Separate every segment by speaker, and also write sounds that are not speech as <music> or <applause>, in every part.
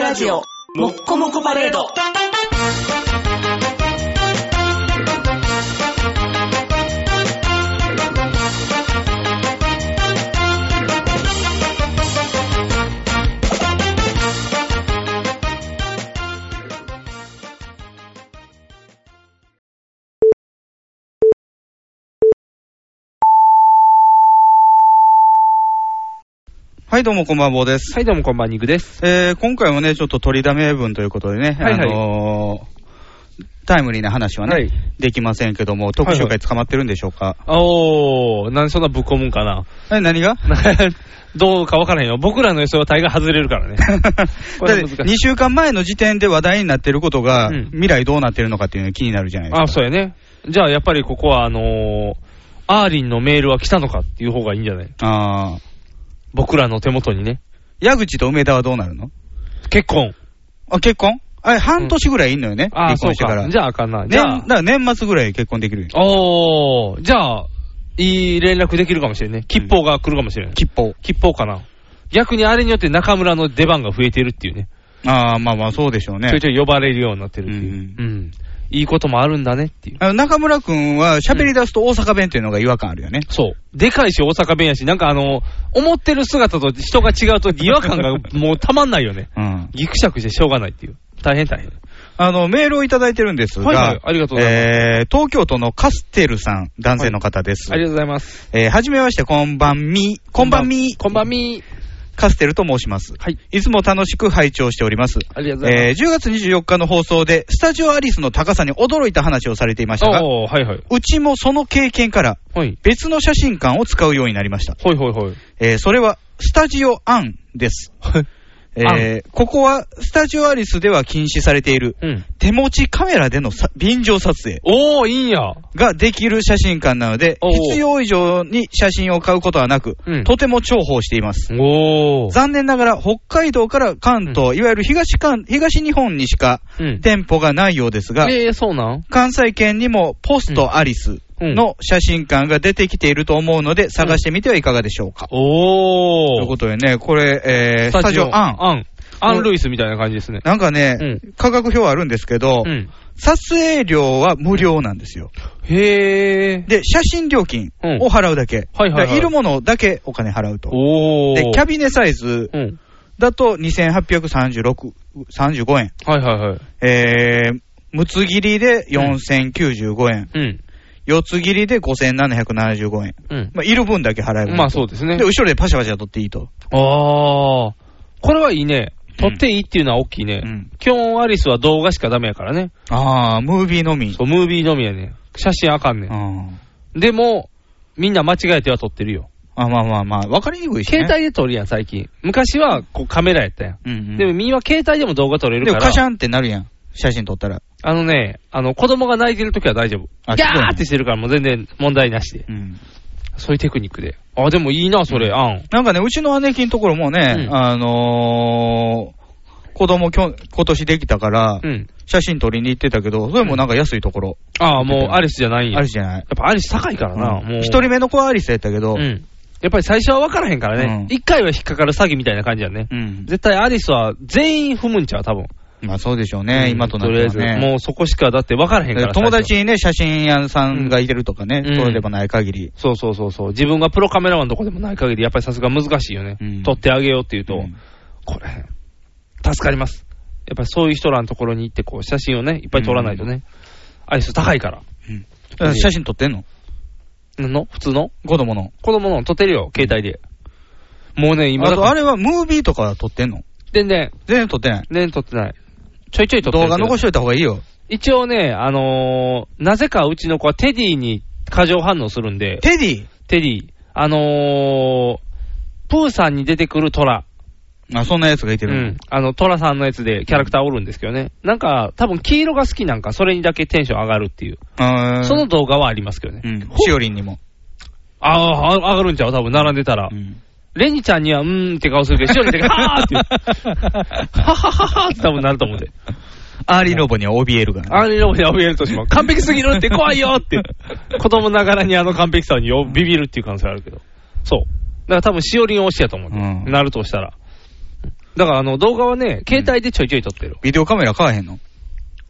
Speaker 1: ラジオ、もっこもこパレード。
Speaker 2: はい、どうもこんばんは、坊です。
Speaker 3: はい、どうもこんばんは、肉です。
Speaker 2: えー、今回もね、ちょっと取りだめ分ということでね、
Speaker 3: はいはい
Speaker 2: あのータイムリーな話はね、
Speaker 3: はい
Speaker 2: できませんけども、特集会捕まってるんでしょうか。
Speaker 3: おー、なんでそんなぶっ込むんか <laughs> な。
Speaker 2: え、何が
Speaker 3: どうかわからへんよ。僕らの予想は大概外れるからね。 <laughs> こ
Speaker 2: だっ
Speaker 3: れ
Speaker 2: て
Speaker 3: 難し
Speaker 2: 2
Speaker 3: い
Speaker 2: 週間前の時点で話題になってることが、
Speaker 3: うん
Speaker 2: 未来どうなってるのかっていうのが気になるじゃないですか。
Speaker 3: あ、そうやね。じゃあ、やっぱりここは、あのー、アーリンのメールは来たのかっていう方がいいんじゃない
Speaker 2: ああ。
Speaker 3: 僕らの手元にね。
Speaker 2: 矢口と梅田はどうなるの
Speaker 3: 結婚。
Speaker 2: あ、結婚あれ、半年ぐらいいんのよね、
Speaker 3: あー、
Speaker 2: 離
Speaker 3: そう
Speaker 2: 婚してから。
Speaker 3: か。じゃあ、あかんな。じ
Speaker 2: 年
Speaker 3: ゃ
Speaker 2: だ
Speaker 3: あ
Speaker 2: か、ら年末ぐらい結婚できるよ。
Speaker 3: おー、じゃあ、いい連絡できるかもしれんね。吉報が来るかもしれん。
Speaker 2: 吉報。
Speaker 3: 吉報かな。逆にあれによって中村の出番が増えてるっていうね。
Speaker 2: ああ、まあまあ、そうでしょうね
Speaker 3: ちょい。ちょい呼ばれるようになってるっていう。
Speaker 2: う
Speaker 3: うん。いいこともあるんだねっていう。
Speaker 2: あの中村くんは喋り出すと大阪弁っていうのが違和感あるよね。
Speaker 3: そう。でかいし、大阪弁やし、なんかあの、思ってる姿と人が違うと違和感 <laughs> がもうたまんないよね。
Speaker 2: うん。
Speaker 3: ぎくしゃくしてしょうがないっていう。大変大変。
Speaker 2: あの、メールをいただいてるんですが、
Speaker 3: はいはいありがとうございます
Speaker 2: えー東京都のカステルさん、男性の方です。
Speaker 3: ありがとうございます。
Speaker 2: えーはじめまして、こんばんみ、こんばんみ、
Speaker 3: こんばんみ。
Speaker 2: カステルと申します。
Speaker 3: はい。
Speaker 2: いつも楽しく拝聴しております。
Speaker 3: ありがとうございます。
Speaker 2: えー10月24日の放送で、スタジオアリスの高さに驚いた話をされていましたが、
Speaker 3: おー、はいはい。
Speaker 2: うちもその経験から、
Speaker 3: はい。
Speaker 2: 別の写真館を使うようになりました。
Speaker 3: ほいほいほい。
Speaker 2: えーそれは、スタジオアンです。えーここは、スタジオアリスでは禁止されている、
Speaker 3: うん。
Speaker 2: 手持ちカメラでのさ便乗撮影
Speaker 3: おー、いいんや。
Speaker 2: ができる写真館なので
Speaker 3: おう、
Speaker 2: 必要以上に写真を買うことはなく、
Speaker 3: うん
Speaker 2: とても重宝しています。
Speaker 3: おー。
Speaker 2: 残念ながら、北海道から関東、いわゆる東関東日本にしか
Speaker 3: うん。
Speaker 2: 店舗がないようですが、
Speaker 3: えー、そうなん
Speaker 2: 関西圏にもポストアリスの写真館が出てきていると思うので、探してみてはいかがでしょうか。という
Speaker 3: お
Speaker 2: こ
Speaker 3: ー。
Speaker 2: とでね、これ、えースタジオアン。
Speaker 3: アン。アン・ルイスみたいな感じですね。
Speaker 2: なんかね、
Speaker 3: う
Speaker 2: 価格表あるんですけど、
Speaker 3: うん。
Speaker 2: 撮影料は無料なんですよ。
Speaker 3: へー。
Speaker 2: で、写真料金を払うだけ。
Speaker 3: はいはいはい
Speaker 2: だからいるものだけお金払うと。
Speaker 3: おー。
Speaker 2: で、キャビネサイズ
Speaker 3: うん。
Speaker 2: だと2836、35円。
Speaker 3: はいはいはい。
Speaker 2: えー、むつ切りで4095円。
Speaker 3: うん。
Speaker 2: 四つ切りで5775円。
Speaker 3: うん。
Speaker 2: まあ、いる分だけ払えばいいと。
Speaker 3: まあそうですね
Speaker 2: で、。後ろでパシャパシャ撮っていいと。
Speaker 3: ああ、これはいいね。撮っていいっていうのは大きいうね
Speaker 2: ん。
Speaker 3: 基本アリスは動画しかダメやからね。
Speaker 2: ああ、ムービーのみ。
Speaker 3: そう、ムービーのみやね。写真あかんねん。
Speaker 2: あ
Speaker 3: でも、みんな間違えては撮ってるよ。
Speaker 2: ああ、まあまあまあ、わかりにくいし、ね。
Speaker 3: 携帯で撮るやん、最近。昔はこうカメラやったやん。
Speaker 2: うん、うん。
Speaker 3: でも、みんな携帯でも動画撮れる
Speaker 2: で
Speaker 3: か
Speaker 2: もカシ
Speaker 3: ら、
Speaker 2: ャンってなるやん。写真撮ったら。
Speaker 3: あのね、あの、子供が泣いてる時は大丈
Speaker 2: あ
Speaker 3: 夫。ギャーってしてるからもう全然問題なしで。
Speaker 2: うん。
Speaker 3: そういうテクニックで。あ、でもいいな、それ、あん。
Speaker 2: なんかね、うちの姉貴のところもね、
Speaker 3: うん
Speaker 2: あのー、子供きょ今年できたから、
Speaker 3: うん。
Speaker 2: 写真撮りに行ってたけど、それもなんか安いところ、
Speaker 3: ああ、もうアリスじゃないんや。
Speaker 2: ある
Speaker 3: やっ
Speaker 2: じゃない。
Speaker 3: ぱアリス高いからな、
Speaker 2: うん
Speaker 3: もう。
Speaker 2: 一人目の子はアリスやったけど、
Speaker 3: うん。やっぱり最初は分からへんからね。
Speaker 2: うん
Speaker 3: 一、回は引っかかる詐欺みたいな感じやね。
Speaker 2: うん
Speaker 3: 絶対アリスは全員踏むんちゃう、多分。
Speaker 2: まあそうでしょうね、
Speaker 3: うん
Speaker 2: 今となって
Speaker 3: とりあ
Speaker 2: は
Speaker 3: え
Speaker 2: ね。
Speaker 3: ず、もうそこしかだって分からへんから。
Speaker 2: 友
Speaker 3: 最初。
Speaker 2: 達にね、写真屋さんがいてるとかね、
Speaker 3: うん
Speaker 2: 撮れればない限り。
Speaker 3: そうそうそうそう。自分がプロカメラマンのとこでもない限り、やっぱりさすが難しいよね。
Speaker 2: うん
Speaker 3: 撮ってあげようっていうと、
Speaker 2: うん
Speaker 3: これ、助かります。やっぱりそういう人らのところに行って、こう、写真をね、いっぱい撮らないとね。アリス高いから。
Speaker 2: だから写真撮ってんの
Speaker 3: の普通の
Speaker 2: 子供の。
Speaker 3: 子供の撮ってるよ、携帯で。もうね、今
Speaker 2: あ
Speaker 3: だ
Speaker 2: と、
Speaker 3: から
Speaker 2: あれはムービーとかは撮ってんの
Speaker 3: 全然、
Speaker 2: 全然撮ってない。
Speaker 3: 全然撮ってない。ちょいちょい撮って
Speaker 2: 動
Speaker 3: るけど
Speaker 2: 画残しといた方がいいよ。
Speaker 3: 一応ね、あのーなぜかうちの子はテディに過剰反応するんで、
Speaker 2: テディ
Speaker 3: テディ、あのープーさんに出てくるトラ、
Speaker 2: あ、そんなやつがいて
Speaker 3: う
Speaker 2: るの。
Speaker 3: ん、あの、トラさんのやつでキャラクターおるんですけどね。なんか、多分黄色が好きなんか、それにだけテンション上がるっていう。
Speaker 2: あー
Speaker 3: その動画はありますけどね。
Speaker 2: うん、しおりんにも。
Speaker 3: ああ、あ上がるんちゃう多分並んでたら。
Speaker 2: うん
Speaker 3: レニちゃんには、うーんって顔するけど、しおりだけ、はーっ
Speaker 2: <laughs>
Speaker 3: ていう。ははははーって多分なると思うんで。
Speaker 2: アーリーロボには怯えるから、ね。
Speaker 3: アーリーロボに怯えるとしまう。完璧すぎるって怖いよ
Speaker 2: <laughs>
Speaker 3: って。子供ながらにあの完璧さによビビるっていう可能性あるけど。そう。だから多分、しおりん推しやと思う、
Speaker 2: うん
Speaker 3: なるとしたら。だからあの動画はね、携帯でちょいちょい撮ってる。
Speaker 2: ビデオカメラ買わへんの、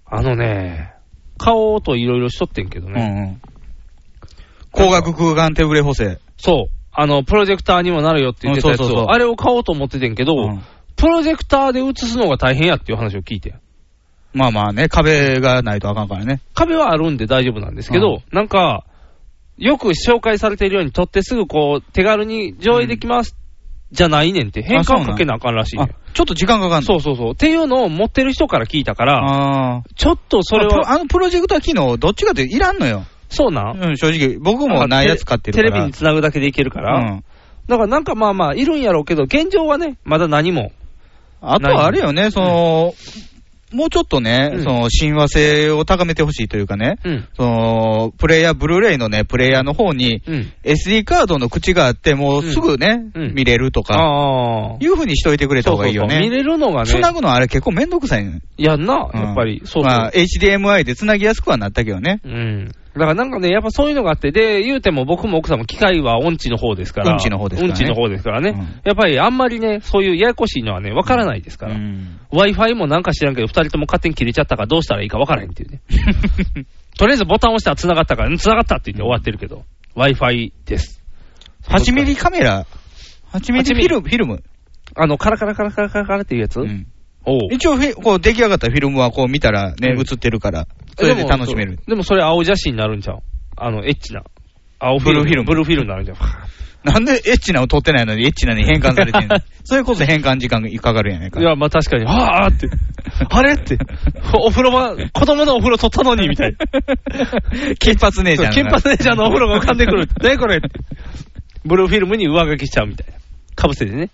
Speaker 3: あのね、顔といろいろしとってんけど
Speaker 2: う
Speaker 3: ね、
Speaker 2: んうん。光学空間手ぶれ補正。
Speaker 3: そう。あの、プロジェクターにもなるよって言ってたやつ
Speaker 2: うんそうそう
Speaker 3: を、
Speaker 2: そう
Speaker 3: あれを買おうと思っててんけど、
Speaker 2: うん
Speaker 3: プロジェクターで映すのが大変やっていう話を聞いて。
Speaker 2: まあまあね、壁がないとあかんからね。
Speaker 3: 壁はあるんで大丈夫なんですけど、
Speaker 2: うん
Speaker 3: なんか、よく紹介されているように撮ってすぐこう、手軽に上映できます、じゃないねんって、変換かけなあかんらしいね
Speaker 2: あ
Speaker 3: ん、
Speaker 2: ちょっと時間かかんの
Speaker 3: そうそうそう。っていうのを持ってる人から聞いたから、
Speaker 2: ああ。
Speaker 3: ちょっとそ
Speaker 2: ま
Speaker 3: れ
Speaker 2: あプロ
Speaker 3: は、
Speaker 2: あのプロジェクター機能、どっちかっていらんのよ。
Speaker 3: そうなん
Speaker 2: うん、正直。僕もないやつ買ってる
Speaker 3: テ
Speaker 2: か
Speaker 3: レ
Speaker 2: ら。
Speaker 3: ビにつなぐだけでいけるから、
Speaker 2: うん。
Speaker 3: だからなんかまあまあ、いるんやろうけど、現状はね、まだ何も。
Speaker 2: あとはあれよね、その、もうちょっとね、
Speaker 3: うん
Speaker 2: その、親和性を高めてほしいというかね、
Speaker 3: うん。
Speaker 2: その、プレイヤー、ブルーレイのね、プレイヤーの方に、
Speaker 3: うん。
Speaker 2: SD カードの口があって、もうすぐね、
Speaker 3: うんうん
Speaker 2: 見れるとか、
Speaker 3: ああ。
Speaker 2: いうふうにしといてくれた方がいいよ
Speaker 3: そうそうそう見
Speaker 2: ね。
Speaker 3: れるのがね、
Speaker 2: つなぐのあれ結構めんどくさいね。
Speaker 3: やんな、
Speaker 2: うん
Speaker 3: やっぱり。そうそう。
Speaker 2: まあ、HDMI でつなぎやすくはなったけどね。
Speaker 3: うん。だからなんかね、やっぱそういうのがあって、で、言うても僕も奥さんも機械は音痴の方ですから。
Speaker 2: 音痴の方ですからね
Speaker 3: 音痴の方ですからね。
Speaker 2: うん
Speaker 3: やっぱりあんまりね、そういうややこしいのはね、わからないですから。
Speaker 2: うん
Speaker 3: Wi-Fi もなんか知らんけど、二人とも勝手に切れちゃったからどうしたらいいかわからへんっていうね。とりあえずボタン押したら繋がったから、うん繋がったって言って終わってるけど、Wi-Fi です。
Speaker 2: 8ミリカメラ、8ミリフィルム、フィルム。
Speaker 3: あの、カラカラカラカラカラカラっていうやつ、
Speaker 2: うん
Speaker 3: おう
Speaker 2: 一応フィ、こう、出来上がったフィルムはこう見たらね、
Speaker 3: うん
Speaker 2: 映ってるから、それで楽しめる
Speaker 3: でも。そうでもそれ青写真になるんちゃうあの、エッチな。青
Speaker 2: ブルーフィルム
Speaker 3: ブルーフィルムになるんちゃう
Speaker 2: なんでエッチなの撮ってないのにエッチなのに変換されて
Speaker 3: <laughs>
Speaker 2: んのそれこそ変換時間がかかるやないか。
Speaker 3: いや、まあ確かに、はぁ
Speaker 2: <laughs>
Speaker 3: ーって、あれって、お風呂場、子供のお風呂取ったのに、み
Speaker 2: <laughs>
Speaker 3: たいな。
Speaker 2: 金髪姉ちゃんが。
Speaker 3: 金髪姉ちゃんのお風呂が浮かんでく
Speaker 2: <laughs>
Speaker 3: る。何これって。ブルーフィルムに上書きしちゃうみたいな。かぶせてね。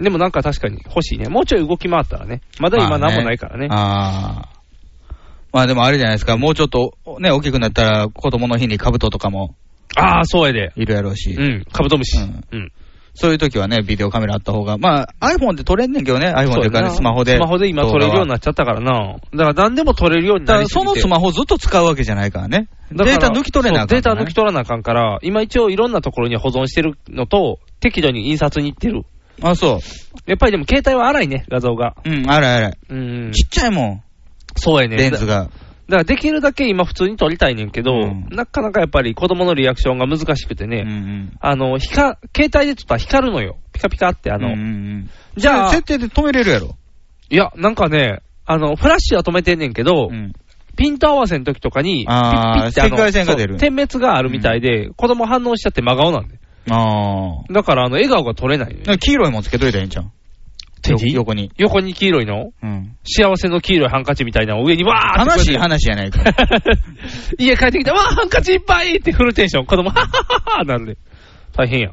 Speaker 3: でもなんか確かに欲しいね。もうちょい動き回ったらね。まだ今何もないからね。
Speaker 2: ああ。まあでもあれじゃないですか、もうちょっとね、大きくなったら子供の日に兜とかも
Speaker 3: ああ、そうやで。
Speaker 2: いるやろうし、
Speaker 3: うん、カブトムシ。う
Speaker 2: うん
Speaker 3: ん。
Speaker 2: そういう時はね、ビデオカメラあった方が、まあ iPhone で撮れんねんけどね、iPhone というかね、
Speaker 3: そうやな
Speaker 2: スマホで。
Speaker 3: スマホで今撮れるように
Speaker 2: な。
Speaker 3: なっちゃったからな。だから何でも撮れるように
Speaker 2: だ
Speaker 3: な
Speaker 2: から
Speaker 3: りすぎ
Speaker 2: そ
Speaker 3: て
Speaker 2: のスマホずっと使うわけじゃないからね。
Speaker 3: だか
Speaker 2: デー
Speaker 3: ら
Speaker 2: タ抜き取れなあかんか
Speaker 3: そう
Speaker 2: ら
Speaker 3: デ
Speaker 2: ね
Speaker 3: ータ抜き取らなあかんから、今一応いろんなところに保存してるのと、適度に印刷に行ってる。
Speaker 2: あ、そ
Speaker 3: やっぱりでも携帯は荒いね、画像が。
Speaker 2: う。うん、あらあら。
Speaker 3: うん
Speaker 2: ちっちゃいも
Speaker 3: そうや
Speaker 2: ん、
Speaker 3: ね。
Speaker 2: レンズ
Speaker 3: だ
Speaker 2: が。
Speaker 3: だからできるだけ今普通に撮りたいねんけど、
Speaker 2: うん
Speaker 3: なかなかやっぱり子供のリアクションが難しくて
Speaker 2: う
Speaker 3: ね、
Speaker 2: んうん。
Speaker 3: あの、光、携帯で撮ったら光るのよ。ピカピカって、あ
Speaker 2: あ
Speaker 3: の、
Speaker 2: じ
Speaker 3: じ
Speaker 2: ゃ
Speaker 3: ゃ
Speaker 2: あ、
Speaker 3: あ
Speaker 2: 設定で止めれるやろ。
Speaker 3: いや、なんかね、あの、フラッシュは止めてんねんけど、
Speaker 2: うん
Speaker 3: ピント合わせの時とかに、
Speaker 2: あー
Speaker 3: ピッピッてあの
Speaker 2: 赤外線が出る
Speaker 3: そう点滅があるみたいで、子供反応しちゃって真顔なんで。
Speaker 2: あ
Speaker 3: だから、あの、笑顔が撮れないのよ、
Speaker 2: あ。なんか黄色いもんつけといたらいいんちゃう
Speaker 3: 手に
Speaker 2: よ横に。
Speaker 3: 横に黄色いの
Speaker 2: うん。
Speaker 3: 幸せの黄色いハンカチみたいなのを上にわーって
Speaker 2: 悲しい
Speaker 3: こ
Speaker 2: 話やないか
Speaker 3: う。やって。家帰ってきて、わーハンカチいっぱいってフルテンション。子供、はっはっはっはなんで。大変や。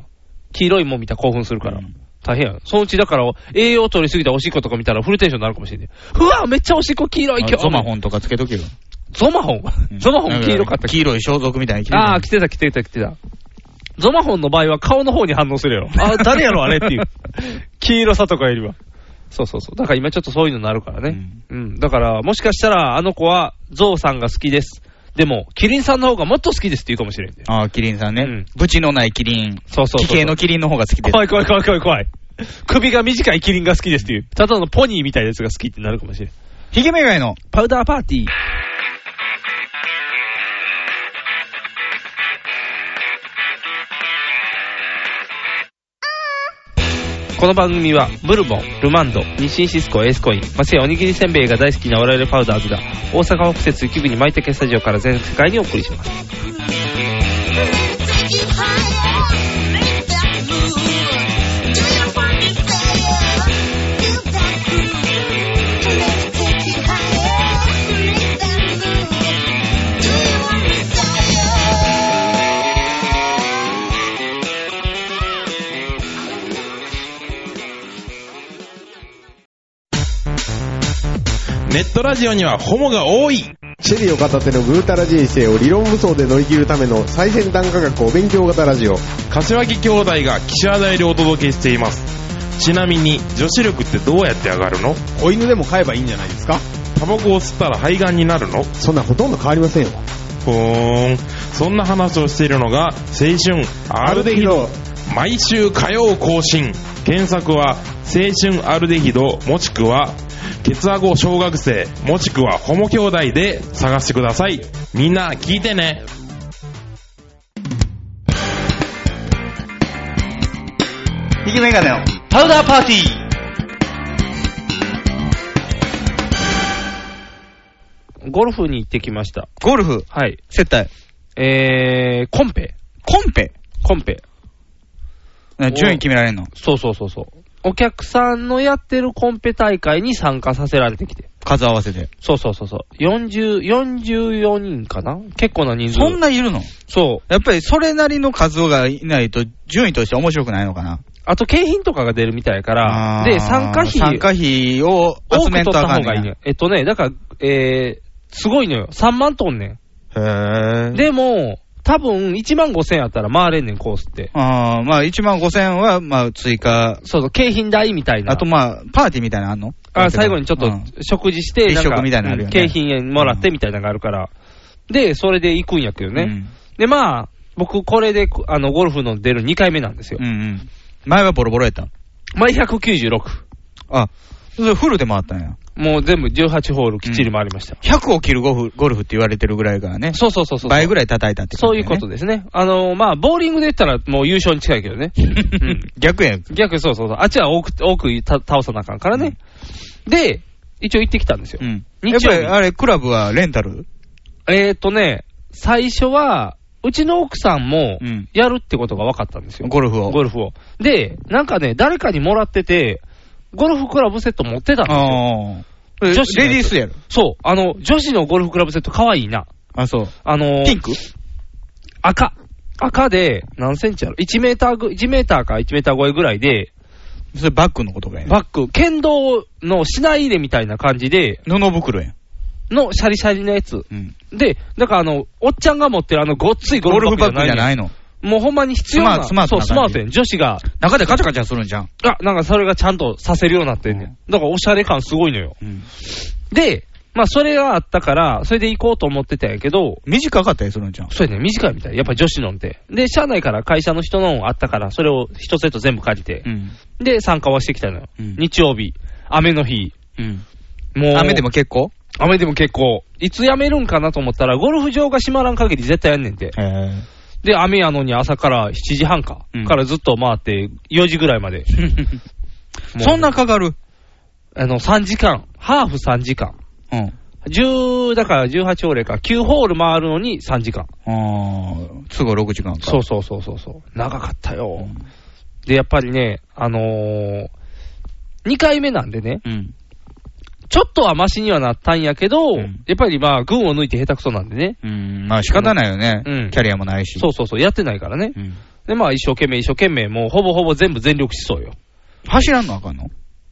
Speaker 3: 黄色いもん見たら興奮するから。
Speaker 2: うん
Speaker 3: 大変や。そのうちだから、栄養取りすぎたおしっことか見たらフルテンションになるかもしれんね。うわーめっちゃおしっこ黄色い今日。
Speaker 2: ゾマホンとかつけとけよ。
Speaker 3: ゾマホン。ゾマホン黄色かったっけ
Speaker 2: 黄色い装束みたいに着てる
Speaker 3: ああ、来てた来てた来てた。ゾマホンの場合は顔の方に反応するやろ。あー誰やろあれっていう。 <laughs> 黄色さとかよりは。そうそうそう。だから今ちょっとそういうのになるからね。うん、だから、もしかしたら、あの子は、ゾウさんが好きです。でも、キリンさんの方がもっと好きですって言うかもしれんで。
Speaker 2: ああ、キリンさん
Speaker 3: う
Speaker 2: ね
Speaker 3: ん。
Speaker 2: ブチのないキリン。
Speaker 3: そうそうそう
Speaker 2: 奇形のキリンの方が好きです。
Speaker 3: 怖い怖い怖い怖い怖い。首が短いキリンが好きですっていう。ただのポニーみたいなやつが好きってなるかもしれん。
Speaker 2: ヒゲメガネの。
Speaker 3: パウダーパーティー。この番組は、ブルボン、ルマンド、日清シスコ、エースコイン、松屋おにぎりせんべいが大好きなオライルパウダーズが、大阪北節雪国舞茸スタジオから全世界にお送りします。
Speaker 4: Take you higher, make that move. Do your funny style, feel that groove. Let's take you higher, make that move. Do your funny style.
Speaker 5: ネットラジオにはホモが多い
Speaker 6: シェリーを片手のぐうたら人生を理論武装で乗り切るための最先端科学お勉強型ラジオ。
Speaker 5: 柏木兄弟が岸和田よりお届けしていますちなみに女子力ってどうやって上がるの
Speaker 6: 子犬でも飼えばいいんじゃないですか
Speaker 5: タバコを吸ったら肺がんになるの
Speaker 6: そんなほとんど変わりませんよ。
Speaker 5: ふーんそんな話をしているのが青春アルデヒド毎週火曜更新検索は青春アルデヒドもしくはケツアゴ小学生もしくはホモ兄弟で探してくださいみんな聞いてね
Speaker 2: 引きメガネを。
Speaker 3: パウダーパーティーゴルフに行ってきました。
Speaker 2: ゴルフ、
Speaker 3: はい。
Speaker 2: 接待、
Speaker 3: えー、コンペ。
Speaker 2: コンペ。
Speaker 3: コンペ。
Speaker 2: な順位決められんの
Speaker 3: そうそうそうそう。お客さんのやってるコンペ大会に参加させられてきて。
Speaker 2: 数合わせで。
Speaker 3: そうそうそうそう。40、44人かな結構な人数。
Speaker 2: そんないるの
Speaker 3: そう。
Speaker 2: やっぱりそれなりの数がいないと、順位として面白くないのかな。
Speaker 3: あと景品とかが出るみたいやから、
Speaker 2: あー
Speaker 3: で、参加費、
Speaker 2: 参加費を
Speaker 3: 多
Speaker 2: 集
Speaker 3: く取
Speaker 2: め
Speaker 3: っ
Speaker 2: んとあ
Speaker 3: た
Speaker 2: かん
Speaker 3: 方
Speaker 2: ねん
Speaker 3: がいいね。えっとね、だから、えー、すごいのよ。3万とんね
Speaker 2: へ
Speaker 3: ん。
Speaker 2: ー。
Speaker 3: でも、多分1万5千やったら回れんねん、コースって。
Speaker 2: あーまあ1万5千は、まあ追加。
Speaker 3: そうそう、景品代みたいな。
Speaker 2: あとまあ、パーティーみたいなのあんの
Speaker 3: あ最後にちょっ
Speaker 2: う
Speaker 3: と
Speaker 2: ん
Speaker 3: 食事して、
Speaker 2: 一
Speaker 3: なんか
Speaker 2: 食みたいなのあるよね
Speaker 3: うん景品もらってみたいなのがあるから。で、それで行くんやけどね。で、まあ、僕、これで、あの、ゴルフの出る2回目なんですよ
Speaker 2: うん。。うんうん。前はボロボロやった。
Speaker 3: 前196。
Speaker 2: あ、それフルで回ったんや。
Speaker 3: もう全部18ホールきっちり回りました。
Speaker 2: 100を切るゴルフゴルフって言われてるぐらいからね。
Speaker 3: そうそうそうそう。
Speaker 2: 倍ぐらい叩いたって
Speaker 3: そういうこと
Speaker 2: で。
Speaker 3: ですね。あのまあ、ボーリングで言ったらもう優勝に近いけどね。 <laughs> うん、
Speaker 2: 逆やん。
Speaker 3: 逆にそうそうそう。あっちは多く、多くた倒さなあかんからね。で、一応行ってきたんですよ。
Speaker 2: うん。
Speaker 3: 日
Speaker 2: やっぱ
Speaker 3: 曜日
Speaker 2: りあれ、クラブはレンタル
Speaker 3: えっ、ー、とね、最初は、うちの奥さんも
Speaker 2: うん、
Speaker 3: やるってことが分かったんですよ。
Speaker 2: ゴルフを。
Speaker 3: ゴルフを。で、なんかね、誰かにもらってて、ゴルフクラブセット持ってたんですよ。
Speaker 2: ああ。レデ
Speaker 3: 女子のやつ
Speaker 2: ィースやろ。
Speaker 3: そう、あの、女子のゴルフクラブセット可愛いな。
Speaker 2: あ、そう。
Speaker 3: あのー
Speaker 2: ピンク
Speaker 3: 赤。赤で、何センチやろ ?1 メーターぐ、1メーターか1メーター超えぐらいで、
Speaker 2: それバッグのことがやね。
Speaker 3: バッグ、剣道の品入れみたいな感じで、
Speaker 2: 布袋やん。
Speaker 3: のシャリシャリのやつ。
Speaker 2: うん。
Speaker 3: で、だからあの、おっちゃんが持ってるあの、ごっついゴ
Speaker 2: ゴル
Speaker 3: ル
Speaker 2: フバ
Speaker 3: フバ
Speaker 2: ッグ
Speaker 3: ッグ
Speaker 2: じ
Speaker 3: じ
Speaker 2: ゃ
Speaker 3: ゃ
Speaker 2: な
Speaker 3: ないい
Speaker 2: の。
Speaker 3: もうほんまに必要な。
Speaker 2: スマートスマートな感
Speaker 3: そう、
Speaker 2: じ
Speaker 3: スマートやん。女子が、
Speaker 2: 中でカチャカチャするんじゃん。
Speaker 3: あ、なんかそれがちゃんとさせるようになってんねん。だからおしゃれ感すごいのよ。
Speaker 2: うん。
Speaker 3: で、まあそれがあったから、それで行こうと思ってたんやけど、
Speaker 2: 短かったりするんじゃん。
Speaker 3: そうやね、短いみたい。やっぱ女子のんて。で、社内から会社の人のあったから、それを一セット全部借りて
Speaker 2: う、ん。
Speaker 3: で、参加はしてきたのよ。
Speaker 2: うん
Speaker 3: 日曜日、雨の日。
Speaker 2: うん。
Speaker 3: もう、
Speaker 2: 雨でも結構
Speaker 3: 雨でも結構、いつやめるんかなと思ったら、ゴルフ場が閉まらん限り絶対やんねんて。
Speaker 2: へえ。
Speaker 3: で、雨やのに朝から7時半か、
Speaker 2: うん
Speaker 3: からずっと回って、4時ぐらいまで。 <laughs> もう
Speaker 2: そんなかかる
Speaker 3: あの、3時間、ハーフ3時間。
Speaker 2: うん。
Speaker 3: 10、だから18ホールやから、9ホール回るのに3時間。
Speaker 2: ああ、都合6時間か。
Speaker 3: そうそうそうそうそう。長かったよ。
Speaker 2: ん
Speaker 3: で、やっぱりね、あのー、2回目なんでね、
Speaker 2: うん。
Speaker 3: ちょっとはマシにはなったんやけど、
Speaker 2: ん
Speaker 3: やっぱりまあ、群を抜いて下手くそなんでね。
Speaker 2: うん。まあ仕方ないよね。
Speaker 3: うん
Speaker 2: キャリアもないし。
Speaker 3: そうそうそう、やってないからね。
Speaker 2: うん。
Speaker 3: で、まあ、一生懸命、一生懸命、もうほぼほぼ全部全力疾走よ。
Speaker 2: 走らんのあかんの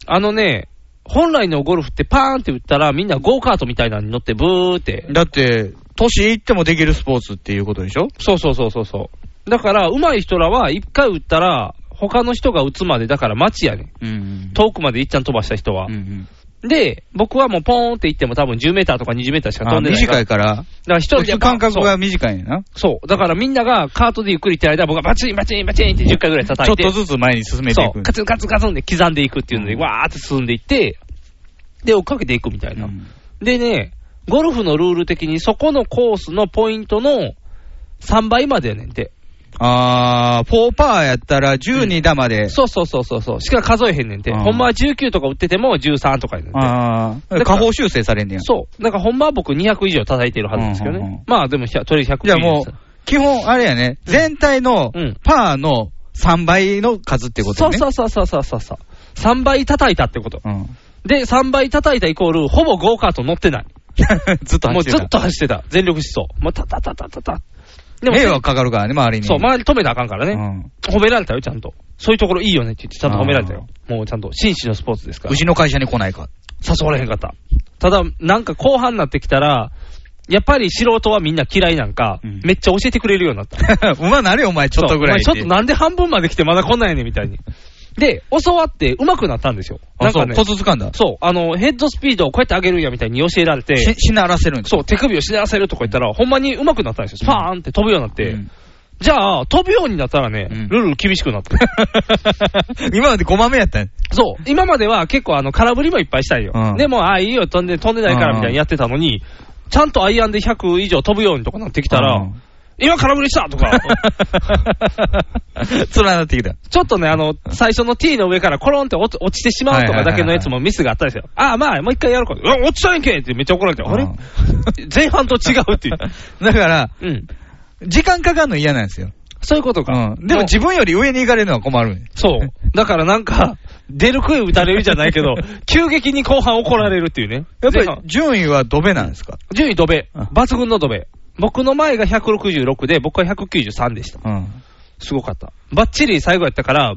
Speaker 3: あのね、本来のゴルフってパーンって打ったら、みんなゴーカートみたいなのに乗ってブーって。
Speaker 2: だって、年いってもできるスポーツっていうことでしょ
Speaker 3: そうそうそうそうそう。だから、上手い人らは、一回打ったら、他の人が打つまで、だから待ちやねん。
Speaker 2: うん
Speaker 3: 遠くまでいっちゃん飛ばした人は
Speaker 2: うんう。ん。
Speaker 3: で、僕はもうポーンって行っても多分10メーターとか20メーターしか
Speaker 2: あ
Speaker 3: 飛んでないから。
Speaker 2: 短いから、
Speaker 3: だから一人
Speaker 2: 打
Speaker 3: で
Speaker 2: つ
Speaker 3: バン
Speaker 2: 間覚が短いねんな。
Speaker 3: そう。そう。だからみんながカートでゆっくり行ってる間、僕はバチンバチンバチンって10回ぐらい
Speaker 2: ち
Speaker 3: 叩
Speaker 2: ょっ
Speaker 3: いて。
Speaker 2: とずつ前に進めてい
Speaker 3: そ
Speaker 2: く
Speaker 3: う。。カツンカツンカツンで刻んでいくっていうので、
Speaker 2: うん
Speaker 3: わーって進んでいって、で、追っかけていくみたいうな。
Speaker 2: ん
Speaker 3: でね、ゴルフのルール的にそこのコースのポイントの3倍までやねんて。
Speaker 2: あー、4パーやったら12打まで。
Speaker 3: そうそうそうそうそう。しか数えへんねんて。
Speaker 2: あー
Speaker 3: ほんまは19とか打ってても13とかやねんて。
Speaker 2: あ
Speaker 3: だ
Speaker 2: あ、
Speaker 3: から
Speaker 2: 下方修正されんねや。
Speaker 3: そう。なんかほんまは僕200以上叩いてるはずですけどね。
Speaker 2: うんうんうん
Speaker 3: まあでもひゃ、とりあえず100
Speaker 2: じゃあもう、基本、あれやね、全体の
Speaker 3: うん
Speaker 2: パーの3倍の数ってこと
Speaker 3: そう
Speaker 2: ね。
Speaker 3: そうそうそうそうそうそう。3倍叩いたってこと。
Speaker 2: うん。 <laughs>
Speaker 3: で、3倍叩いたイコール、ほぼゴーカート乗ってない。
Speaker 2: ずっと
Speaker 3: も
Speaker 2: 走って
Speaker 3: うず
Speaker 2: た
Speaker 3: っと走ってた。全力疾走。もうタタタタタタ。でも、
Speaker 2: 迷惑かかるからね、周りに。
Speaker 3: そう、周り止めなあかんから
Speaker 2: う
Speaker 3: ね。
Speaker 2: ん
Speaker 3: 褒められたよ、ちゃんと。そういうところいいよねって言って、ちゃんと褒められたよ。もうちゃんと、紳士のスポーツですから
Speaker 2: う。ちの会社に来ないか。 <laughs>
Speaker 3: 誘われへんかった。ただ、なんか後半になってきたら、やっぱり素人はみんな嫌いなんか、
Speaker 2: うん
Speaker 3: めっちゃ教えてくれるようになった。
Speaker 2: うまなれよ、お前、ちょっとぐらい。
Speaker 3: そうお前ちょっとなんで半分まで来てまだこんなんやねんみたいに。で、教わって上手くなったんですよ。な
Speaker 2: あ、
Speaker 3: ん
Speaker 2: そ
Speaker 3: か
Speaker 2: う、
Speaker 3: ね、
Speaker 2: コツつかんだ。
Speaker 3: そう、あの、ヘッドスピードをこうやって上げるんやみたいに教えられ、
Speaker 2: してしならせるんです
Speaker 3: そう、手首をしならせるとか言ったら、ほんまに上手くなったんですよ。スパーンって飛ぶようになって。
Speaker 2: うん
Speaker 3: じゃあ、飛ぶようになったらね、
Speaker 2: うん
Speaker 3: ルール厳しく
Speaker 2: <laughs>
Speaker 3: なった。
Speaker 2: 今まで5番目やったんや
Speaker 3: そう、今までは結構あの空振りもいっぱいしたいよ。
Speaker 2: うん
Speaker 3: でも、ああ、いいよ、飛んで、飛んでないからみたいにやってたのに、ちゃんとアイアンで100以上飛ぶようにとかなってきたら、
Speaker 2: うん <laughs>
Speaker 3: 今空振りしたとか、 <laughs>
Speaker 2: つらなってきた。
Speaker 3: ちょっとね、あの、最初の T の上からコロンって落ち落ちてしまうとかだけのやつもミスがあったんですよ。ああ、まあ、もう一回やるか。うわ落ちたんけってめっちゃ怒られて、あれ
Speaker 2: うん
Speaker 3: 前半と違う
Speaker 2: <laughs>
Speaker 3: っていう。
Speaker 2: だから、
Speaker 3: うん。
Speaker 2: 時間かかるの嫌なんですよ。
Speaker 3: そういうことか。
Speaker 2: うんでも自分より上に行かれるのは困るんや
Speaker 3: そう。 <laughs> だからなんか、出る杭打たれるじゃないけど、
Speaker 2: <laughs>
Speaker 3: 急激に後半怒られるっていうね。
Speaker 2: やっぱ
Speaker 3: 前半
Speaker 2: り順位はドベなんですか
Speaker 3: 順位ドベ。
Speaker 2: うん
Speaker 3: 抜群のドベ。僕の前が166で、僕は193でした。
Speaker 2: うん。
Speaker 3: すごかった。バッチリ最後やったから、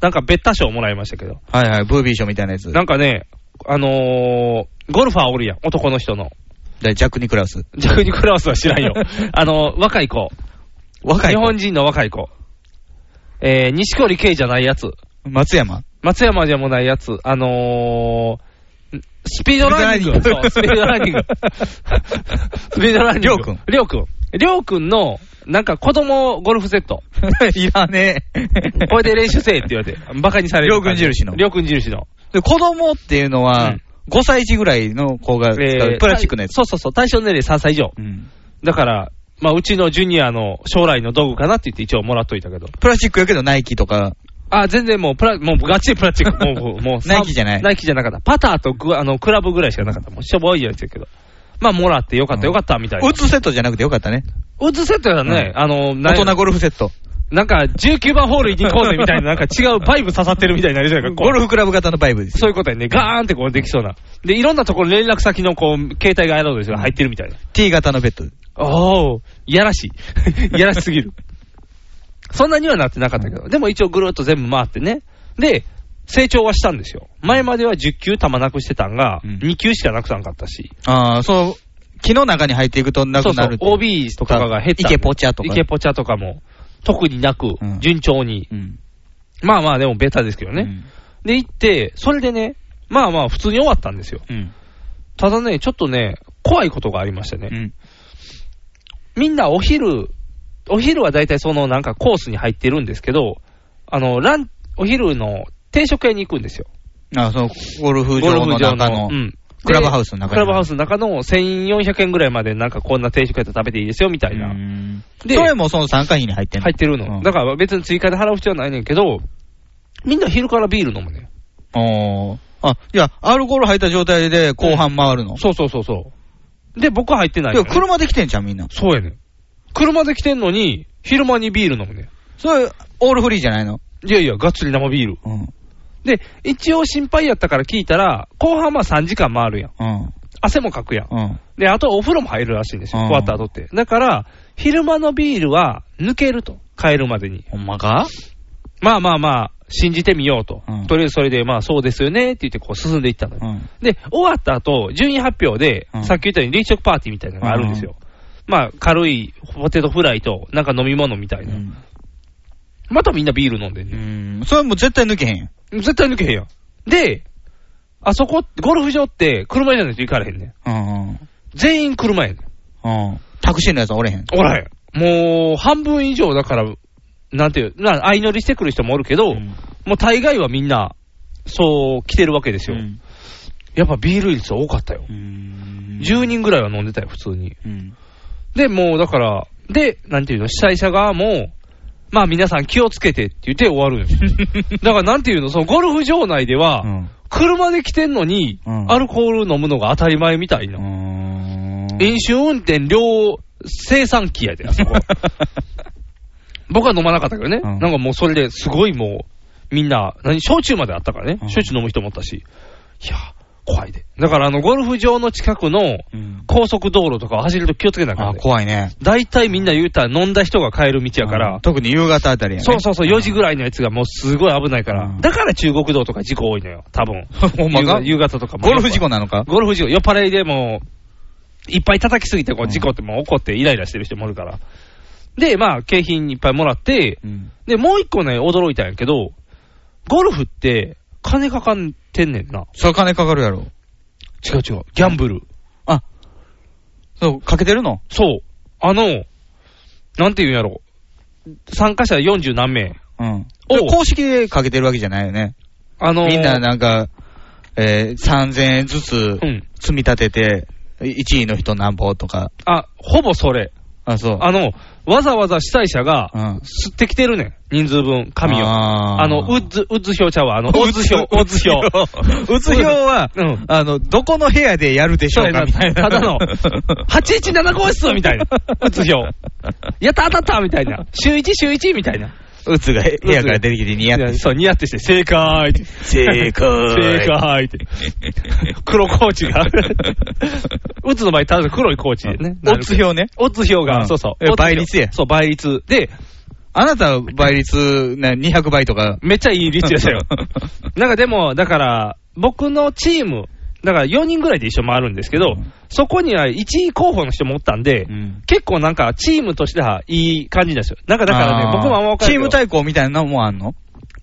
Speaker 3: なんか別多賞もらいましたけど。
Speaker 2: はいはい、ブービー賞みたいなやつ。
Speaker 3: なんかね、あのー、ゴルファーおるやん、男の人の。
Speaker 2: でジャック・ニクラウス。
Speaker 3: ジャクニクラウスは知ら
Speaker 2: <laughs>
Speaker 3: んよ。あの、若い子。
Speaker 2: 若い
Speaker 3: 日
Speaker 2: 子。
Speaker 3: 本人の若い子。えー、錦織圭じゃないやつ。
Speaker 2: 松山。
Speaker 3: 松山じゃもないやつ。あのー、んスピードランニング。
Speaker 2: スピードランニング
Speaker 3: そうスピードランニング。
Speaker 2: <laughs>
Speaker 3: スピードランニング。
Speaker 2: りょうくん
Speaker 3: りょうくん。りょうくんの、なんか子供ゴルフセット。
Speaker 2: <laughs> いらねえ。
Speaker 3: これで練習せえって言われて、バカにされる。
Speaker 2: りょうくん印の
Speaker 3: りょうくん印の。
Speaker 2: <laughs> で子供っていうの
Speaker 3: う
Speaker 2: は
Speaker 3: ん、
Speaker 2: 5歳児ぐらいの子が使う、
Speaker 3: えー
Speaker 2: プラスチックのやつ。
Speaker 3: そうそうそう。対象年齢3歳以上。
Speaker 2: うん
Speaker 3: だから、まあ、うちのジュニアの将来の道具かなって言って一応もらっといたけど。
Speaker 2: プラスチックやけどナイキとか、
Speaker 3: あ、全然もうプラ、もうガチでプラスチック。もう、もう、もう
Speaker 2: ナイキじゃない
Speaker 3: ナイキじゃなかった。パターとグあのクラブぐらいしかなかった。もうしょぼいやつやけど。まあ、もらってよかった、よかった、みたいな。
Speaker 2: ウッズセットじゃなくてよかったね。
Speaker 3: うつセットやね、あの、な
Speaker 2: 大人ゴルフセット。
Speaker 3: なんか19番ホールに行こうぜみたいな、なんか違うバイブ刺さってるみたいになるじゃないか。こう
Speaker 2: ゴルフクラブ型のバイブです。
Speaker 3: そういうことやね。ガーンってこうできそうな。で、いろんなところ連絡先のこう、携帯がやろうとして入ってるみたいな。
Speaker 2: T 型のベッド。
Speaker 3: おー、いやらしい。い <laughs> やらしすぎる。そんなにはなってなかったけど、でも一応ぐるっと全部回ってね。で、成長はしたんですよ。前までは10球球なくしてたんが、
Speaker 2: うん
Speaker 3: 2球しかなくさんかったし。
Speaker 2: ああ、そう、木の中に入っていくとな
Speaker 3: そう
Speaker 2: く
Speaker 3: そ
Speaker 2: な
Speaker 3: う
Speaker 2: る。、
Speaker 3: OB とかが減ったんで。
Speaker 2: イケポチャとか
Speaker 3: イケポチャとかも、特になく
Speaker 2: う、ん
Speaker 3: 順調に。
Speaker 2: うん。
Speaker 3: まあまあ、でもベタですけどね。で、行って、それでね、まあまあ、普通に終わったんですよ。
Speaker 2: うん。うん。
Speaker 3: ただね、ちょっとね、怖いことがありましたね。
Speaker 2: うん。
Speaker 3: みんなお昼、お昼は大体そのなんかコースに入ってるんですけど、あの、ラン、お昼の定食屋に行くんですよ。
Speaker 2: ああ、その、ゴルフ場の中の
Speaker 3: う、ん。で
Speaker 2: クラブハウスの中に
Speaker 3: クラブハウスの中の1400円ぐらいまでなんかこんな定食屋で食べていいですよみたいな。
Speaker 2: うん
Speaker 3: で
Speaker 2: それもその参加費に入ってんの
Speaker 3: 入ってるの。
Speaker 2: うん
Speaker 3: だから別に追加で払う必要はないねんけど、みんな昼からビール飲むね。
Speaker 2: おーあ、いや、アルコール入った状態で後半回るの。
Speaker 3: そうそうそうそう。で、僕は入ってない
Speaker 2: い
Speaker 3: の
Speaker 2: や、
Speaker 3: よ、
Speaker 2: 車で来てんじゃん、みんな。
Speaker 3: そうやねん。車で来てんのに、昼間にビール飲むね
Speaker 2: それ、オールフリーじゃないの。
Speaker 3: ん。いやいや、がっつり生ビール。
Speaker 2: うん。
Speaker 3: で、一応心配やったから聞いたら、後半まあ3時間回るやん。
Speaker 2: うん。
Speaker 3: 汗もかくやん。
Speaker 2: うん。
Speaker 3: で、あとお風呂も入るらしいんですよ、
Speaker 2: うん
Speaker 3: 終わった後って。だから、昼間のビールは抜けると、帰るまでに。
Speaker 2: ほんまか
Speaker 3: まあまあまあ、信じてみようと。
Speaker 2: うん
Speaker 3: とりあえずそれで、まあそうですよねって言って、こう進んでいったのよ。
Speaker 2: うん。
Speaker 3: で、終わった後、順位発表で、
Speaker 2: うん
Speaker 3: さっき言ったように、立食パーティーみたいなのがあるんですよ。まあ、軽いポテトフライと、なんか飲み物みたいな。またみんなビール飲んでん
Speaker 2: う
Speaker 3: ね、
Speaker 2: ん。それもう絶対抜けへんやん。
Speaker 3: 絶対抜けへんやん。で、あそこ、ゴルフ場って、車じゃないと行かれへんねん。
Speaker 2: うんうん。
Speaker 3: 全員車やねん。
Speaker 2: うん。タクシーのやつはおれへん。
Speaker 3: おらへん。もう、半分以上だから、なんていう、な相乗りしてくる人もおるけど、
Speaker 2: うん
Speaker 3: もう大概はみんな、そう、来てるわけですよ。やっぱビール率多かったよ。
Speaker 2: うん
Speaker 3: 10人ぐらいは飲んでたよ、普通に。
Speaker 2: うん。
Speaker 3: で、もうだから、で、なんていうの、主催者側も、まあ皆さん気をつけてって言って終わ
Speaker 2: <laughs>
Speaker 3: るんよだからなんていうの、そのゴルフ場内では、
Speaker 2: うん
Speaker 3: 車で来てんのに、
Speaker 2: うん
Speaker 3: アルコール飲むのが当たり前みたいな。
Speaker 2: うん
Speaker 3: 飲酒運転両生産機や
Speaker 2: <laughs>
Speaker 3: で、あそこ。僕は飲まなかったけどね。
Speaker 2: うん
Speaker 3: なんかもうそれですごいもう、みんな、何、焼酎まであったからね
Speaker 2: う。ん
Speaker 3: 焼酎飲む人もおったし。いや、怖いで。だからあの、ゴルフ場の近くの
Speaker 2: うん
Speaker 3: 高速道路とかを走ると気をつけなきゃ
Speaker 2: あ、
Speaker 3: ね。
Speaker 2: 怖いね。
Speaker 3: 大体みんな言うたら飲んだ人が帰る道や
Speaker 2: う
Speaker 3: か
Speaker 2: ん
Speaker 3: ら。
Speaker 2: 特に夕方あたりやね。
Speaker 3: そうそうそう、4時ぐらいのやつがもうすごい危ないか
Speaker 2: う
Speaker 3: ら。
Speaker 2: ん
Speaker 3: だから中国道とか事故多いのよ、多分。
Speaker 2: <laughs> ほんまか
Speaker 3: 夕方とかも。
Speaker 2: ゴルフ事故なのか
Speaker 3: ゴルフ事故、酔っ払いでもう、いっぱい叩きすぎて、こう、事故ってもう怒ってイライラしてる人もおるから。で、まあ、景品いっぱいもらって、
Speaker 2: うん。
Speaker 3: で、もう一個ね、驚いたんやけど、ゴルフって、金かかってんねんな。
Speaker 2: それ金かかるやろ。
Speaker 3: 違う違う。ギャンブル。
Speaker 2: そう、かけてるの
Speaker 3: そう。あの、なんていうんやろ。参加者40何名。
Speaker 2: うん。
Speaker 3: おう
Speaker 2: 公式でかけてるわけじゃないよね。
Speaker 3: あのー
Speaker 2: みんななんか、えー3000円ずつ
Speaker 3: うん。
Speaker 2: 積み立てて、1位の人なんぼとか。
Speaker 3: あ、ほぼそれ。
Speaker 2: あ、そう。
Speaker 3: あの、わざわざ主催者が、
Speaker 2: うん
Speaker 3: 吸ってきてるねん。人数分、紙を。
Speaker 2: あー
Speaker 3: あの、ウッズ、ウッズ表ちゃうわ。あの、オッズ表、オッズ
Speaker 2: <laughs>
Speaker 3: 表。
Speaker 2: うつ表は、
Speaker 3: うん
Speaker 2: あの、どこの部屋でやるでしょうかみたいな。
Speaker 3: ただの、817号室みたいな。うつ表。やった当たったみたいな。週1、週1みたいな。
Speaker 2: <laughs> うつが部屋から出てきて似合って。
Speaker 3: そう、ニヤってして、正解って。
Speaker 2: 正解
Speaker 3: 正解って。黒コーチが。うつの場合、ただの黒いコーチでね。
Speaker 2: オッズ表ね。
Speaker 3: オッズ表
Speaker 2: う
Speaker 3: が、
Speaker 2: ん
Speaker 3: そうそう。
Speaker 2: え
Speaker 3: オッズ表
Speaker 2: 倍率や
Speaker 3: そう、倍率。で、
Speaker 2: あなたは倍率な200倍とか。。
Speaker 3: めっちゃいい率でしたよ
Speaker 2: <laughs>
Speaker 3: なんかでも、だから、僕のチーム、だから4人ぐらいで一緒回るんですけど、そこには1位候補の人もおったんで、
Speaker 2: ん
Speaker 3: 結構なんかチームとしてはいい感じなんですよ。なんかだからね、僕もあんま分か
Speaker 2: チーム
Speaker 3: イ
Speaker 2: 対抗みたいなのもあんの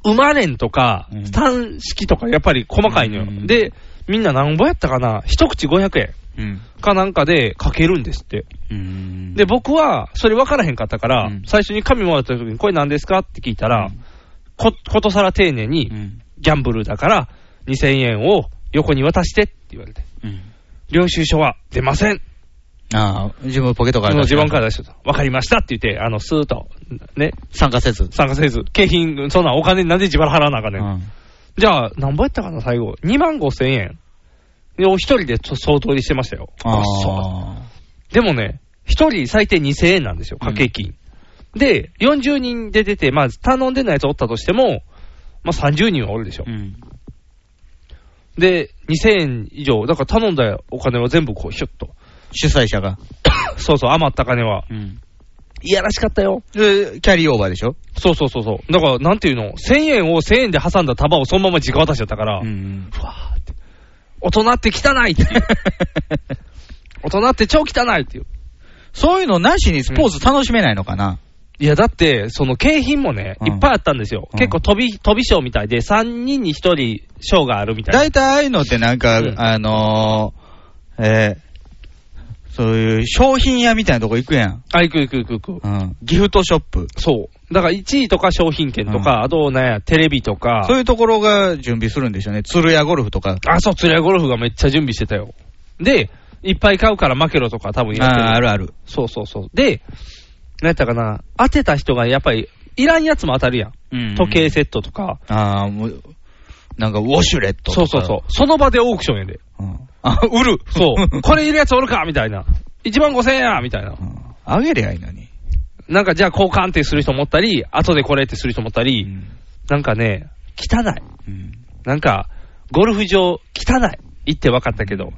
Speaker 3: 馬連とか
Speaker 2: うん、
Speaker 3: 単式とかやっぱり細かいのよ。
Speaker 2: うん
Speaker 3: で、みんな何ぼやったかな一口500円
Speaker 2: うん。
Speaker 3: かなんかでかけるんですって。
Speaker 2: うん
Speaker 3: で、僕は、それ分からへんかったから、
Speaker 2: うん
Speaker 3: 最初に紙もらった時に、これ何ですかって聞いたら、
Speaker 2: うん
Speaker 3: こ、ことさら丁寧に、
Speaker 2: うん
Speaker 3: ギャンブルだから、2000円を横に渡してって言われて、
Speaker 2: うん
Speaker 3: 領収書は出ません。
Speaker 2: ああ、自分ポケットから
Speaker 3: もう
Speaker 2: 出して
Speaker 3: 自分から出してた。わかりましたって言って、あの、スーッと、ね、
Speaker 2: 参加せず。
Speaker 3: 参加せず、景品、そんなお金なんで自腹払わなあかんねん。
Speaker 2: うん
Speaker 3: じゃあ、何ぼやったかな、最後。2万5千円。で、お一人でそ相当にしてましたよ。
Speaker 2: あ
Speaker 3: あそう
Speaker 2: あ。
Speaker 3: でもね、一人最低2000円なんですよ、掛け金。で、40人で出て、まあ、頼んでないやつおったとしても、まあ、30人はおるでしょ。
Speaker 2: うん
Speaker 3: で、2000円以上、だから頼んだお金は全部こう、ひょっと。 <coughs>
Speaker 2: 主催者が。
Speaker 3: そうそう、余った金は。いやらしかったよ。
Speaker 2: で、キャリーオーバーでしょ
Speaker 3: そうそうそうそう。だから、なんていうの、1000円を1000円で挟んだ束をそのまま直渡しちゃったから、
Speaker 2: ん。
Speaker 3: ふわーって。大人って汚いっていう。大人って超汚いっていう。
Speaker 2: <laughs> そういうのなしにスポーツ楽しめないのかない
Speaker 3: や、だって、その景品もね、
Speaker 2: うん
Speaker 3: いっぱいあったんですよ。
Speaker 2: うん
Speaker 3: 結構飛び、飛び賞みたいで、3人に1人賞があるみたいな。
Speaker 2: 大体ああいうのってなんか、
Speaker 3: うん
Speaker 2: あのー、えーそういう商品屋みたいなとこ行くやん。
Speaker 3: あ、いくいくいくいく。
Speaker 2: うん。ギフトショップ。
Speaker 3: そう。だから1位とか商品券とか、あとね、テレビとか。
Speaker 2: そういうところが準備するんでしょうね。鶴屋ゴルフとか。
Speaker 3: あ、そう、釣りゴルフがめっちゃ準備してたよ。で、いっぱい買うから負けろとか多分やってる。
Speaker 2: あーあるある。
Speaker 3: そうそうそう。で、なんやったかな、当てた人がやっぱり、いらんやつも当たるやん。時計セットとか。
Speaker 2: ああ、もう、なんかウォシュレットとか。
Speaker 3: そうそうそう。その場でオークションやで。
Speaker 2: うん。あ、売る。
Speaker 3: そう。 <laughs> これいるやつおるかみたいな。1万5000円やみたいな
Speaker 2: う。ん。あげりゃいいのに。
Speaker 3: なんかじゃあ交換ってする人思ったり、後でこれってする人思った
Speaker 2: う
Speaker 3: り、
Speaker 2: ん。
Speaker 3: なんかね、汚い。
Speaker 2: うん
Speaker 3: なんか、ゴルフ場、汚い。行って分かったけど。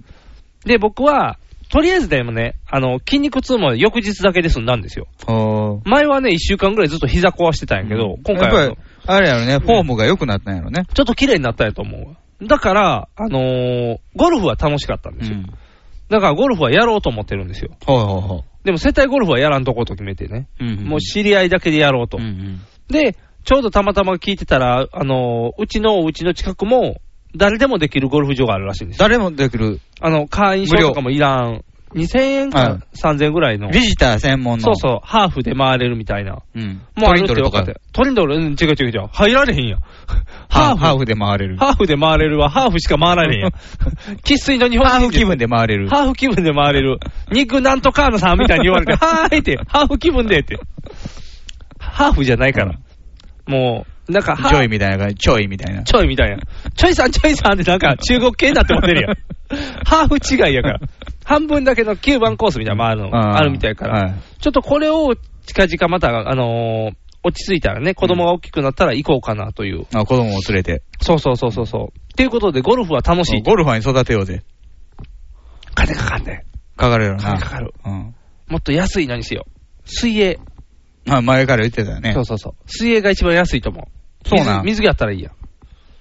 Speaker 3: で、僕は、とりあえずでもね、あの、筋肉痛も翌日だけで済んだんですよ。
Speaker 2: ほ
Speaker 3: 前はね、1週間ぐらいずっと膝壊してたんや
Speaker 2: う
Speaker 3: けど、今回
Speaker 2: や
Speaker 3: は
Speaker 2: っ、ぱり、あれやろね、フォームが良くなったんやろね。
Speaker 3: ちょっと綺麗になったんやと思うわ。だから、あのーゴルフは楽しかったん
Speaker 2: う
Speaker 3: ですよ。
Speaker 2: ん。
Speaker 3: だからゴルフはやろうと思ってるんですよ。
Speaker 2: ほうほうほう。
Speaker 3: でも接待ゴルフはやらんとこと決めてね。
Speaker 2: うん
Speaker 3: もう知り合いだけでやろうと。
Speaker 2: うんうん
Speaker 3: で、ちょうどたまたま聞いてたら、あのーうちのうちの近くも、誰でもできるゴルフ場があるらしいんですよ。
Speaker 2: 誰もできる、
Speaker 3: あの、会員証とかもいらん。2000円
Speaker 2: うん
Speaker 3: か3000円ぐらいの。
Speaker 2: ビジター専門の。
Speaker 3: そうそう、ハーフで回れるみたいな。
Speaker 2: う。うん。
Speaker 3: もう
Speaker 2: ト
Speaker 3: あ
Speaker 2: リ
Speaker 3: る
Speaker 2: ン
Speaker 3: っ
Speaker 2: ド
Speaker 3: て
Speaker 2: ルと
Speaker 3: 分か
Speaker 2: か
Speaker 3: っ。て。トリンドル、うん、違う違う違う。入られへんやん。
Speaker 2: <laughs> ハーフ、ハ
Speaker 3: ハ
Speaker 2: ー
Speaker 3: ーフ。
Speaker 2: フで回れる。
Speaker 3: ハーフで回れるわ。ハーフしか回られへん
Speaker 2: <laughs>
Speaker 3: やん。喫水の日本人。
Speaker 2: ハーフ気。分で回れる。
Speaker 3: ハーフ気分で回 <laughs> れる。肉なんとかのさんみたいに言われ <laughs> て、はーいって、ハーフ気分でって。ハーフじゃないから。もう、なんか、ハー
Speaker 2: ジョイみたいな感じ、ちょいみたいな。
Speaker 3: ちょいみたいな。ちょいさんちょいさんってなんか中国系になってもってるやん。 <laughs> ハーフ違いやから。半分だけの9番コースみたいなのもあるの、
Speaker 2: あー
Speaker 3: あるみたいから、
Speaker 2: はい
Speaker 3: ちょっとこれを近々また、あのー落ち着いたらね、子供が大きくなったら行こうかなという。
Speaker 2: あ、子供を連れて。
Speaker 3: そうそうそうそうそう。っていうことで、ゴルフは楽しい。
Speaker 2: ゴルファーに育てようぜ。
Speaker 3: 金かかんね
Speaker 2: かかるよな。
Speaker 3: 金かかる。
Speaker 2: うん。
Speaker 3: もっと安いのにしよう。水泳。
Speaker 2: まあ、前から言ってたよね
Speaker 3: そう。そうそう。水泳が一番安いと思う。
Speaker 2: そうなん
Speaker 3: 水水着あったらいいやん。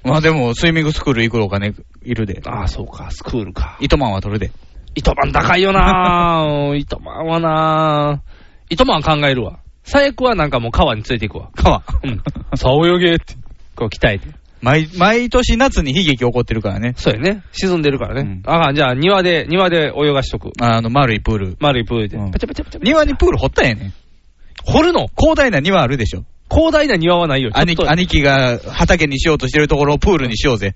Speaker 2: まあでも、スイミングスクール行くお金いるで。
Speaker 3: ああ、そうか、スクールか。
Speaker 2: 糸満は取るで。
Speaker 3: 糸満高いよなぁ。 <laughs> 糸満はなぁ。糸満考えるわ。最悪はなんかもう川に連れて行くわ。
Speaker 2: 川。
Speaker 3: うん。さあ泳げって。こう鍛えて。
Speaker 2: 毎、毎年夏に悲劇起こってるからね。
Speaker 3: そうやね。沈んでるからね。
Speaker 2: う
Speaker 3: ああ、じゃあ庭で、庭で泳がしとく。
Speaker 2: あの、丸いプール。
Speaker 3: 丸いプールで。
Speaker 2: うん
Speaker 3: パチャパチャパチャパチャ。
Speaker 2: 庭にプール掘ったんやねん。
Speaker 3: 掘るの
Speaker 2: 広大な庭あるでしょ。
Speaker 3: 広大な庭はないよ。ちょっ
Speaker 2: 兄
Speaker 3: と
Speaker 2: 貴兄貴が畑にしようとしてるところをプールにしようぜ。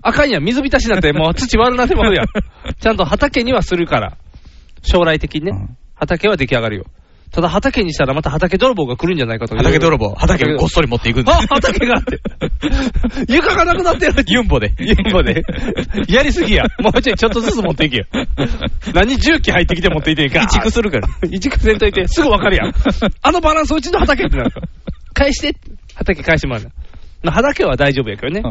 Speaker 3: あかんやん、水浸しなんてもう土割るなってまうやん。ちゃんと畑にはするから。将来的にね。
Speaker 2: うん
Speaker 3: 畑は出来上がるよ。ただ畑にしたらまた畑泥棒が来るんじゃないかとか。
Speaker 2: 畑泥棒、畑をこっそり持っていくんだ
Speaker 3: あ、畑があ <laughs> って。床がなくなってる。
Speaker 2: <laughs> ユンボで。
Speaker 3: ユンボで。やりすぎや。もうちょいちょっとずつ持っていけよ。何重機入ってきて持っていてん
Speaker 2: <laughs>
Speaker 3: か。
Speaker 2: 移築するから。
Speaker 3: 一区せんといて、すぐわかるやん。あのバランスうちの畑ってなるから。返して、畑返してもらうな。まあ畑は大丈夫やけどね。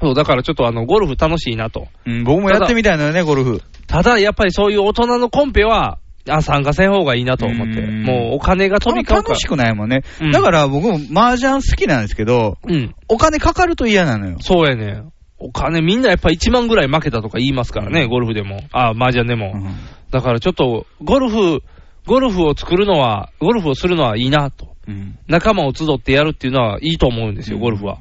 Speaker 3: そう、だからちょっとあの、ゴルフ楽しいなと。
Speaker 2: うん、僕もやってみたいのよね、ゴルフ。
Speaker 3: ただ、やっぱりそういう大人のコンペは、あ、参加せん方がいいなと思って。
Speaker 2: うん
Speaker 3: もうお金が飛び交うから
Speaker 2: 楽し。くないもんね
Speaker 3: うん。
Speaker 2: だから僕も麻雀好きなんですけど、
Speaker 3: うん。
Speaker 2: お金かかると嫌なのよ。
Speaker 3: そうやね。お金みんなやっぱ1万ぐらい負けたとか言いますからね、ゴルフでも。あ、麻雀でも。
Speaker 2: うん
Speaker 3: だからちょっと、ゴルフ、ゴルフを作るのは、ゴルフをするのはいいなと。
Speaker 2: うん
Speaker 3: 仲間を集ってやるっていうのはいいと思うんですよ、
Speaker 2: うん
Speaker 3: ゴルフは。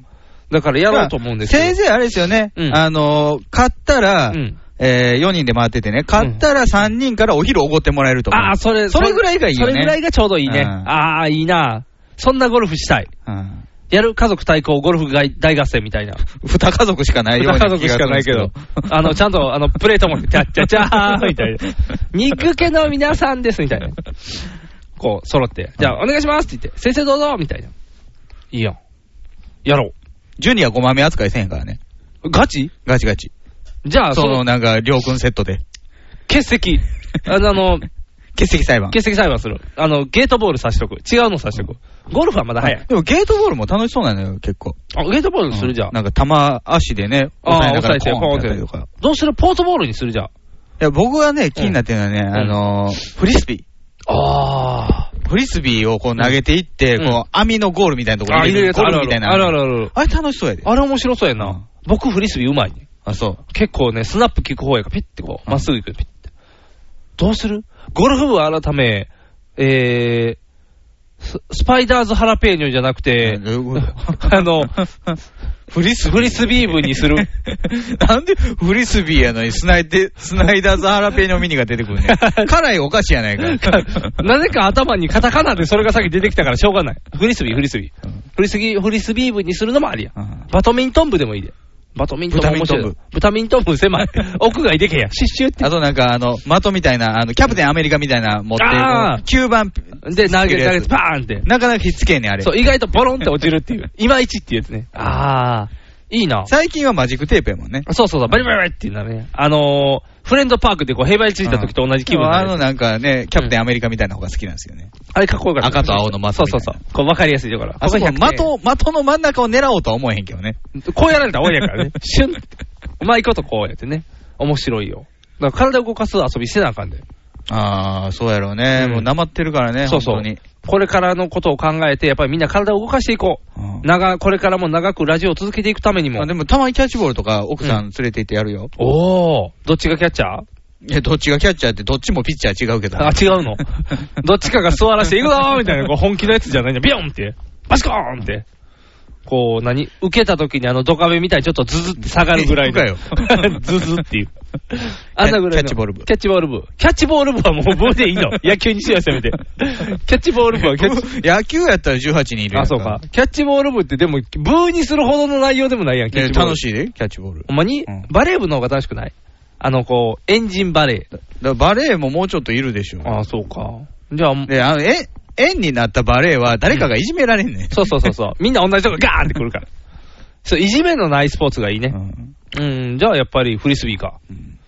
Speaker 3: だからやろうと思うんですよ。
Speaker 2: せいぜいあれですよね
Speaker 3: う、ん
Speaker 2: あの、買ったら
Speaker 3: う、ん。
Speaker 2: え4人で回っててね、買ったら3人からお昼おごってもらえると
Speaker 3: あ
Speaker 2: か
Speaker 3: あ、。それ、
Speaker 2: それぐらいがいいよね
Speaker 3: それぐらいがちょうどいいね。
Speaker 2: うん
Speaker 3: ああ、いいな。そんなゴルフしたい。
Speaker 2: うん
Speaker 3: やる家族対抗ゴルフがい大合戦みたいな。
Speaker 2: 二家族しかないような
Speaker 3: 家
Speaker 2: 気がす
Speaker 3: 族
Speaker 2: る
Speaker 3: しかないけど
Speaker 2: んです、
Speaker 3: あの、ちゃんと、あの、プレートも、ちゃっちゃちゃーみ
Speaker 2: <laughs>
Speaker 3: たいな。 <laughs> 肉気の皆さんです、みたいな。こう、揃って。じゃあ、お願いしますって言って、先生どうぞみたいな。いいやん。やろ
Speaker 2: ジュニア5豆扱いせんからね。
Speaker 3: う。ガチ
Speaker 2: ガチガチ。
Speaker 3: じゃあ、そ
Speaker 2: その
Speaker 3: の、
Speaker 2: なんか、りょうくんセットで。
Speaker 3: 欠席。あのあの、
Speaker 2: 欠席裁判。
Speaker 3: 欠席裁判する。あの、ゲートボールさしとく。違うのさしとく。ゴルフはまだ早い。
Speaker 2: でもゲートボールも楽しそうなのよ、結構。
Speaker 3: あ、ゲートボールするじゃん。
Speaker 2: なんか球足でね、
Speaker 3: ああ、
Speaker 2: なが
Speaker 3: 押さ
Speaker 2: ら
Speaker 3: えて、ポ
Speaker 2: コ
Speaker 3: ー
Speaker 2: ーン
Speaker 3: ンっ
Speaker 2: っててやったりとか。。
Speaker 3: どうするポートボールにするじゃん。
Speaker 2: いや、僕はね、気になってるのはね、
Speaker 3: ん
Speaker 2: あのー、フリスビ
Speaker 3: あ
Speaker 2: ー。フリスビーをこう投げていって、
Speaker 3: うん
Speaker 2: こう、網のゴールみたいなところ
Speaker 3: あ、
Speaker 2: に
Speaker 3: い
Speaker 2: 入れる
Speaker 3: るやつ
Speaker 2: ゴ
Speaker 3: あ
Speaker 2: ー
Speaker 3: る
Speaker 2: ル
Speaker 3: あ
Speaker 2: みたい
Speaker 3: る。
Speaker 2: な。
Speaker 3: あるあるある。
Speaker 2: あれ楽しそうやで。
Speaker 3: あれ面白そうや
Speaker 2: う。
Speaker 3: なん僕、フリスビーうまいね。
Speaker 2: あ、そう。
Speaker 3: 結構ね、スナップ効く方やから、ピッてこう、
Speaker 2: うん
Speaker 3: まっすぐ行くよ、ピッて。どうするゴルフ部は改め、えー、ススパイダーズハラペーニョじゃなくて、
Speaker 2: どういうこと
Speaker 3: <laughs> あの、
Speaker 2: フリス
Speaker 3: フリスビー部にする。
Speaker 2: <laughs> なんでフリスビーやのにスナイデ、スナイダーズハラペーニョミニが出てくる
Speaker 3: <laughs>
Speaker 2: ね。辛いお菓子やないか。
Speaker 3: なぜか頭にカタカナでそれが先出てきたからしょうがない。フリスビー、フリスビ
Speaker 2: う
Speaker 3: ー
Speaker 2: ん。
Speaker 3: フリスビー、フリスビー部にするのもありや
Speaker 2: うん。
Speaker 3: バドミントン部でもいいで。バドミントン部面白い
Speaker 2: ブタミントン部。
Speaker 3: ブタミントン部狭い。屋外でけへんやん。シュッシュって。
Speaker 2: あとなんか、あの、的みたいな、あの、キャプテンアメリカみたいな持って、
Speaker 3: あー
Speaker 2: 9番、
Speaker 3: で、投げ、
Speaker 2: る
Speaker 3: 投
Speaker 2: やつ
Speaker 3: げて、バーンって。
Speaker 2: なかなかひっつけんねん、あれ
Speaker 3: そ。う、意外とボロンって落ちる
Speaker 2: <laughs>
Speaker 3: っていう。いまいちっていうやつね。ああ、いいな。
Speaker 2: 最近はマジックテープやもんね。
Speaker 3: そうそうそう、バリバリバリっていうのはね。あのー、フレンドパークでこう、平場についた時と同じ気分にな
Speaker 2: あ
Speaker 3: る
Speaker 2: のなんかね、キャプテンアメリカみたいな方が好きなんですよね。
Speaker 3: あれかっこよかった。
Speaker 2: 赤と青のマス
Speaker 3: そ
Speaker 2: ク
Speaker 3: う
Speaker 2: みた
Speaker 3: そう
Speaker 2: いな
Speaker 3: そう。こう、わかりやすいところ。
Speaker 2: あそこ、
Speaker 3: こ
Speaker 2: 的、
Speaker 3: 100点
Speaker 2: 的の真ん中を狙おうとは思えへんけどね。
Speaker 3: こうやられたら終わりやからね。 <laughs> シュンって。うまいことこうやってね。面白いよ。だから体を動かす遊びしてなあかんで。
Speaker 2: ああ、そうやろうね。
Speaker 3: うん
Speaker 2: もうなまってるからね、本
Speaker 3: そうそ
Speaker 2: 当
Speaker 3: う
Speaker 2: に。。
Speaker 3: これからのことを考えて、やっぱりみんな体を動かしていこ
Speaker 2: うん
Speaker 3: う。長、これからも長くラジオを続けていくためにも
Speaker 2: あ。でもたまにキャッチボールとか奥さん連れて行ってやるよ。
Speaker 3: おー。どっちがキャッチャー
Speaker 2: いや、どっちがキャッチャーってどっちもピッチャー違うけど。
Speaker 3: あ、違うの <laughs> どっちかが座らせて、いくぞーみたいな、こう本気のやつじゃないんだ。ビヨンって。バシコーンって。こう、何受けた時にあのドカベみたいにちょっとズズって下がるぐらいの。
Speaker 2: 行くかよ
Speaker 3: <laughs> ズズっていう。あんなぐらい
Speaker 2: キャッ
Speaker 3: の
Speaker 2: チボール部
Speaker 3: キャッチボール部。キャッチボール部はもう部で
Speaker 2: <laughs>
Speaker 3: いいの。野球にしようせめて。キャッチボール部はキャッチ。
Speaker 2: <laughs> 野球やったら18人いるや
Speaker 3: あ、
Speaker 2: ん
Speaker 3: そうか。。キャッチボール部ってでも、ブーにするほどの内容でもないやん、キャッ
Speaker 2: ね
Speaker 3: チボール。
Speaker 2: 楽
Speaker 3: い。
Speaker 2: しいで、キャッチボール。
Speaker 3: ほんまに、
Speaker 2: うん
Speaker 3: バレー部の方が楽しくないあの、こう、エンジンバレー。
Speaker 2: だバレーももうちょっといるでしょ。
Speaker 3: あ、そうか。じゃあ、
Speaker 2: で、あの、え、円になったバレーは誰かがいじめられんねん。
Speaker 3: そうそうそうそう。みんな同じとこガーンって来るから。そう、いじめのないスポーツがいいね。
Speaker 2: ん
Speaker 3: うん、じゃあやっぱりフリスビーか。
Speaker 2: うん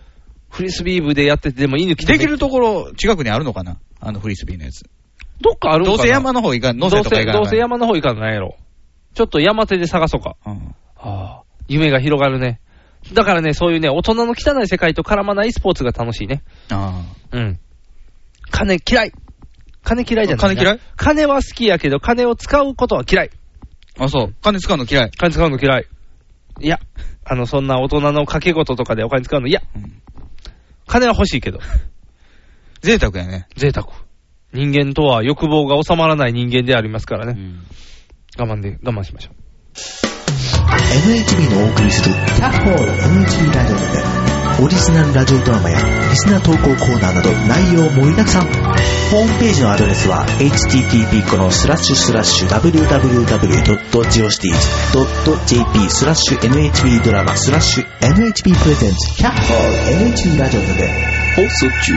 Speaker 3: フリスビー部でやってて、でも犬来て
Speaker 2: できるところ、近くにあるのかなあのフリスビーのやつ。
Speaker 3: どっかあるんか
Speaker 2: ど
Speaker 3: な
Speaker 2: うせ山の方行かん、
Speaker 3: ど
Speaker 2: 能
Speaker 3: う
Speaker 2: 勢と
Speaker 3: せ
Speaker 2: か行かん
Speaker 3: どうせ山の方行かんないやろ。ちょっと山手で探そうか。
Speaker 2: うん
Speaker 3: ああ、夢が広がるね。だからね、そういうね、大人の汚い世界と絡まないスポーツが楽しいね。
Speaker 2: あ
Speaker 3: うん。金嫌い。金嫌いじゃないな
Speaker 2: 金嫌い
Speaker 3: 金は好きやけど、金を使うことは嫌い。
Speaker 2: あ。あ、そう。金使うの嫌い。
Speaker 3: 金使うの嫌い。いや、あの、そんな大人の掛け事とかでお金使うの、いや、
Speaker 2: うん
Speaker 3: 金は欲しい
Speaker 2: <laughs>
Speaker 3: けど、
Speaker 2: 贅沢やね。
Speaker 3: 贅沢。人間とは欲望が収まらない人間でありますからね。我慢で、我慢しましょ
Speaker 7: NHB のお送りする「キャッホール NHB ラジオ」でオリジナルラジオドラマやリスナー投稿コーナーなど内容盛りだくさんホームページのアドレスは http このスラッシュスラッシュ www.geocities.jp スラッシュ NHB ドラマスラッシュ NHB プレゼンツキャッホール NHB ラジオで
Speaker 1: 放送中。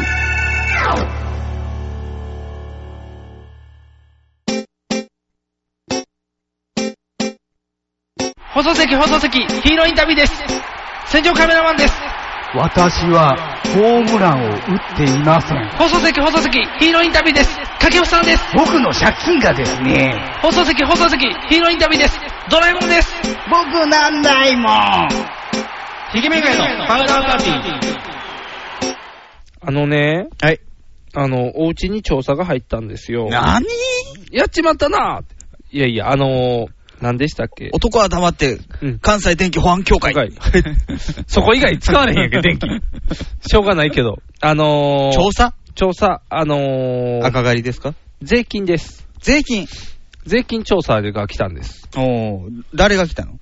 Speaker 3: 放送席、放送席、ヒーローインタビューです。戦場カメラマンです。
Speaker 8: 私はホームランを打っていません。
Speaker 3: 放送席、放送席、ヒーローインタビューです。掛布さんです。
Speaker 8: 僕の借金がですね、
Speaker 3: 放送席、放送席、ヒーローインタビューです。ドラえもんです。
Speaker 8: 僕なんないもん。
Speaker 3: ひげめがのパウダーパーティー。あのね、
Speaker 2: はい。
Speaker 3: あの、お家に調査が入ったんですよ。
Speaker 2: 何
Speaker 3: やっちまったなっていやいや、あのー、何でしたっけ
Speaker 2: 男は黙って、
Speaker 3: うん
Speaker 2: 関西天気保安協会。
Speaker 3: はい <laughs> そこ以外使われへん
Speaker 2: <laughs>
Speaker 3: やんけ、電気。しょうがないけど。あのー、
Speaker 2: 調査
Speaker 3: 調査、あのー、
Speaker 2: 赤狩りですか
Speaker 3: 税金です。
Speaker 2: 税金。
Speaker 3: 税金調査が来たんです。
Speaker 2: おー誰が来たの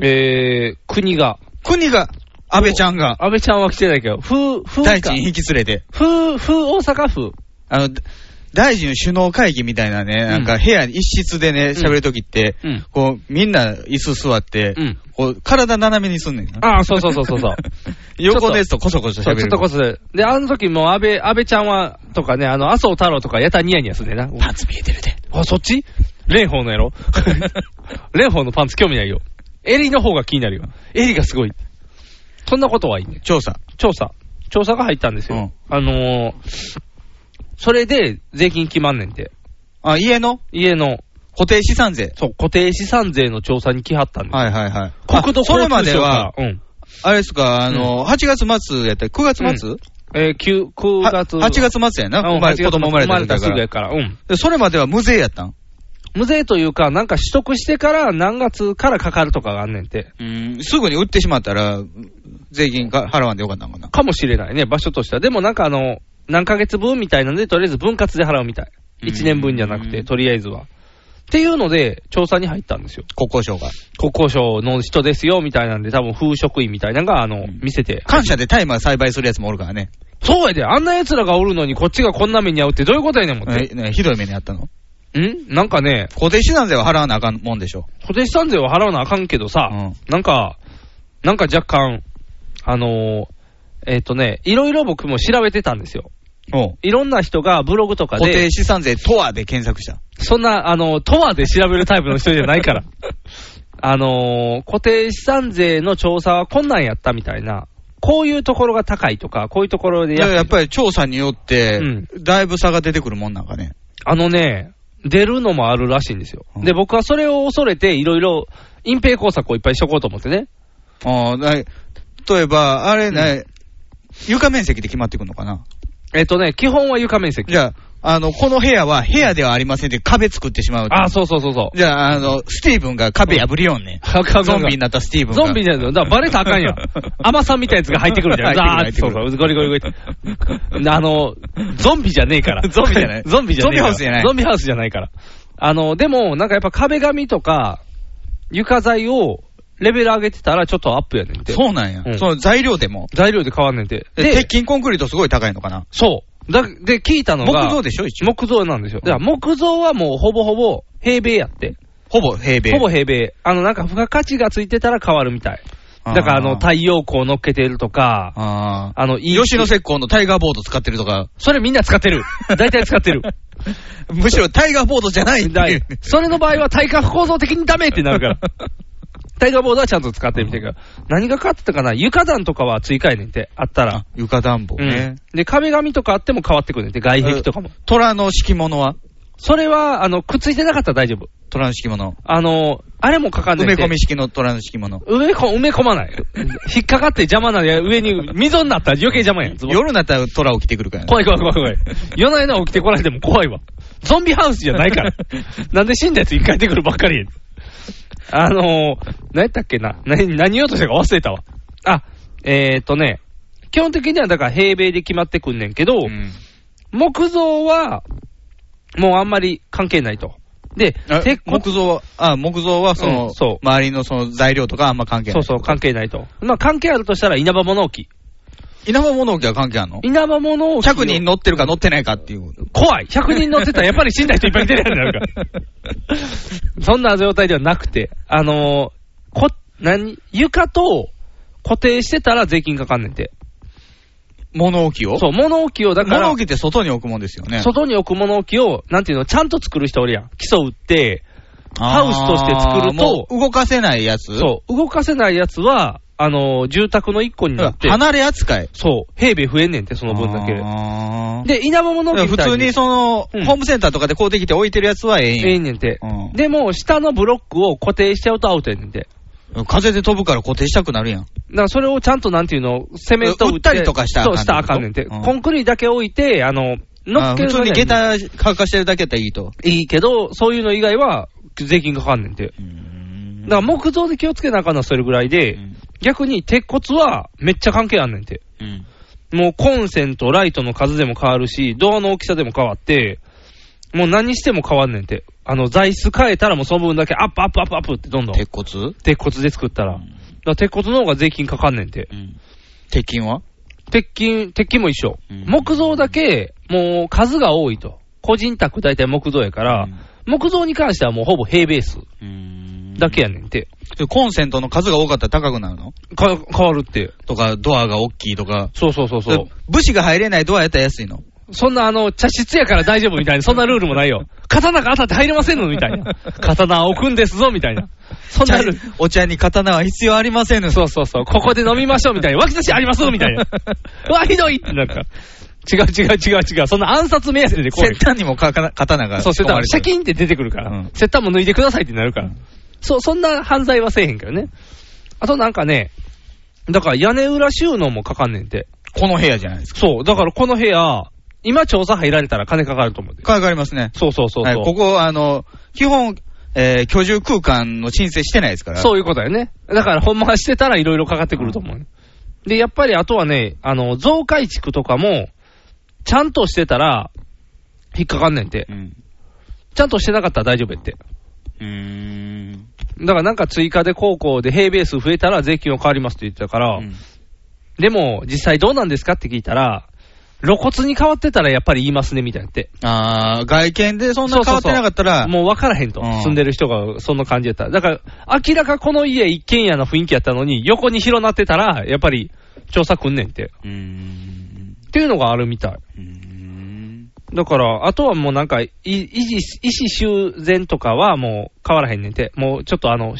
Speaker 3: えー、国が。
Speaker 2: 国が、安倍ちゃんが、
Speaker 3: 安倍ちゃんは来てないけど、風、風
Speaker 2: 大
Speaker 3: か
Speaker 2: 臣引き連れて、
Speaker 3: 風、風大阪府。
Speaker 2: あの、だ大臣首脳会議みたいなね、なんか部屋一室でね、喋るときって、
Speaker 3: うん
Speaker 2: こう、みんな椅子座って、
Speaker 3: うん
Speaker 2: こう、体斜めにすんねんな。
Speaker 3: ああ、そうそうそうそう <laughs> そう。
Speaker 2: 横のやつとこそこそ
Speaker 3: そう
Speaker 2: 喋
Speaker 3: ちょ
Speaker 2: る
Speaker 3: っとこそで。で、あの時も安倍、安倍ちゃんは、とかね、あの、麻生太郎とかやたらニヤニヤすんねんな。パンツ見えてるで。あ、そっち蓮舫のやろ <laughs> 蓮舫のパンツ興味ないよ。襟の方が気になるよ。襟がすごい。そんなことはいいね。
Speaker 2: 調査。
Speaker 3: 調査。調査が入ったんですよ。あのーそれで税金決まんねんて。
Speaker 2: あ、家の
Speaker 3: 家の、
Speaker 2: 固定資産税。
Speaker 3: そう、固定資産税の調査に来はったんです。
Speaker 2: はいはいはい。
Speaker 3: 国土
Speaker 2: あそれ
Speaker 3: 交
Speaker 2: ま
Speaker 3: 通
Speaker 2: で
Speaker 3: 省
Speaker 2: は
Speaker 3: か、らうん。
Speaker 2: あれですか、あの、8月末やったり、9月末、
Speaker 3: うんえー、9、9
Speaker 2: は
Speaker 3: 月。
Speaker 2: 8月末やな、
Speaker 3: う
Speaker 2: 生
Speaker 3: ん
Speaker 2: まれ
Speaker 3: 8月
Speaker 2: 子供生まれた時だ
Speaker 3: す
Speaker 2: か
Speaker 3: ぐや
Speaker 2: ら。
Speaker 3: から。うん。
Speaker 2: でそれまでは無税やったん
Speaker 3: 無税というか、なんか取得してから何月からかかるとかがあんねんて。
Speaker 2: すぐに売ってしまったら、税金か払わんでよかったんかな。
Speaker 3: かもしれないね、場所としては。でもなんかあの、何ヶ月分みたいなので、とりあえず分割で払うみたい。
Speaker 2: うん
Speaker 3: 1年分じゃなくて、とりあえずは。っていうので、調査に入ったんですよ。
Speaker 2: 国交省が。
Speaker 3: 国交省の人ですよ、みたいなんで、多分風職員みたいなのが、あの、
Speaker 2: ん
Speaker 3: 見せて。
Speaker 2: 感謝で大麻栽培するやつもおるからね。
Speaker 3: そうやで、あんな奴らがおるのに、こっちがこんな目に遭うってどういうことやねん、もって。
Speaker 2: えねひどい目にあったの。
Speaker 3: んなんかね、
Speaker 2: 固定資産税は払わなあかんもんでしょ。
Speaker 3: 固定資産税は払わなあかんけどさ、
Speaker 2: うん
Speaker 3: なんか、なんか若干、あのーえっ、とね、いろいろ僕も調べてたんですよ。
Speaker 2: おう
Speaker 3: いろんな人がブログとか
Speaker 2: 固
Speaker 3: で
Speaker 2: 定、資産税とはで検索した。
Speaker 3: そんな、あの、とわで調べるタイプの人じゃな
Speaker 2: <laughs>
Speaker 3: いから。あのー固定資産税の調査はこんなんやったみたいな、こういうところが高いとか、こういうところで
Speaker 2: いや
Speaker 3: や
Speaker 2: や
Speaker 3: っ
Speaker 2: っぱり調査によって
Speaker 3: う、
Speaker 2: だいぶ差が出てくるもんなんかね。
Speaker 3: あのね、出るのもあるらしいんですよ。
Speaker 2: うん
Speaker 3: で、僕はそれを恐れて、いろいろ隠蔽工作をいっぱいしとこうと思ってね。
Speaker 2: ああな例えば、あれね、床面積で決まってくるのかな。
Speaker 3: えっ、とね、基本は床面積。
Speaker 2: じゃあ、あの、この部屋は部屋ではありませんで壁作ってしまう。
Speaker 3: あ、そうそう <laughs> そうそう。
Speaker 2: じゃあ、あの、スティーブンが壁破りよんね。
Speaker 3: あかん
Speaker 2: ゾンビになったスティーブンが。
Speaker 3: ゾンビになるよ。だからバレたらあかんや
Speaker 2: <laughs>
Speaker 3: ん。アマさんみたいなやつが入ってくるじゃん。ザー
Speaker 2: 入
Speaker 3: っ、
Speaker 2: ってて
Speaker 3: そ
Speaker 2: く
Speaker 3: う
Speaker 2: る入
Speaker 3: そう、ゴリゴリゴリ。あの、ゾンビじゃねえか
Speaker 2: <laughs>
Speaker 3: ら。
Speaker 2: ゾンビじゃない
Speaker 3: ゾンビじゃねえから。
Speaker 2: ゾンビハウスじゃない
Speaker 3: ゾンビハウスじゃないから。あの、でも、なんかやっぱ壁紙とか、床材をレベル上げてたらちょっとアップやねんて。
Speaker 2: そうなんや。
Speaker 3: うん
Speaker 2: その材料でも。
Speaker 3: 材料で変わんねんて。
Speaker 2: で
Speaker 3: で
Speaker 2: 鉄、筋コンクリートすごい高いのかな。
Speaker 3: そう。だ、で、聞いたのが、
Speaker 2: 木造でしょ一応。
Speaker 3: 木造なんですよ。だから木造はもうほぼほぼ平米やって。
Speaker 2: ほぼ平米。
Speaker 3: ほぼ平米。あの、なんか付加価値がついてたら変わるみたい。
Speaker 2: あー
Speaker 3: だから、あの、太陽光乗っけてるとか、
Speaker 2: ああ。
Speaker 3: あの、いい
Speaker 2: 吉野石膏のタイガーボード使ってると
Speaker 3: <laughs>
Speaker 2: か、
Speaker 3: それみんな使ってる。大体使って <laughs> る。
Speaker 2: むしろタイガーボードじゃないって
Speaker 3: だ
Speaker 2: い。
Speaker 3: いう
Speaker 2: <laughs>
Speaker 3: それの場合は耐火不構造的にダメってなる <laughs> から。タイガーボードはちゃんと使ってみてから。何が変わってたかな床暖とかは追加やねんて、あったら。
Speaker 2: 床暖房
Speaker 3: う
Speaker 2: ね
Speaker 3: ん。。で、壁紙とかあっても変わってくるねんて、外壁とかも。
Speaker 2: 虎の敷物は
Speaker 3: それは、あの、くっついてなかったら大丈夫。
Speaker 2: 虎の敷物。
Speaker 3: あの、あれもかかん
Speaker 2: 埋
Speaker 3: ねん
Speaker 2: め
Speaker 3: て
Speaker 2: 込み式の虎の敷物。
Speaker 3: 埋めこ、埋め込まない。引っかかって邪魔なのや上に、溝になったら余計邪魔やん。ズボン
Speaker 2: 夜になったら虎起きてくるからね。
Speaker 3: 怖い怖い怖い怖い。夜な夜な起きてこられても怖いわ。ゾンビハウスじゃな
Speaker 2: <laughs>
Speaker 3: いから。なんで死んだやつ一回出てくるばっかりやあのー、何やったっけな何、何言おうとしたか忘れたわ。あ、えーっとね、基本的にはだから平米で決まってくんねんけど、
Speaker 2: うん
Speaker 3: 木造は、もうあんまり関係ないと。で
Speaker 2: あ、
Speaker 3: 鉄骨
Speaker 2: 木造は、あ、木造はその、
Speaker 3: うんそう
Speaker 2: 周りのその材料とかあんま関係
Speaker 3: そ
Speaker 2: な
Speaker 3: う
Speaker 2: い。
Speaker 3: そう、関係ないと。まあ関係あるとしたら稲葉物置。
Speaker 2: 稲葉物置は関係あんの
Speaker 3: 稲葉物置を。
Speaker 2: 100人乗ってるか乗ってないかっていう。
Speaker 3: 怖い。100人乗ってたらやっぱり死んだ人いっぱいいてるやんな
Speaker 2: <laughs>
Speaker 3: るから。そんな状態ではなくて、あのーこ、何床と固定してたら税金かかんねんて。
Speaker 2: 物置を
Speaker 3: そう、物置をだから。
Speaker 2: 物置って外に置くもんですよね。
Speaker 3: 外に置く物置を、なんていうの、ちゃんと作る人おるやん。基礎売って、ハウスとして作ると
Speaker 2: あーもう動かせないやつ
Speaker 3: そう、動かせないやつは、あのー住宅の一個になって、
Speaker 2: 離れ扱い。
Speaker 3: そう、平米増えんねんて、その分だけ。
Speaker 2: あー
Speaker 3: で、稲葉物置み
Speaker 2: 普
Speaker 3: たい
Speaker 2: 通にその、
Speaker 3: うん
Speaker 2: ホームセンターとかで買うてきて置いてるやつはええんや
Speaker 3: ええねんて。
Speaker 2: うん
Speaker 3: でも、下のブロックを固定しちゃうとアウトやねんて。
Speaker 2: 風で飛ぶから固定したくなるやん。
Speaker 3: だからそれをちゃんとなんていうの、セメントを
Speaker 2: 打ったりとかしたら
Speaker 3: そう、
Speaker 2: あかんってこと
Speaker 3: したらあかんねんて。
Speaker 2: うん
Speaker 3: コンクリだけ置いて、あの、乗っけ
Speaker 2: あ
Speaker 3: る
Speaker 2: ー普通に
Speaker 3: だけやねん
Speaker 2: 下駄乾かしてるだけやったらいいと。
Speaker 3: いいけど、そういうの以外は税金かかんねんて。だから木造で気をつけなあかんのはそれぐらいで、
Speaker 2: うん
Speaker 3: 逆に鉄骨はめっちゃ関係あんねんて。
Speaker 2: うん
Speaker 3: もうコンセント、ライトの数でも変わるし、ドアの大きさでも変わって、もう何しても変わんねんて。あの、座椅子変えたらもうその分だけアップアップアップアップってどんどん。
Speaker 2: 鉄骨
Speaker 3: 鉄骨で作ったら。だから鉄骨の方が税金かかんねんて。
Speaker 2: 鉄筋は
Speaker 3: 鉄筋、鉄筋も一緒。
Speaker 2: うん
Speaker 3: 木造だけ、もう数が多いと。個人宅大体木造やから、木造に関してはもうほぼ平ベースだけやねんて。
Speaker 2: でコンセントの数が多かったら高くなるの
Speaker 3: か変わるって。
Speaker 2: とか、ドアが大きいとか。
Speaker 3: そうそうそうそう
Speaker 2: で。武士が入れないドアやったら安いの。
Speaker 3: そんなあの、茶室やから大丈夫みたいな、そんなルールもな
Speaker 2: <laughs>
Speaker 3: いよ。刀が当たって入れませんのみたいな。刀を置くんですぞみたいな。そんなルール。
Speaker 2: お茶に刀は必要ありませんの。
Speaker 3: そうそうそう。ここで飲みましょうみたいな。脇差しありますみた
Speaker 2: <laughs>
Speaker 3: いな。うわ、ひどいってなんか。違う違う違う違う。そんな暗殺目安でこういう
Speaker 2: 先。端にもかか刀が。
Speaker 3: そう、セッターも、シャ
Speaker 2: ン
Speaker 3: キンって出てくるから、
Speaker 2: うん
Speaker 3: セッターも脱いでくださいってなるから、
Speaker 2: うん
Speaker 3: そう、そんな犯罪はせえへんけどね。あとなんかね、だから屋根裏収納もかかんねんて。
Speaker 2: この部屋じゃないですか。
Speaker 3: そう、だからこの部屋、今調査入られたら金かかると思うで。
Speaker 2: かかりますね。
Speaker 3: そうそうそうそう、
Speaker 2: はい、ここ、あの、基本、えー居住空間の申請してないですから。
Speaker 3: そういうことだよね。だからほんまはしてたらいろいろかかってくると思うね、で、やっぱりあとはね、あの、増改築とかも、ちゃんとしてたら、引っかかんねんて。
Speaker 2: うん。
Speaker 3: ちゃんとしてなかったら大丈夫やって。
Speaker 2: うーん。
Speaker 3: だからなんか追加で高校で平米数増えたら税金は変わりますって言ってたから、
Speaker 2: うん
Speaker 3: でも実際どうなんですかって聞いたら、露骨に変わってたらやっぱり言いますねみたいなって。
Speaker 2: あー外見でそんな変わってなかったら、
Speaker 3: もう分からへんと、
Speaker 2: うん
Speaker 3: 住んでる人がそんな感じやったら。だから、明らかこの家一軒家の雰囲気やったのに、横に広なってたら、やっぱり調査くんねんって。
Speaker 2: うーん
Speaker 3: っていうのがあるみたい。
Speaker 2: うーん
Speaker 3: だから、あとはもうなんか、い維持、維持修繕とかはもう変わらへんねんて。もうちょっとあの、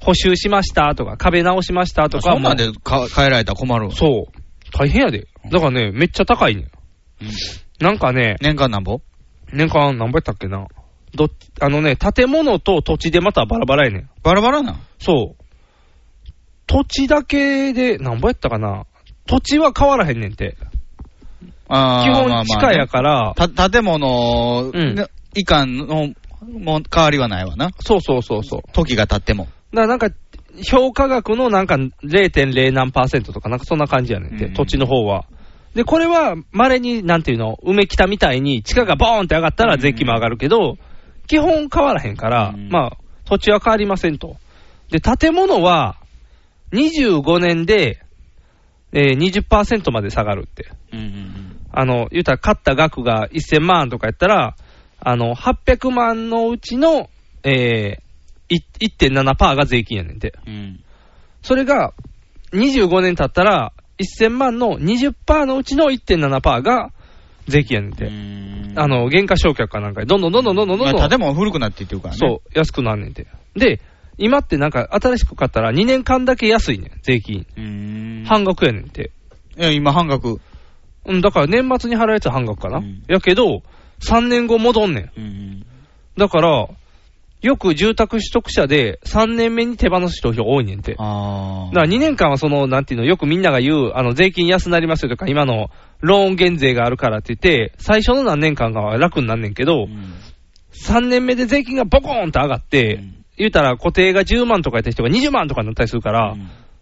Speaker 3: 補修しましたとか、壁直しましたとかは
Speaker 2: そん
Speaker 3: も
Speaker 2: な
Speaker 3: う
Speaker 2: んでか変えられたら困るわ
Speaker 3: そう。大変やで。だからね、めっちゃ高いね。
Speaker 2: うん
Speaker 3: なんかね、
Speaker 2: 年間なんぼ
Speaker 3: 年間何倍やったっけな。どっちあのね、建物と土地でまたバラバラやねん。
Speaker 2: バラバラなん
Speaker 3: そう。土地だけで何倍やったかな。土地は変わらへんねんて。
Speaker 2: あ
Speaker 3: 基
Speaker 2: ー
Speaker 3: 本地下やから、
Speaker 2: ら。た建物、
Speaker 3: うん
Speaker 2: ね以下のもう変わりはないわな。
Speaker 3: そうそうそうそう。
Speaker 2: 時が経っても。
Speaker 3: だからなんか、評価額のなんか0.0何パーセントとか、なんかそんな感じやねんて、
Speaker 2: うん
Speaker 3: 土地の方は。で、これは稀に、なんていうの、梅北みたいに、地価がボーンって上がったら税金も上がるけど、基本変わらへんから、
Speaker 2: うん
Speaker 3: まあ、土地は変わりませんと。で、建物は、25年で、えー、20%まで下がるって。あの、言うたら、買った額が1000万とかやったら、あの、800万のうちの、えー、い1.7%が税金やねんて。それが、25年経ったら、1000万の20%のうちの1.7%が税金やねんて。あの、減価償却かなんかで、どんどんどんどんどんどんどんどん、
Speaker 2: まあ建物古くなっていってるからね。
Speaker 3: そう、安くなんねんて。で、今ってなんか、新しく買ったら2年間だけ安いねん、税金。
Speaker 2: うーん。
Speaker 3: 半額やねんて。
Speaker 2: いや今半額。
Speaker 3: うん、だから年末に払うやつは半額かな。
Speaker 2: うん
Speaker 3: やけど、3年後戻んねん。だから、よく住宅取得者で3年目に手放す人が多いねんて。
Speaker 2: あ
Speaker 3: だから2年間はその、なんていうの、よくみんなが言う、あの、税金安なりますよとか、今のローン減税があるからって言って、最初の何年間が楽になんねんけど、3年目で税金がボコーンと上がって、
Speaker 2: うん
Speaker 3: 言うたら固定が10万とかやった人が20万とかになったりするから、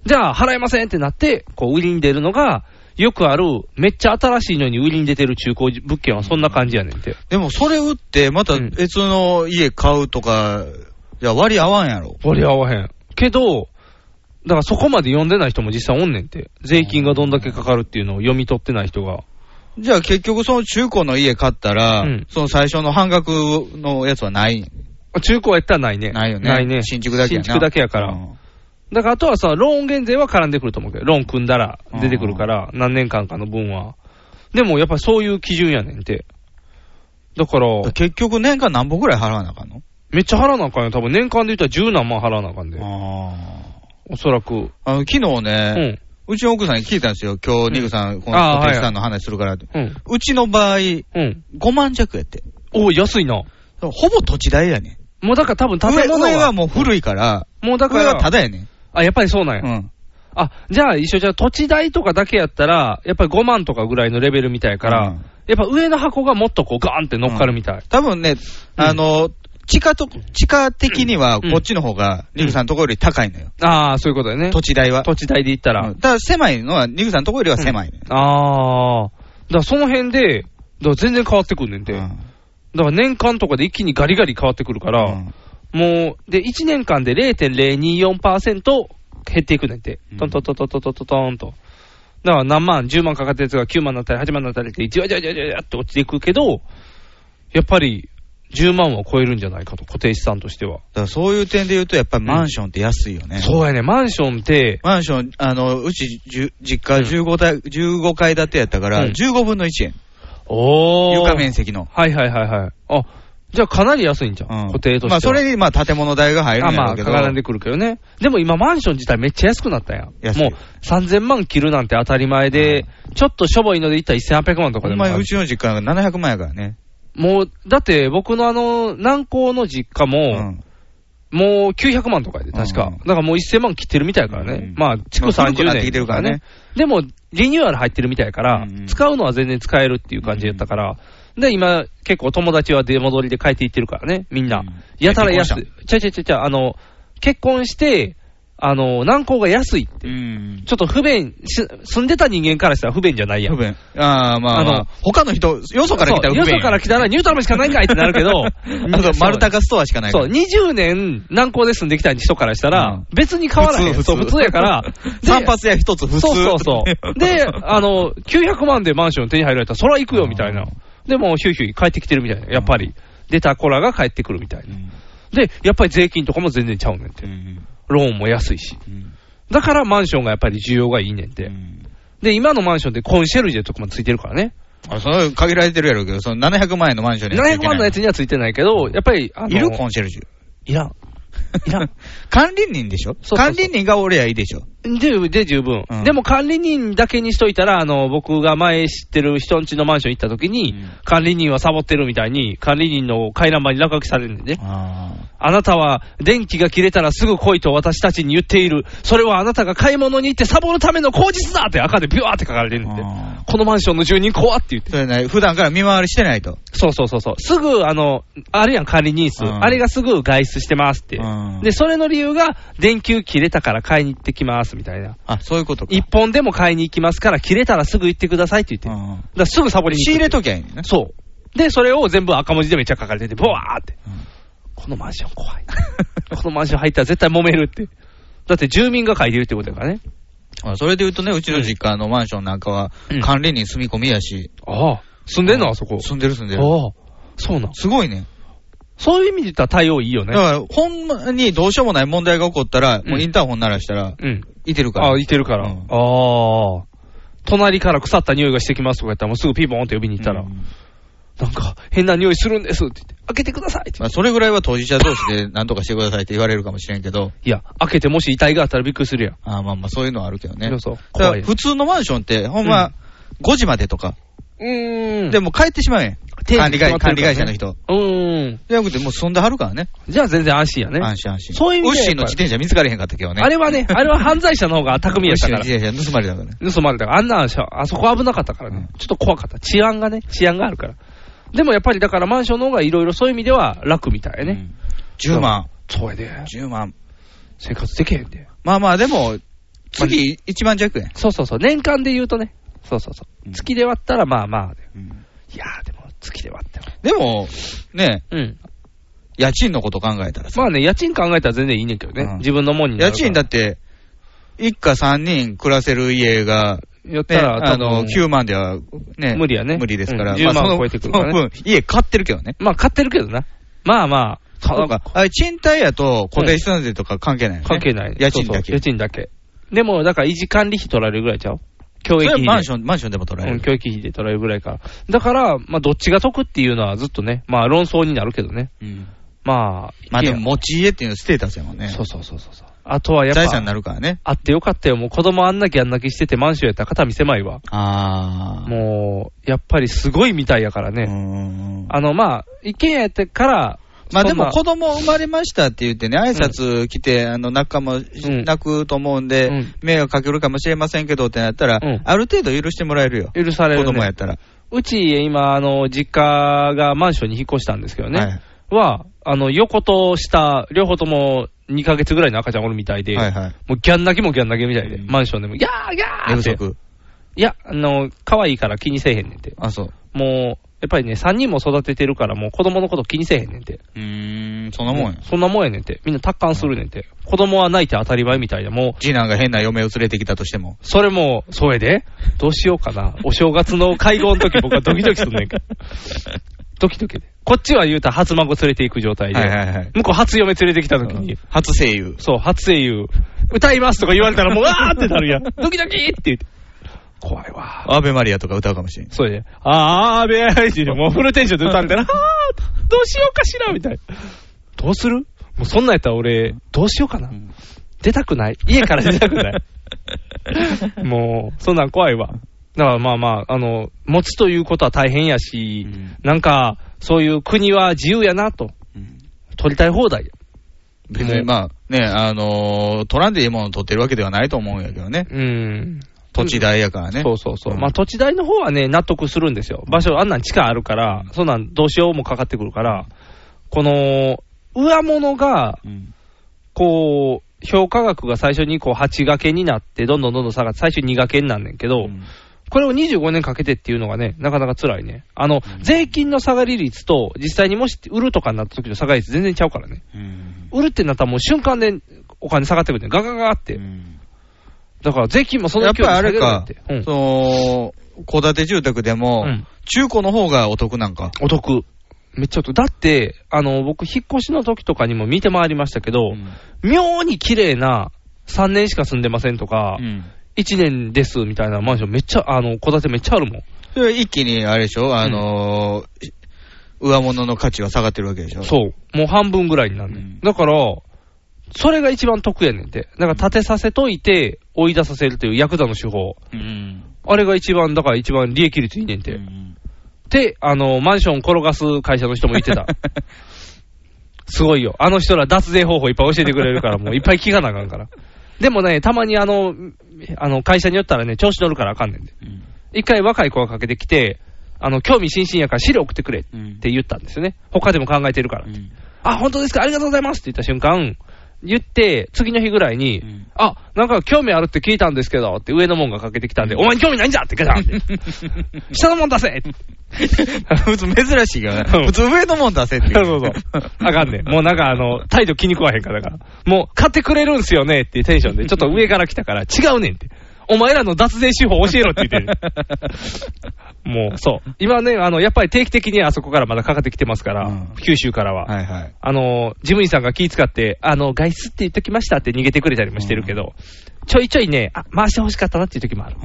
Speaker 3: じゃあ払えませんってなって、こう、売りに出るのが、よくある、めっちゃ新しいのに売りに出てる中古物件はそんな感じやねんて。
Speaker 2: でもそれ売って、また別の家買うとか、じゃ割り合わんやろ。
Speaker 3: 割り合わへん。けど、だからそこまで読んでない人も実際おんねんって。税金がどんだけかかるっていうのを読み取ってない人が。
Speaker 2: じゃあ結局その中古の家買ったら、
Speaker 3: うん
Speaker 2: その最初の半額のやつはない。
Speaker 3: 中古はやったらないね。
Speaker 2: ないよね。
Speaker 3: ないね。
Speaker 2: 新築だけやな
Speaker 3: 新築だけやから。
Speaker 2: うん
Speaker 3: だからあとはさ、ローン減税は絡んでくると思うけど、ローン組んだら出てくるから、何年間かの分は。でもやっぱりそういう基準やねんて。だから、
Speaker 2: 結局年間何本ぐらい払わなあかんの
Speaker 3: めっちゃ払わなあかんよ。多分年間で言ったら十何万払わなあかんで。
Speaker 2: あ
Speaker 3: おそらく。
Speaker 2: あの昨日
Speaker 3: う
Speaker 2: ね、
Speaker 3: ん。
Speaker 2: うちの奥さんに聞いたんですよ。今日、ニグさん、こ
Speaker 3: あ
Speaker 2: の
Speaker 3: あ
Speaker 2: お客さんの話するからって。
Speaker 3: うん。
Speaker 2: うちの場合、5
Speaker 3: うん。
Speaker 2: 万弱やって。
Speaker 3: お安いな。
Speaker 2: ほぼ土地代やねん。
Speaker 3: もうだから多分
Speaker 2: 上
Speaker 3: 建物
Speaker 2: 上は
Speaker 3: は、
Speaker 2: もう古いから、
Speaker 3: もうだか
Speaker 2: 上はた
Speaker 3: ら、
Speaker 2: だやね
Speaker 3: あ、やっぱりそうな
Speaker 2: ん。
Speaker 3: んや。
Speaker 2: うん。
Speaker 3: あ、じゃあ一緒じゃあ土地代とかだけやったら、やっぱり5万とかぐらいのレベルみたいから、
Speaker 2: うん
Speaker 3: やっぱ上の箱がもっとこうガーンって乗っかるみたい。
Speaker 2: 多分ね、あの、地価と、地価的にはこっちの方が、ニグさんのところより高いのよ。
Speaker 3: ああ、そういうことだよね。
Speaker 2: 土地代は。
Speaker 3: 土地代で言ったら。
Speaker 2: うんだから狭いのは、ニグさんのところよりは狭いのよ。
Speaker 3: ああ。だからその辺で、だから全然変わってくんねんて。
Speaker 2: う
Speaker 3: だか
Speaker 2: ん
Speaker 3: ら年間とかで一気にガリガリ変わってくるから、
Speaker 2: うん
Speaker 3: もう、で、1年間で0.024%減っていくねんて
Speaker 2: うん。
Speaker 3: トントントントントントントントンと。だから何万、10万かかったやつが9万になったり8万になったりって、じわじわじわじわじわって落ちていくけど、やっぱり10万は超えるんじゃないかと、固定資産としては。
Speaker 2: だからそういう点で言うと、やっぱりマンションって安いよね。
Speaker 3: そうやね、マンションって、
Speaker 2: マンション、あの、うちじゅ実家15階、15階建てやったから、
Speaker 3: うん
Speaker 2: 15分の1円。
Speaker 3: お
Speaker 2: 床面積の。
Speaker 3: はいはいはいはい。あ、じゃあかなり安いんじゃん、
Speaker 2: うん
Speaker 3: 固定としては。
Speaker 2: まあ、それに、まあ、建物代が入る
Speaker 3: あ
Speaker 2: んや
Speaker 3: ま
Speaker 2: ろ
Speaker 3: あ、
Speaker 2: うけ
Speaker 3: か
Speaker 2: ど。
Speaker 3: からんでくるけどね。でも今、マンション自体めっちゃ安くなったやん。もう
Speaker 2: 安い
Speaker 3: 3000万切るなんて当たり前で、ちょっとしょぼいのでいったら1800万と
Speaker 2: ほ
Speaker 3: かで
Speaker 2: ん
Speaker 3: もあ
Speaker 2: ま
Speaker 3: る
Speaker 2: にうちの実家が700万やからね。
Speaker 3: もう、だって僕のあの、南高の実家
Speaker 2: う
Speaker 3: も、。もう900万とかやで、確か。
Speaker 2: うん
Speaker 3: だからもう1000万切ってるみたいやからね。
Speaker 2: うん
Speaker 3: まあ、
Speaker 2: ま
Speaker 3: 築
Speaker 2: あ古く
Speaker 3: 30
Speaker 2: なってき
Speaker 3: 年
Speaker 2: てるからね。
Speaker 3: でも、リニューアル入ってるみたいやから、
Speaker 2: うん
Speaker 3: 使うのは全然使えるっていう感じやったから、で、今、結構友達は出戻りで変えていってるからね、みんな。
Speaker 2: うん
Speaker 3: やたら
Speaker 2: 結婚
Speaker 3: 安い。ちゃうちゃうちゃうちゃう、あの、結婚して、あの、難航が安いって。
Speaker 2: うん。
Speaker 3: ちょっと不便し、住んでた人間からしたら不便じゃないやん。
Speaker 2: 不便。ああ、まあ、ま
Speaker 3: あ
Speaker 2: あ
Speaker 3: の、
Speaker 2: 他の人、よそから来たら不便。、
Speaker 3: そうよそから来たらニュータラムしかないんかいってなるけ
Speaker 2: <laughs>
Speaker 3: ど
Speaker 2: あと、丸高ストアしかないから。
Speaker 3: そう、20年南港で住んできた人からした
Speaker 2: う
Speaker 3: ら
Speaker 2: ん、
Speaker 3: 別に変わらへん。
Speaker 2: 普通
Speaker 3: そう
Speaker 2: 普通
Speaker 3: 普通や
Speaker 2: <laughs>
Speaker 3: から。で
Speaker 2: 散髪屋一つ普通。
Speaker 3: そうそうそう。で、あの、900万でマンション手に入られたら、そら行くよみたいな。でも、ヒューヒュー帰ってきてるみたいな。やっぱり。出た子らが帰ってくるみたいうな。
Speaker 2: ん
Speaker 3: で、やっぱり税金とかも全然ちゃうねんて
Speaker 2: う。ん
Speaker 3: ローンも安いし。
Speaker 2: うん
Speaker 3: だからマンションがやっぱり需要がいいねんて。で、今のマンションってコンシェルジェとかもついてるからね。
Speaker 2: あそれ限られてるやろうけど、その700万円のマンションにはつい
Speaker 3: 700
Speaker 2: てない
Speaker 3: 万のやつにはついてないけど、やっぱり、あの
Speaker 2: いるコンシェルジュ。
Speaker 3: いらん。いらん。
Speaker 2: <laughs> 管理人でしょ
Speaker 3: そうそうそう
Speaker 2: 管理人がおりゃいいでしょ。
Speaker 3: で、で十分、
Speaker 2: うん
Speaker 3: でも管理人だけにしといたら、あの、僕が前知ってる人んちのマンション行った時に、
Speaker 2: うん
Speaker 3: 管理人はサボってるみたいに、管理人の回覧板に落書きされるんでね。
Speaker 2: あ
Speaker 3: あなたは電気が切れたらすぐ来いと私たちに言っている。それはあなたが買い物に行ってサボるための口実だって赤でビュワーって書かれてるんで。
Speaker 2: あ
Speaker 3: このマンションの住人怖って言って
Speaker 2: それね、普段から見回りしてないと。
Speaker 3: そうそうそうそう。すぐ、あの、あるやん、管理人数。
Speaker 2: うん
Speaker 3: あれがすぐ外出してますって
Speaker 2: うん。
Speaker 3: で、それの理由が、電球切れたから買いに行ってきます、みたいな。
Speaker 2: あ、そういうことか。
Speaker 3: 一本でも買いに行きますから、切れたらすぐ行ってくださいって言ってる。だ
Speaker 2: うん
Speaker 3: からすぐサボりに
Speaker 2: 仕
Speaker 3: 行
Speaker 2: 入
Speaker 3: く
Speaker 2: れときゃいいねんな。
Speaker 3: そう。で、それを全部赤文字でめっちゃ書かれてて、ブワーって。
Speaker 2: うん
Speaker 3: このマンション怖い。 <laughs> このマンション入ったら絶対揉めるって。だって住民が書いてるってことやからね。
Speaker 2: あそれで言うとね、うちの実家のマンションなんかは
Speaker 3: うん、
Speaker 2: 管理人住み込みやし、
Speaker 3: ああ、住んでんのあそこ。
Speaker 2: 住んでる住んでる。
Speaker 3: ああ、そうなん。
Speaker 2: すごいね。
Speaker 3: そういう意味で言ったら対応いいよ
Speaker 2: だ
Speaker 3: ね。
Speaker 2: から、ほんまにどうしようもない問題が起こったら、
Speaker 3: うん
Speaker 2: もうインターホン鳴らしたら、
Speaker 3: うん。
Speaker 2: いてるから。
Speaker 3: あ、いてるから。
Speaker 2: うん
Speaker 3: ああ。隣から腐った匂いがしてきますとか言ったら、もうすぐピンポンって呼びに行ったら、
Speaker 2: うん
Speaker 3: なんか変な匂いするんですって言って、開けてくださいって言
Speaker 2: まあ、
Speaker 3: っ
Speaker 2: それぐらいは当事者同士で何とかしてくださいって言われるかもしれんけど、
Speaker 3: て。いや、開けてもし遺体があったらびっくりするやん。
Speaker 2: あまあまあそういうのはあるけどね。
Speaker 3: そうそう
Speaker 2: だか
Speaker 3: 怖
Speaker 2: ら
Speaker 3: い
Speaker 2: 普通のマンションって、ほんま、5時までとか。
Speaker 3: うーん
Speaker 2: で
Speaker 3: でも、
Speaker 2: も帰ってしまうやん。
Speaker 3: 定
Speaker 2: 管理
Speaker 3: 時決
Speaker 2: 会、管理
Speaker 3: まってるからね
Speaker 2: 会社の人。
Speaker 3: うーん。
Speaker 2: じゃなくて、もう住んではるからね。
Speaker 3: じゃあ全然安心やね。
Speaker 2: 安心安心。
Speaker 3: そういう意味で
Speaker 2: ウ
Speaker 3: は
Speaker 2: ッシーの自転車見つかれへんかったけどね。
Speaker 3: あれは
Speaker 2: <laughs>
Speaker 3: ね、あれは犯罪者の方が巧み
Speaker 2: ウッ
Speaker 3: やっ
Speaker 2: シ
Speaker 3: た
Speaker 2: ーの
Speaker 3: から
Speaker 2: 自。転車盗まれたからね。
Speaker 3: 盗まれたから、あんなしょあそこ危なかったからね、ちょっと怖かった。治安がね、治安があるから。でもやっぱりだからマンションの方がいろいろそういう意味では楽みたいやね。
Speaker 2: 10万。
Speaker 3: そうやで。
Speaker 2: 10万。
Speaker 3: 生活できへんで。
Speaker 2: まあまあ、でも、次1万弱やん。
Speaker 3: そうそうそう、年間で言うとね、そうそうそう、月で割ったらまあまあで、いやー、でも月で割っても、
Speaker 2: でも、ね、
Speaker 3: うん、
Speaker 2: 家賃のこと考えたらさ。
Speaker 3: まあね、家賃考えたら全然いいねんけどね、
Speaker 2: うん
Speaker 3: 自分のもんに
Speaker 2: 家
Speaker 3: なるから
Speaker 2: 賃だって、一家三人暮らせる家が、
Speaker 3: やった
Speaker 2: ね、
Speaker 3: ら、
Speaker 2: あ
Speaker 3: 多
Speaker 2: の、
Speaker 3: 分
Speaker 2: 9万ではね、
Speaker 3: 無理やね
Speaker 2: 無理ですから。
Speaker 3: うん10万
Speaker 2: まあその
Speaker 3: 超えてくるからね
Speaker 2: その分家買ってるけどね。
Speaker 3: まあ、買ってるけどな。まあまあ、
Speaker 2: そうか。あれ、賃貸やと、固定資産税とか関係ないよね。
Speaker 3: 関係ない。
Speaker 2: 家賃だ
Speaker 3: そうそう
Speaker 2: け
Speaker 3: 家。賃だけ。でも、だから維持管理費取られるぐらいちゃう教
Speaker 2: そ
Speaker 3: 育
Speaker 2: れは
Speaker 3: 費で。
Speaker 2: マンション、マンションでも取られ
Speaker 3: う
Speaker 2: る
Speaker 3: ん、。教育費で取られるぐらいから。だから、まあ、どっちが得っていうのはずっとね、まあ、論争になるけどね。
Speaker 2: うん
Speaker 3: まあ、
Speaker 2: まあでも、
Speaker 3: い
Speaker 2: 持ち家っていうのはステータスやもんね。
Speaker 3: やそうそうそうそうそう。あとはやっぱ、
Speaker 2: 財産になるからね。
Speaker 3: あってよかったよ。もう子供あんなきゃあんなきしててマンションやったら肩身狭いわ。
Speaker 2: ああ。
Speaker 3: もう、やっぱりすごいみたいやから
Speaker 2: う
Speaker 3: ね。
Speaker 2: ん
Speaker 3: あの、まあ、一軒家やってから、
Speaker 2: まあで
Speaker 3: そん
Speaker 2: も
Speaker 3: な
Speaker 2: 子供生まれましたって言ってね、挨拶来て、あの、泣くかも、
Speaker 3: ん
Speaker 2: 泣くと思うんで、
Speaker 3: うん
Speaker 2: 迷惑かけるかもしれませんけどってなったら、
Speaker 3: うん
Speaker 2: ある程度許してもらえるよ。
Speaker 3: 許される、
Speaker 2: 子
Speaker 3: ね。
Speaker 2: 供やったら。
Speaker 3: うち、今、あの、実家がマンションに引っ越したんですけどね。
Speaker 2: はい
Speaker 3: は、あの、横と下、両方とも2ヶ月ぐらいの赤ちゃんおるみたいで、
Speaker 2: はいはい。
Speaker 3: もうギャン泣きもギャン泣きみたいで、
Speaker 2: うん
Speaker 3: マンションでも、ギャーギ
Speaker 2: 寝
Speaker 3: ャー
Speaker 2: 不
Speaker 3: って。
Speaker 2: 足。
Speaker 3: いや、あの、可愛いから気にせえへんねんて。
Speaker 2: あ、そう。
Speaker 3: もう、やっぱりね、3人も育ててるから、もう子供のこと気にせえへんねんて。
Speaker 2: うーん、そんなもんや。
Speaker 3: そんなもんやねんて。みんな達観するねんて。子供は泣いて当たり前みたいな、もう、
Speaker 2: 次男が変な嫁を連れてきたとしても。
Speaker 3: それも、それで、どうしようかな。お正月の会合の時僕はドキドキすんねん
Speaker 2: <laughs>
Speaker 3: けど。ドキドキで。こっちは言うたら初孫連れて行く状態で、
Speaker 2: はいはいはい
Speaker 3: 向こう初嫁連れてきた時に、
Speaker 2: 初声優。
Speaker 3: そう、初声優、歌いますとか言われたらもう、わーってなるやん。ドキドキって言って。怖いわ。
Speaker 2: アベマリアとか歌うかもしれん。
Speaker 3: それで、あーべーってもうフルテンションで歌われたら、あーどうしようかしらみたいな。どうするもうそんなんやったら俺、どうしようかな。出たくない。家から出たくない。もう、そんなん怖いわ。だからまあまあ、あの、持つということは大変やし、
Speaker 2: うん
Speaker 3: なんか、そういう国は自由やなと。
Speaker 2: うん
Speaker 3: 取りたい放題や。
Speaker 2: 別にまあ、ね、あのー、取らんでいいものを取ってるわけではないと思うんやけどね。
Speaker 3: うん。
Speaker 2: 土地代やからね。
Speaker 3: そうそうそう。
Speaker 2: うん
Speaker 3: まあ土地代の方はね、納得するんですよ。場所、あんなん地下あるから、そんなんどうしようもかかってくるから、この、上物が、
Speaker 2: うん。
Speaker 3: こう、評価額が最初にこう8掛けになって、どんどんどんどん下がって、最初2掛けになんねんけ
Speaker 2: う
Speaker 3: ど、
Speaker 2: ん
Speaker 3: これを25年かけてっていうのがね、なかなか辛いね。あの、税金の下がり率と、実際にもし売るとかになった時の下がり率全然ちゃうからね。
Speaker 2: うん
Speaker 3: 売るってなったらもう瞬間でお金下がってくるね。ガガガガって。だから税金もその
Speaker 2: やっ
Speaker 3: 勢いで
Speaker 2: ぱ
Speaker 3: 下
Speaker 2: りあれ
Speaker 3: げるなっ
Speaker 2: か
Speaker 3: て。、うん
Speaker 2: その、戸建て住宅でも、
Speaker 3: うん
Speaker 2: 中古の方がお得なんか。
Speaker 3: お得。めっちゃお得。だって、あの、僕、引っ越しの時とかにも見て回りましたけど、妙に綺麗な3年しか住んでませんとか、
Speaker 2: うん
Speaker 3: 1年ですみたいなマンションめっちゃ、あの、戸建てめっちゃあるもん。
Speaker 2: それ一気に、あれでしょ、あのー上物の価値は下がってるわけでしょ。
Speaker 3: そう。もう半分ぐらいになるね、
Speaker 2: うん
Speaker 3: だから、それが一番得やねんて。だから、建てさせといて、追い出させるというヤクザの手法。
Speaker 2: うん。
Speaker 3: あれが一番、だから一番利益率いいねんて。
Speaker 2: うん
Speaker 3: で、あの、マンション転がす会社の人も言
Speaker 2: <laughs>
Speaker 3: ってた。すごいよ。あの人ら脱税方法いっぱい教えてくれるから、もういっぱい聞かなあか
Speaker 2: <laughs>
Speaker 3: んから。でもね、たまにあの、あの、会社によったらね、調子乗るからあかんねんで。
Speaker 2: うん
Speaker 3: 一回若い子がかけてきて、あの、興味津々やから資料送ってくれっ
Speaker 2: うん
Speaker 3: て言ったんですよね。他でも考えてる <laughs> から。
Speaker 2: うん
Speaker 3: あ、本当ですかありがとうございますって言った瞬間、言って、次の日ぐらいに、
Speaker 2: ん
Speaker 3: あ、なんか興味あるって聞いたんですけど、って上のもんがかけてきたんで、お前に興味ないんじゃってガ
Speaker 2: <laughs>
Speaker 3: チャンって。下のもん出せって
Speaker 2: <laughs> 普通珍しいから
Speaker 3: うん
Speaker 2: ね。普通上のもん出せってい。
Speaker 3: <laughs> そうそうそう。あかん
Speaker 2: <laughs>
Speaker 3: ねん。もうなんかあの、態度気に食わへんから、だから。もう、買ってくれるんすよねっていうテンションで、ちょっと上から来たから、違うねん
Speaker 2: <laughs>
Speaker 3: って。お前らの脱税手法教えろって言ってる。もう、そう。今ね、あの、やっぱり定期的にあそこからまだかかってきてますから、
Speaker 2: うん
Speaker 3: 九州からは。
Speaker 2: はいはい。 <laughs>
Speaker 3: あの、事務員さんが気使って、あの、外出って言っときましたって逃げてくれたりもしてるけど、ちょいちょいね、あ、回してほしかったなっていう時もある。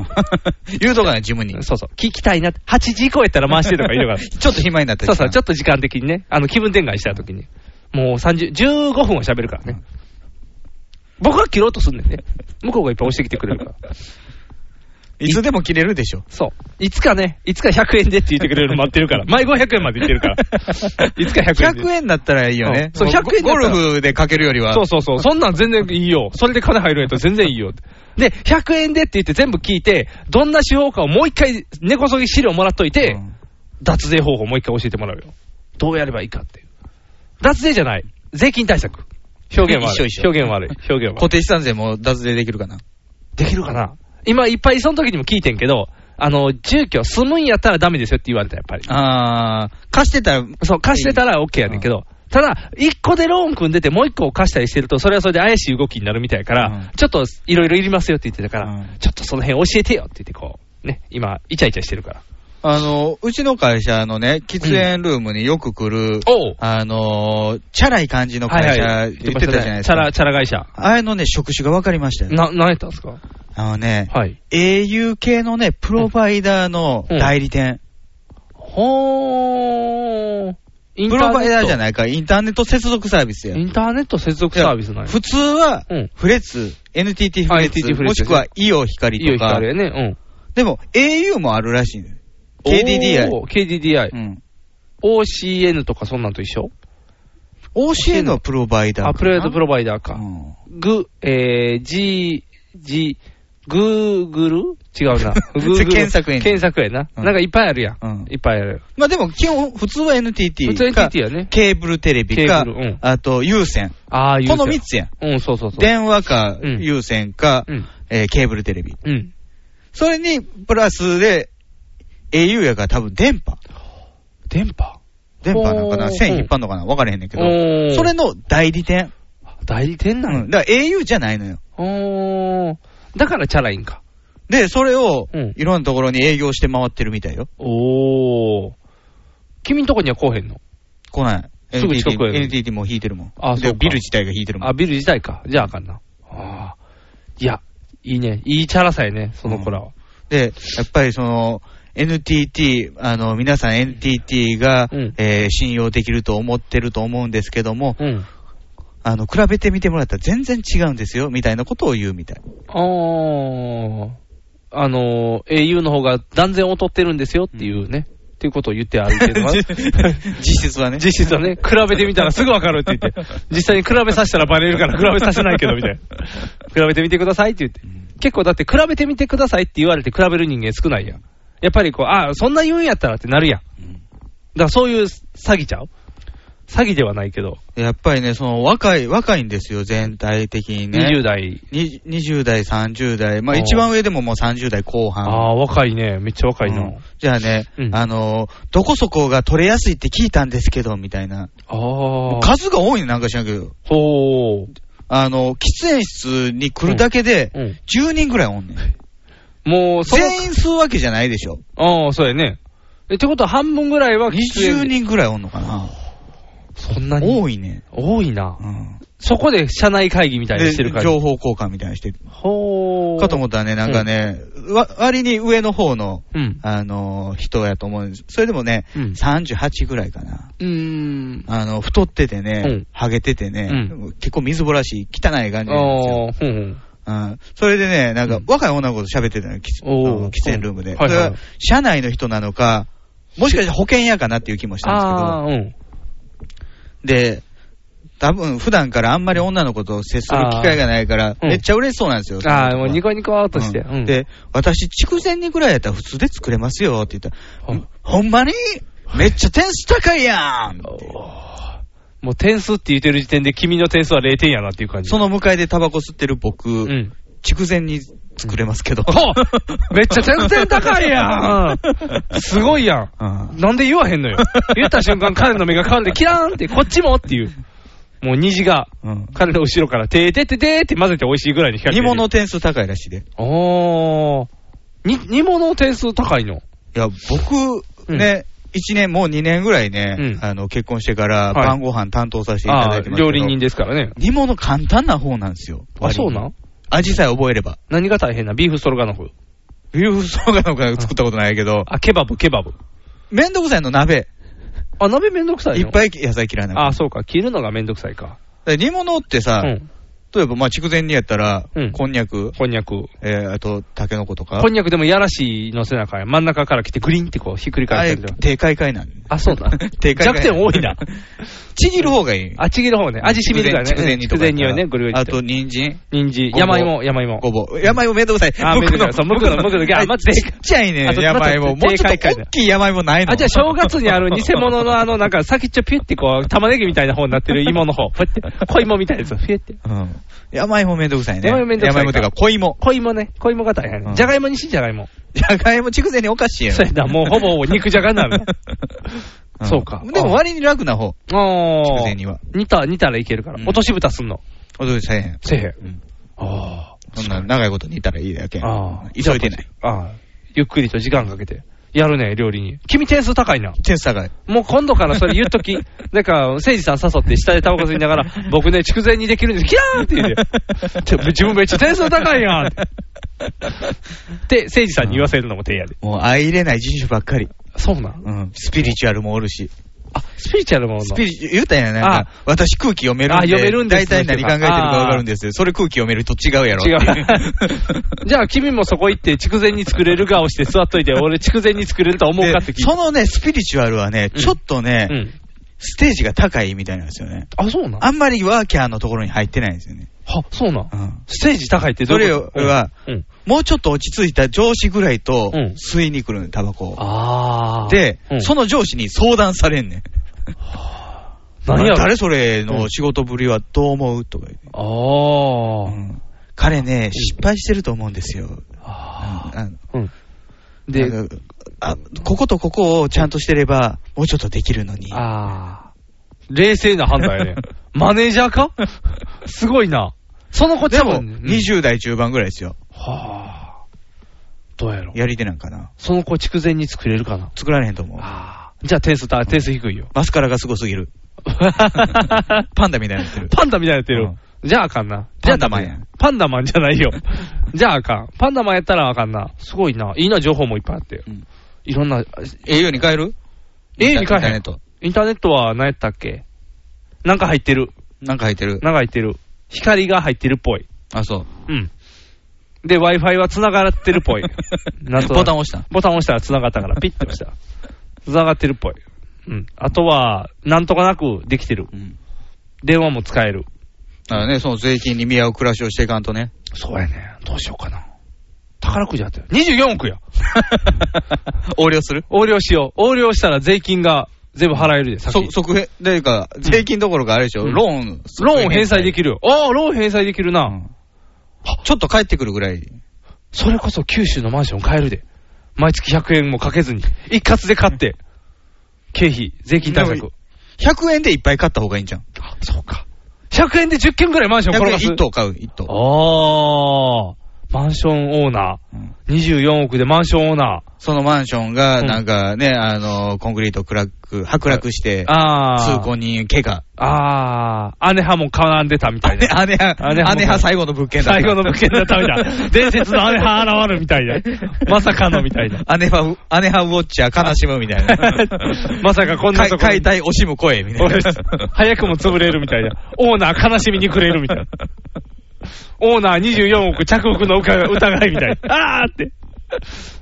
Speaker 2: 言うとかね、自分に。
Speaker 3: そうそう。聞きたいなって。8時以降やったら回してとか言いなが
Speaker 2: <laughs>
Speaker 3: ら。
Speaker 2: ちょっと暇になったり
Speaker 3: そうそう、ちょ
Speaker 2: っ
Speaker 3: っと時間的にね、あの気分転換した時に、もう30、15分は喋るからね。僕は切ろうとすんねんね。向こうがいっぱい押してきてくれるから。
Speaker 2: と。いつでも切れるでしょ。
Speaker 3: そう。いつかね、いつか100円でって言ってくれるの待ってるから。毎500円まで言ってるから。いつか100円で。
Speaker 2: 100円だったらいいよね。
Speaker 3: うんそう100円だ
Speaker 2: ゴ
Speaker 3: ったら
Speaker 2: ルフでかけるよりは。
Speaker 3: そうそうそう。そんなん全然いいよ。それで金入るんやったら全然いいよ。で、100円でって言って全部聞いて、どんな手法かをもう一回根こそぎ資料もらっといて、
Speaker 2: うん
Speaker 3: 脱税方法もう一回教えてもらうよ。どうやればいいかっていう。脱税じゃない。税金対策。表現悪い。
Speaker 2: 一緒一緒
Speaker 3: 表現悪い。表現悪
Speaker 2: 固
Speaker 3: い。
Speaker 2: 定資産税も脱税できるかな。
Speaker 3: できるかな今いっぱいその時にも聞いてんけど、あの、住居住むんやったらダメですよって言われた、やっぱり。
Speaker 2: あー、貸してたら、
Speaker 3: そう、貸してたら OK やねんけど、ただ、一個でローン組んでて、もう一個を貸したりしてると、それはそれで怪しい動きになるみたいやから、
Speaker 2: うん
Speaker 3: ちょっといろいろいりますよって言ってたから、
Speaker 2: うん
Speaker 3: ちょっとその辺教えてよって言って、こう、ね、今、イチャイチャしてるから。
Speaker 2: あの、うちの会社のね、喫煙ルームによく来る、
Speaker 3: おう
Speaker 2: あの、チャラい感じの会社、言ってたじゃないですか。
Speaker 3: チャラ、チャラ会社。
Speaker 2: あれのね、職種が分かりましたよ。
Speaker 3: な、何やったんですか
Speaker 2: あのね、
Speaker 3: はい。
Speaker 2: au 系のね、プロバイダーの代理店。
Speaker 3: ほー。イ
Speaker 2: プロバイダーじゃ
Speaker 3: い
Speaker 2: ないか、インターネット接続サービスや。
Speaker 3: インターネット接続サービスなんや。
Speaker 2: 普通は
Speaker 3: うん、
Speaker 2: フレッツ、NTT フ
Speaker 3: あ
Speaker 2: レ
Speaker 3: NTT
Speaker 2: ッ
Speaker 3: フ
Speaker 2: ツ、
Speaker 3: レッ
Speaker 2: も
Speaker 3: ツ
Speaker 2: しくはイオ光
Speaker 3: いいよ、
Speaker 2: とか
Speaker 3: 光、やね。
Speaker 2: でも au もあるらしいのよ
Speaker 3: うん。
Speaker 2: KDDI。
Speaker 3: おー KDDI
Speaker 2: う。ん
Speaker 3: OCN とかそんなんと一緒
Speaker 2: OCN のプロバイダーかな。
Speaker 3: あ、プライドプロバイダーか
Speaker 2: う。ん
Speaker 3: ぐ、えー、G、G、グーグル違
Speaker 2: <laughs>
Speaker 3: うな。グーグ
Speaker 2: そ
Speaker 3: ル
Speaker 2: れ検索エンジン
Speaker 3: 検索やな。
Speaker 2: うん
Speaker 3: なんかいっぱいあるやん。
Speaker 2: うん
Speaker 3: いっぱいある。
Speaker 2: まあでも基本、普通は NTT か。
Speaker 3: 普通 NTT やね
Speaker 2: ケーブルテレビか
Speaker 3: ケーブルうん、
Speaker 2: あと有線。
Speaker 3: ああいう。
Speaker 2: この3つやん。
Speaker 3: うん、そうそうそう。
Speaker 2: 電話か、
Speaker 3: うん
Speaker 2: 有線か
Speaker 3: うん、
Speaker 2: えーケーブルテレビ。
Speaker 3: うん。
Speaker 2: それに、プラスで、au やから多分電波。
Speaker 3: 電波
Speaker 2: 電波なんか
Speaker 3: おー
Speaker 2: な線引っ張んのかな分からへんねんけど
Speaker 3: おー。
Speaker 2: それの代理店。
Speaker 3: 代理店な
Speaker 2: うんん。だから au じゃないのよ。
Speaker 3: おー。だからチャラいんか。
Speaker 2: で、それを
Speaker 3: うん、
Speaker 2: いろんなところに営業して回ってるみたいよ。
Speaker 3: おー。君んとこには来おへんの
Speaker 2: 来ない。
Speaker 3: すぐ近
Speaker 2: NTT
Speaker 3: くやね
Speaker 2: NTT も引いてるもん。
Speaker 3: あそう
Speaker 2: で
Speaker 3: か
Speaker 2: ビル自体が引いてるもん。
Speaker 3: あ、ビル自体か。じゃああかんな。ああ。いや、いいね。いいチャラさやね、その子らは。
Speaker 2: で、やっぱりその、NTT、あの、皆さん NTT が、
Speaker 3: うん
Speaker 2: えー信用できると思ってると思うんですけども、
Speaker 3: うん。
Speaker 2: あの、比べてみてもらったら全然違うんですよ、みたいなことを言うみたい。
Speaker 3: ああ、あのー、au の方が断然劣ってるんですよっていうね、っていうことを言ってあるけど
Speaker 2: <laughs>
Speaker 3: <laughs>
Speaker 2: 実質はね。
Speaker 3: 実質はね、比べてみたらすぐわかるって言 <laughs> って、実際に比べさせたらバレるから比べさせないけどみたいな。 <laughs> 比べてみてくださいって言って。結構だって比べてみてくださいって言われて比べる人間少ないやん。やっぱりこう、ああ、そんな言うんやったらってなるやん。だからそういう詐欺ちゃう詐欺ではないけど、
Speaker 2: やっぱりね、その、若い、若いんですよ、全体的にね。
Speaker 3: 20代。
Speaker 2: に20代、30代、まあ
Speaker 3: あー
Speaker 2: 一番上でももう30代後半。
Speaker 3: ああ、若いね。めっちゃ若いな。
Speaker 2: うんじゃあね、
Speaker 3: うん
Speaker 2: あのー、どこそこが取れやすいって聞いたんですけど、みたいな。
Speaker 3: ああ。
Speaker 2: 数が多いのなんか知らんけど、
Speaker 3: ほう。
Speaker 2: あの、喫煙室に来るだけで
Speaker 3: うんうん、
Speaker 2: 10人ぐらいおんねん。
Speaker 3: もう、その、
Speaker 2: 全員吸うわけじゃないでしょ。
Speaker 3: ああ、そうやね。え、ってことは半分ぐらいは喫煙
Speaker 2: 20人ぐらいおんのかな。
Speaker 3: そんなに
Speaker 2: 多
Speaker 3: い。
Speaker 2: いね。
Speaker 3: 多いな
Speaker 2: う。ん。
Speaker 3: そこで社内会議みたいに
Speaker 2: で
Speaker 3: してる、から。
Speaker 2: 情報交換みたいなのしてる。
Speaker 3: ほー。
Speaker 2: かと思ったらね、なんかね、わ割に上の方の、
Speaker 3: うん。
Speaker 2: あのー、人やと思うんです。それでもね、
Speaker 3: うん
Speaker 2: 38ぐらいかな。
Speaker 3: うーん。
Speaker 2: あの、太ってて
Speaker 3: う
Speaker 2: ね
Speaker 3: ん、
Speaker 2: ハゲててね
Speaker 3: う、
Speaker 2: 結構水ぼらしい、汚い感じなんですよ。
Speaker 3: ああ、ふんふん。
Speaker 2: うんそれでね、なんか、若い女の子と喋ってたのよ、きつあ
Speaker 3: おー
Speaker 2: の喫煙ルームで。
Speaker 3: はいはい
Speaker 2: それが社内の人なのか、もしかして保険屋かなっていう気もした
Speaker 3: あ
Speaker 2: ん
Speaker 3: あ、うん。
Speaker 2: ですけど、で、多分普段からあんまり女の子と接する機会がないから、
Speaker 3: うん
Speaker 2: めっちゃ嬉しそうなんですよ。
Speaker 3: ああ、
Speaker 2: その子
Speaker 3: も
Speaker 2: は
Speaker 3: うニコニコーっとして。
Speaker 2: う
Speaker 3: うんん。
Speaker 2: で、私、筑前煮ぐらいやったら普通で作れますよって言ったら、
Speaker 3: はい
Speaker 2: ほんまにめっちゃ点数高いやん
Speaker 3: おーもう点数って言ってる時点で君の点数は0点やなっていう感じ。
Speaker 2: その向かいでタバコ吸ってる僕、
Speaker 3: うん。
Speaker 2: 筑前煮作れますけど。
Speaker 3: ほうめっちゃ点数高いやんすごいやん
Speaker 2: <laughs> うん
Speaker 3: なんで言わへんのよ。言った瞬間彼の目が変わるんで、キラーンって、こっちもっていう。もう虹が、
Speaker 2: うん
Speaker 3: 彼の後ろから、てーてーてーてーって混ぜて美味しいぐらいに光
Speaker 2: 煮
Speaker 3: ってる。
Speaker 2: 物の点数高いらしいで。
Speaker 3: おー。に、煮物の点数高いの。
Speaker 2: いや、僕、
Speaker 3: うん
Speaker 2: ね、一1年、もう2年ぐらいね、
Speaker 3: うん
Speaker 2: あの、結婚してから
Speaker 3: はい
Speaker 2: 晩ご飯担当させていただ
Speaker 3: あ
Speaker 2: い
Speaker 3: あ
Speaker 2: て
Speaker 3: ー、
Speaker 2: ますけど、
Speaker 3: 料理人ですからね。
Speaker 2: 煮物簡単な方なんですよ。
Speaker 3: あ、そうなんん
Speaker 2: 味さえ覚えれば。
Speaker 3: 何が大変なビーフストロガノフ。
Speaker 2: ビーフストーガノフから作ったことないけど、
Speaker 3: あ、ケバブ、ケバブ。
Speaker 2: めんどくさいの鍋。
Speaker 3: あ、鍋めんどくさい
Speaker 2: い
Speaker 3: の
Speaker 2: っぱい野菜嫌いなの
Speaker 3: あ、そうか。切るのがめんどくさいか。
Speaker 2: で煮物ってさ、
Speaker 3: うん。
Speaker 2: 例えば、まあ、筑前煮やったら、
Speaker 3: うん
Speaker 2: こんにゃく、
Speaker 3: こんにゃく。
Speaker 2: えー、あと、タケノコとか。
Speaker 3: こんにゃくでもやらしいの背中や。真ん中から来てグリーンってこうひっくり
Speaker 2: あ
Speaker 3: 返
Speaker 2: れ
Speaker 3: ったりとか、
Speaker 2: 低海海なん
Speaker 3: あ、そ
Speaker 2: <laughs>
Speaker 3: うだ。
Speaker 2: 低海
Speaker 3: 弱点多
Speaker 2: <laughs>
Speaker 3: いな。
Speaker 2: ちぎる方がいい。
Speaker 3: あっちぎる方ね。味しみるからね。
Speaker 2: 筑前煮とかやった
Speaker 3: 筑
Speaker 2: ら。
Speaker 3: 前煮をね、ぐるぐる
Speaker 2: あ
Speaker 3: って
Speaker 2: と、人参
Speaker 3: 人参、
Speaker 2: ごぼう
Speaker 3: 山芋、山芋。
Speaker 2: ごぼう。山芋めんどくさい。
Speaker 3: あめんどくさいそう
Speaker 2: 僕
Speaker 3: 僕の僕のあまずで
Speaker 2: ちっちゃいね
Speaker 3: あ、と
Speaker 2: 山芋。もうちょっと大きい山芋ないの
Speaker 3: あ、じゃあ正月にある偽物のあの、なんか先っちょピュってこう、玉ねぎみたいな方になってる芋
Speaker 2: <laughs>
Speaker 3: の方。こうやって、小芋みたいなやつ。ピュって。
Speaker 2: うん。山芋めんどくさいね。
Speaker 3: 山芋めんどくさいか
Speaker 2: 山芋ってか、小芋。 <laughs>
Speaker 3: 小芋ね。小芋が大変
Speaker 2: う
Speaker 3: ね。
Speaker 2: ん
Speaker 3: じゃがいもにしじゃがいも。
Speaker 2: じゃがいも筑前におかしいや
Speaker 3: そう
Speaker 2: ろ <laughs>
Speaker 3: や。な、もうほぼ肉じゃがになる。
Speaker 2: ん
Speaker 3: そうか
Speaker 2: でも割に楽な方。筑
Speaker 3: あ
Speaker 2: 前
Speaker 3: あ。
Speaker 2: 煮は。
Speaker 3: 煮た、煮たらいけるから。
Speaker 2: うん
Speaker 3: 落とし蓋すんの。
Speaker 2: おどりせえへん。
Speaker 3: せえへん
Speaker 2: うん。
Speaker 3: あ
Speaker 2: そんな長いこと煮たらいいだけ。
Speaker 3: あ。ああ。
Speaker 2: 急いでない。
Speaker 3: ああ。ゆっくりと時間かけて。やるね、料理に。君点数高いな。
Speaker 2: 点数高い。
Speaker 3: もう今度からそれ言っと <laughs> き。なんか、誠治さん誘って下でタバコ吸いなが <laughs> ら、僕ね、筑前にできるんです。キラーって言 <laughs> うて。ちょ自分めっちゃ点数高いやんって。で、誠治さんに言わせるのも手やで。
Speaker 2: もう相入れない人種ばっかり。
Speaker 3: そうなん。
Speaker 2: うん。スピリチュアルもおるし。
Speaker 3: あ、スピリチュアルもあんの
Speaker 2: スピリチュ言うたんやね。なんか私空気読めるんで。
Speaker 3: あ読めるんです
Speaker 2: 大体何考えてるかわかるんですよ。それ空気読めると違うやろってい。
Speaker 3: 違う。 <laughs> じゃあ君もそこ行って、筑前に作れる顔して座っ <laughs> といて、俺筑前に作れると思うかっ
Speaker 2: で
Speaker 3: て聞いて
Speaker 2: そ。のね、スピリチュアルはね、
Speaker 3: うん
Speaker 2: ちょっとね、
Speaker 3: うん。
Speaker 2: ステージが高いみたいなんですよね。
Speaker 3: あ、そうなんは、
Speaker 2: あんまりワーキャーのところに入ってないんですよね。
Speaker 3: そうなん
Speaker 2: うん
Speaker 3: ステージ高いってどういうこと
Speaker 2: それは、
Speaker 3: うんうん。
Speaker 2: もうちょっと落ち着いた上司ぐらいと
Speaker 3: うん、
Speaker 2: 吸いに来るね、タバコを。
Speaker 3: あー
Speaker 2: で、
Speaker 3: うん
Speaker 2: その上司に相談されんねん。
Speaker 3: 何やろ
Speaker 2: 誰それの仕事ぶりはどう思うとか言って。
Speaker 3: あー
Speaker 2: うん彼ね、失敗してると思うんですよ。
Speaker 3: あ
Speaker 2: うんあの
Speaker 3: ー。うん。で、
Speaker 2: なんかあこことここをちゃんとしてれば、もうちょっとできるのに。
Speaker 3: ああ。冷静な判断 <laughs> やね。マネージャーかすごいな。その子
Speaker 2: で
Speaker 3: 多
Speaker 2: も、
Speaker 3: 分、うん
Speaker 2: 20代中盤ぐらいですよ。
Speaker 3: はあ。どうやろ
Speaker 2: やり手なんかな。
Speaker 3: その子筑前に作れるかな。
Speaker 2: 作られへんと思う。
Speaker 3: ああ。じゃあ点数た、点数低 <laughs> いよ。
Speaker 2: マスカラがすごすぎる。 <laughs> パンダみたいになってる。
Speaker 3: パンダみたいになってる。じゃああかんな。じゃあ
Speaker 2: パンダ
Speaker 3: ダメ
Speaker 2: マンや。
Speaker 3: パンダマンじゃない <laughs> よ。じゃああかん。パンダマンやったらあかんな。すごいな。いいな、情報もいっぱいあって。
Speaker 2: うん
Speaker 3: いろんな、
Speaker 2: ええように変える
Speaker 3: ええように変え
Speaker 2: インター
Speaker 3: へん
Speaker 2: ネット。
Speaker 3: インターネットは何やったっけなんか入ってる。
Speaker 2: なんか入ってる。
Speaker 3: なんか入ってる。光が入ってるっぽい。
Speaker 2: あ、そう。。
Speaker 3: うん。で、Wi-Fi は繋がってるっ <laughs> ぽい
Speaker 2: <laughs>
Speaker 3: なんとなく
Speaker 2: ボタン押した。
Speaker 3: ボタン押したら繋がったから、ピッて押したら。繋がってるっぽい。うん。あとは、なんとかなくできてる。
Speaker 2: うん。
Speaker 3: 電話も使える。
Speaker 2: だからね、その税金に見合う暮らしをしていかんと <laughs> ね。
Speaker 3: そうやね。どうしようかな。宝くじあったよ。24億や。 <laughs>
Speaker 2: 横領する
Speaker 3: 横領しよう。横領したら税金が全部払えるで、先
Speaker 2: そ、即返、でか、税金どころかあれでしょ、
Speaker 3: うん
Speaker 2: ローン。
Speaker 3: ローン返済で
Speaker 2: る。
Speaker 3: きる。ああ、ローン返済できるな。
Speaker 2: うんちょっと帰ってくるぐらい。
Speaker 3: それこそ九州のマンション買えるで。毎月100円もかけずに。一括で買って。経費、税金対
Speaker 2: で
Speaker 3: 策
Speaker 2: も。100円でいっぱい買った方がいいんじゃん。
Speaker 3: あ、そうか。100円で10件ぐらいマンション
Speaker 2: 100
Speaker 3: 転
Speaker 2: 円
Speaker 3: がす。
Speaker 2: 1棟買う、1棟。
Speaker 3: ああ。マンションオーナ
Speaker 2: うん
Speaker 3: ー。24億でマンションオーナ
Speaker 2: そのマンションが、なんかね、あの、コンクリート暗く、剥落して
Speaker 3: ー。、ああ。
Speaker 2: 通行人怪我。
Speaker 3: ああ。姉派も絡んでたみたいな。
Speaker 2: 姉派、姉
Speaker 3: 姉派
Speaker 2: 派最後の物件だった
Speaker 3: 最後の物件だったみたいな。伝説の姉派現るみた
Speaker 2: <laughs>
Speaker 3: いな。まさかのみたいな。。
Speaker 2: 姉派、姉派ウォッチャー悲しむみたいな
Speaker 3: <laughs> まさかこんなとこ
Speaker 2: 解
Speaker 3: に
Speaker 2: 解体惜しむ声みたいな。
Speaker 3: <laughs> 早くも潰れるみたいな。オーナー悲しみにくれるみたいな。オーナー24億着服の疑い疑いみたいな。あーって。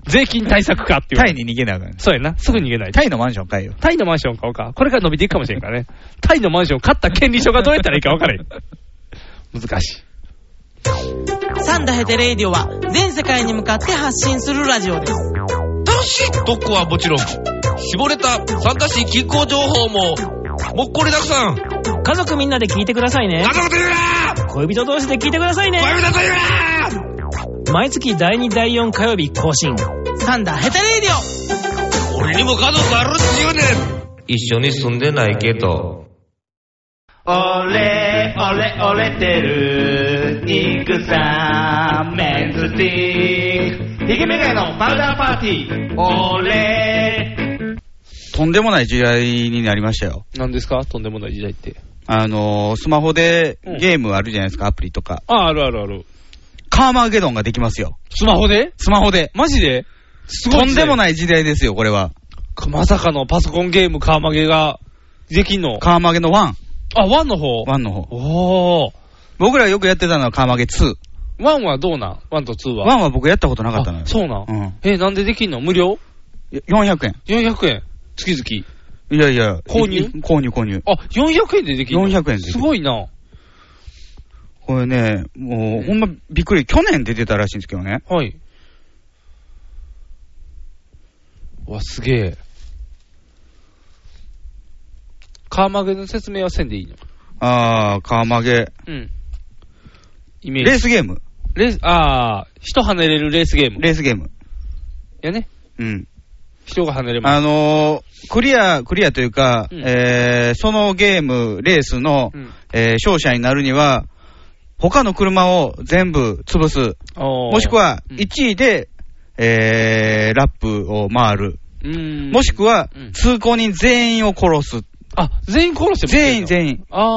Speaker 3: 税金対策かっていう。
Speaker 2: タイに逃げなあかん。
Speaker 3: そうやな。すぐ逃げない。
Speaker 2: タイのマンション買えよ。
Speaker 3: タイのマンション買おうか。これから伸びていくかもしれんからね。タイのマンション買った権利書がどうやったらいいか分からへん。難しい。
Speaker 9: サンダヘテレイディオは全世界に向かって発信するラジオです。
Speaker 10: 楽しい特攻はもちろん、絞れた参加し気候情報も、もっこりたくさん。
Speaker 9: 家族みんなで聞いてくださいね
Speaker 10: 家。族と言うな
Speaker 9: 恋人同士で聞いてくださいね。
Speaker 10: 恋人と言うな
Speaker 9: 毎月第2第4火曜日更新。サンダヘテレイディオ
Speaker 10: 俺にも家族あるっちゅうねん一緒に住んでないけど。
Speaker 1: 俺、俺、俺てる、肉さメンズティー。ヒゲメガネのパウダーパーティー。俺、
Speaker 2: とんでもない時代になりましたよ。
Speaker 3: 何ですかとんでもない時代って。
Speaker 2: あのー、スマホで
Speaker 3: うん
Speaker 2: ゲームあるじゃないですか、アプリとか。
Speaker 3: あ、あるあるある。
Speaker 2: カーマーゲドンができますよ。
Speaker 3: スマホで
Speaker 2: スマホで。
Speaker 3: マジで
Speaker 2: とんでも
Speaker 3: い。
Speaker 2: ない時代ですよ、これは。
Speaker 3: まさかのパソコンゲームカーマゲができんの。
Speaker 2: カーマーゲの1、
Speaker 3: あ、ワンの方
Speaker 2: 1の方。
Speaker 3: おー。
Speaker 2: 僕らよくやってたのはカーマーゲ2。
Speaker 3: ワンはどうなんワンとツーは。
Speaker 2: 1は僕やったことなかったのよ
Speaker 3: あ。そうなん。
Speaker 2: うん
Speaker 3: え、なんでできんの無料
Speaker 2: 400円。
Speaker 3: ?400 円。月
Speaker 2: いやいや。
Speaker 3: 購入
Speaker 2: い購入、購入。
Speaker 3: 々。あ、400円でできんの
Speaker 2: 400円でできる
Speaker 3: すごいな。
Speaker 2: これね、もう、ほんまびっくり。去年出てたらしいんですけどね。
Speaker 3: はい。わ、すげえ。カーマゲの説明はせんでいいの
Speaker 2: あー、カーマゲ。
Speaker 3: うん。イメージ。
Speaker 2: レースゲーム。
Speaker 3: レース、あー、人跳ねれるレースゲーム。
Speaker 2: レースゲーム。
Speaker 3: やね。
Speaker 2: うん。
Speaker 3: 人が跳ねれます。
Speaker 2: あのークリア、クリアというか、
Speaker 3: うん
Speaker 2: えーそのゲーム、レースの、
Speaker 3: うん
Speaker 2: えー勝者になるには、他の車を全部潰す。も
Speaker 3: も
Speaker 2: しくは、
Speaker 3: うん
Speaker 2: 1位で、えーラップを回る。も
Speaker 3: も
Speaker 2: しくは
Speaker 3: うん、
Speaker 2: 通行人全員を殺す。
Speaker 3: あ、全員殺しても
Speaker 2: 全員、
Speaker 3: 員。
Speaker 2: 全員。
Speaker 3: あー、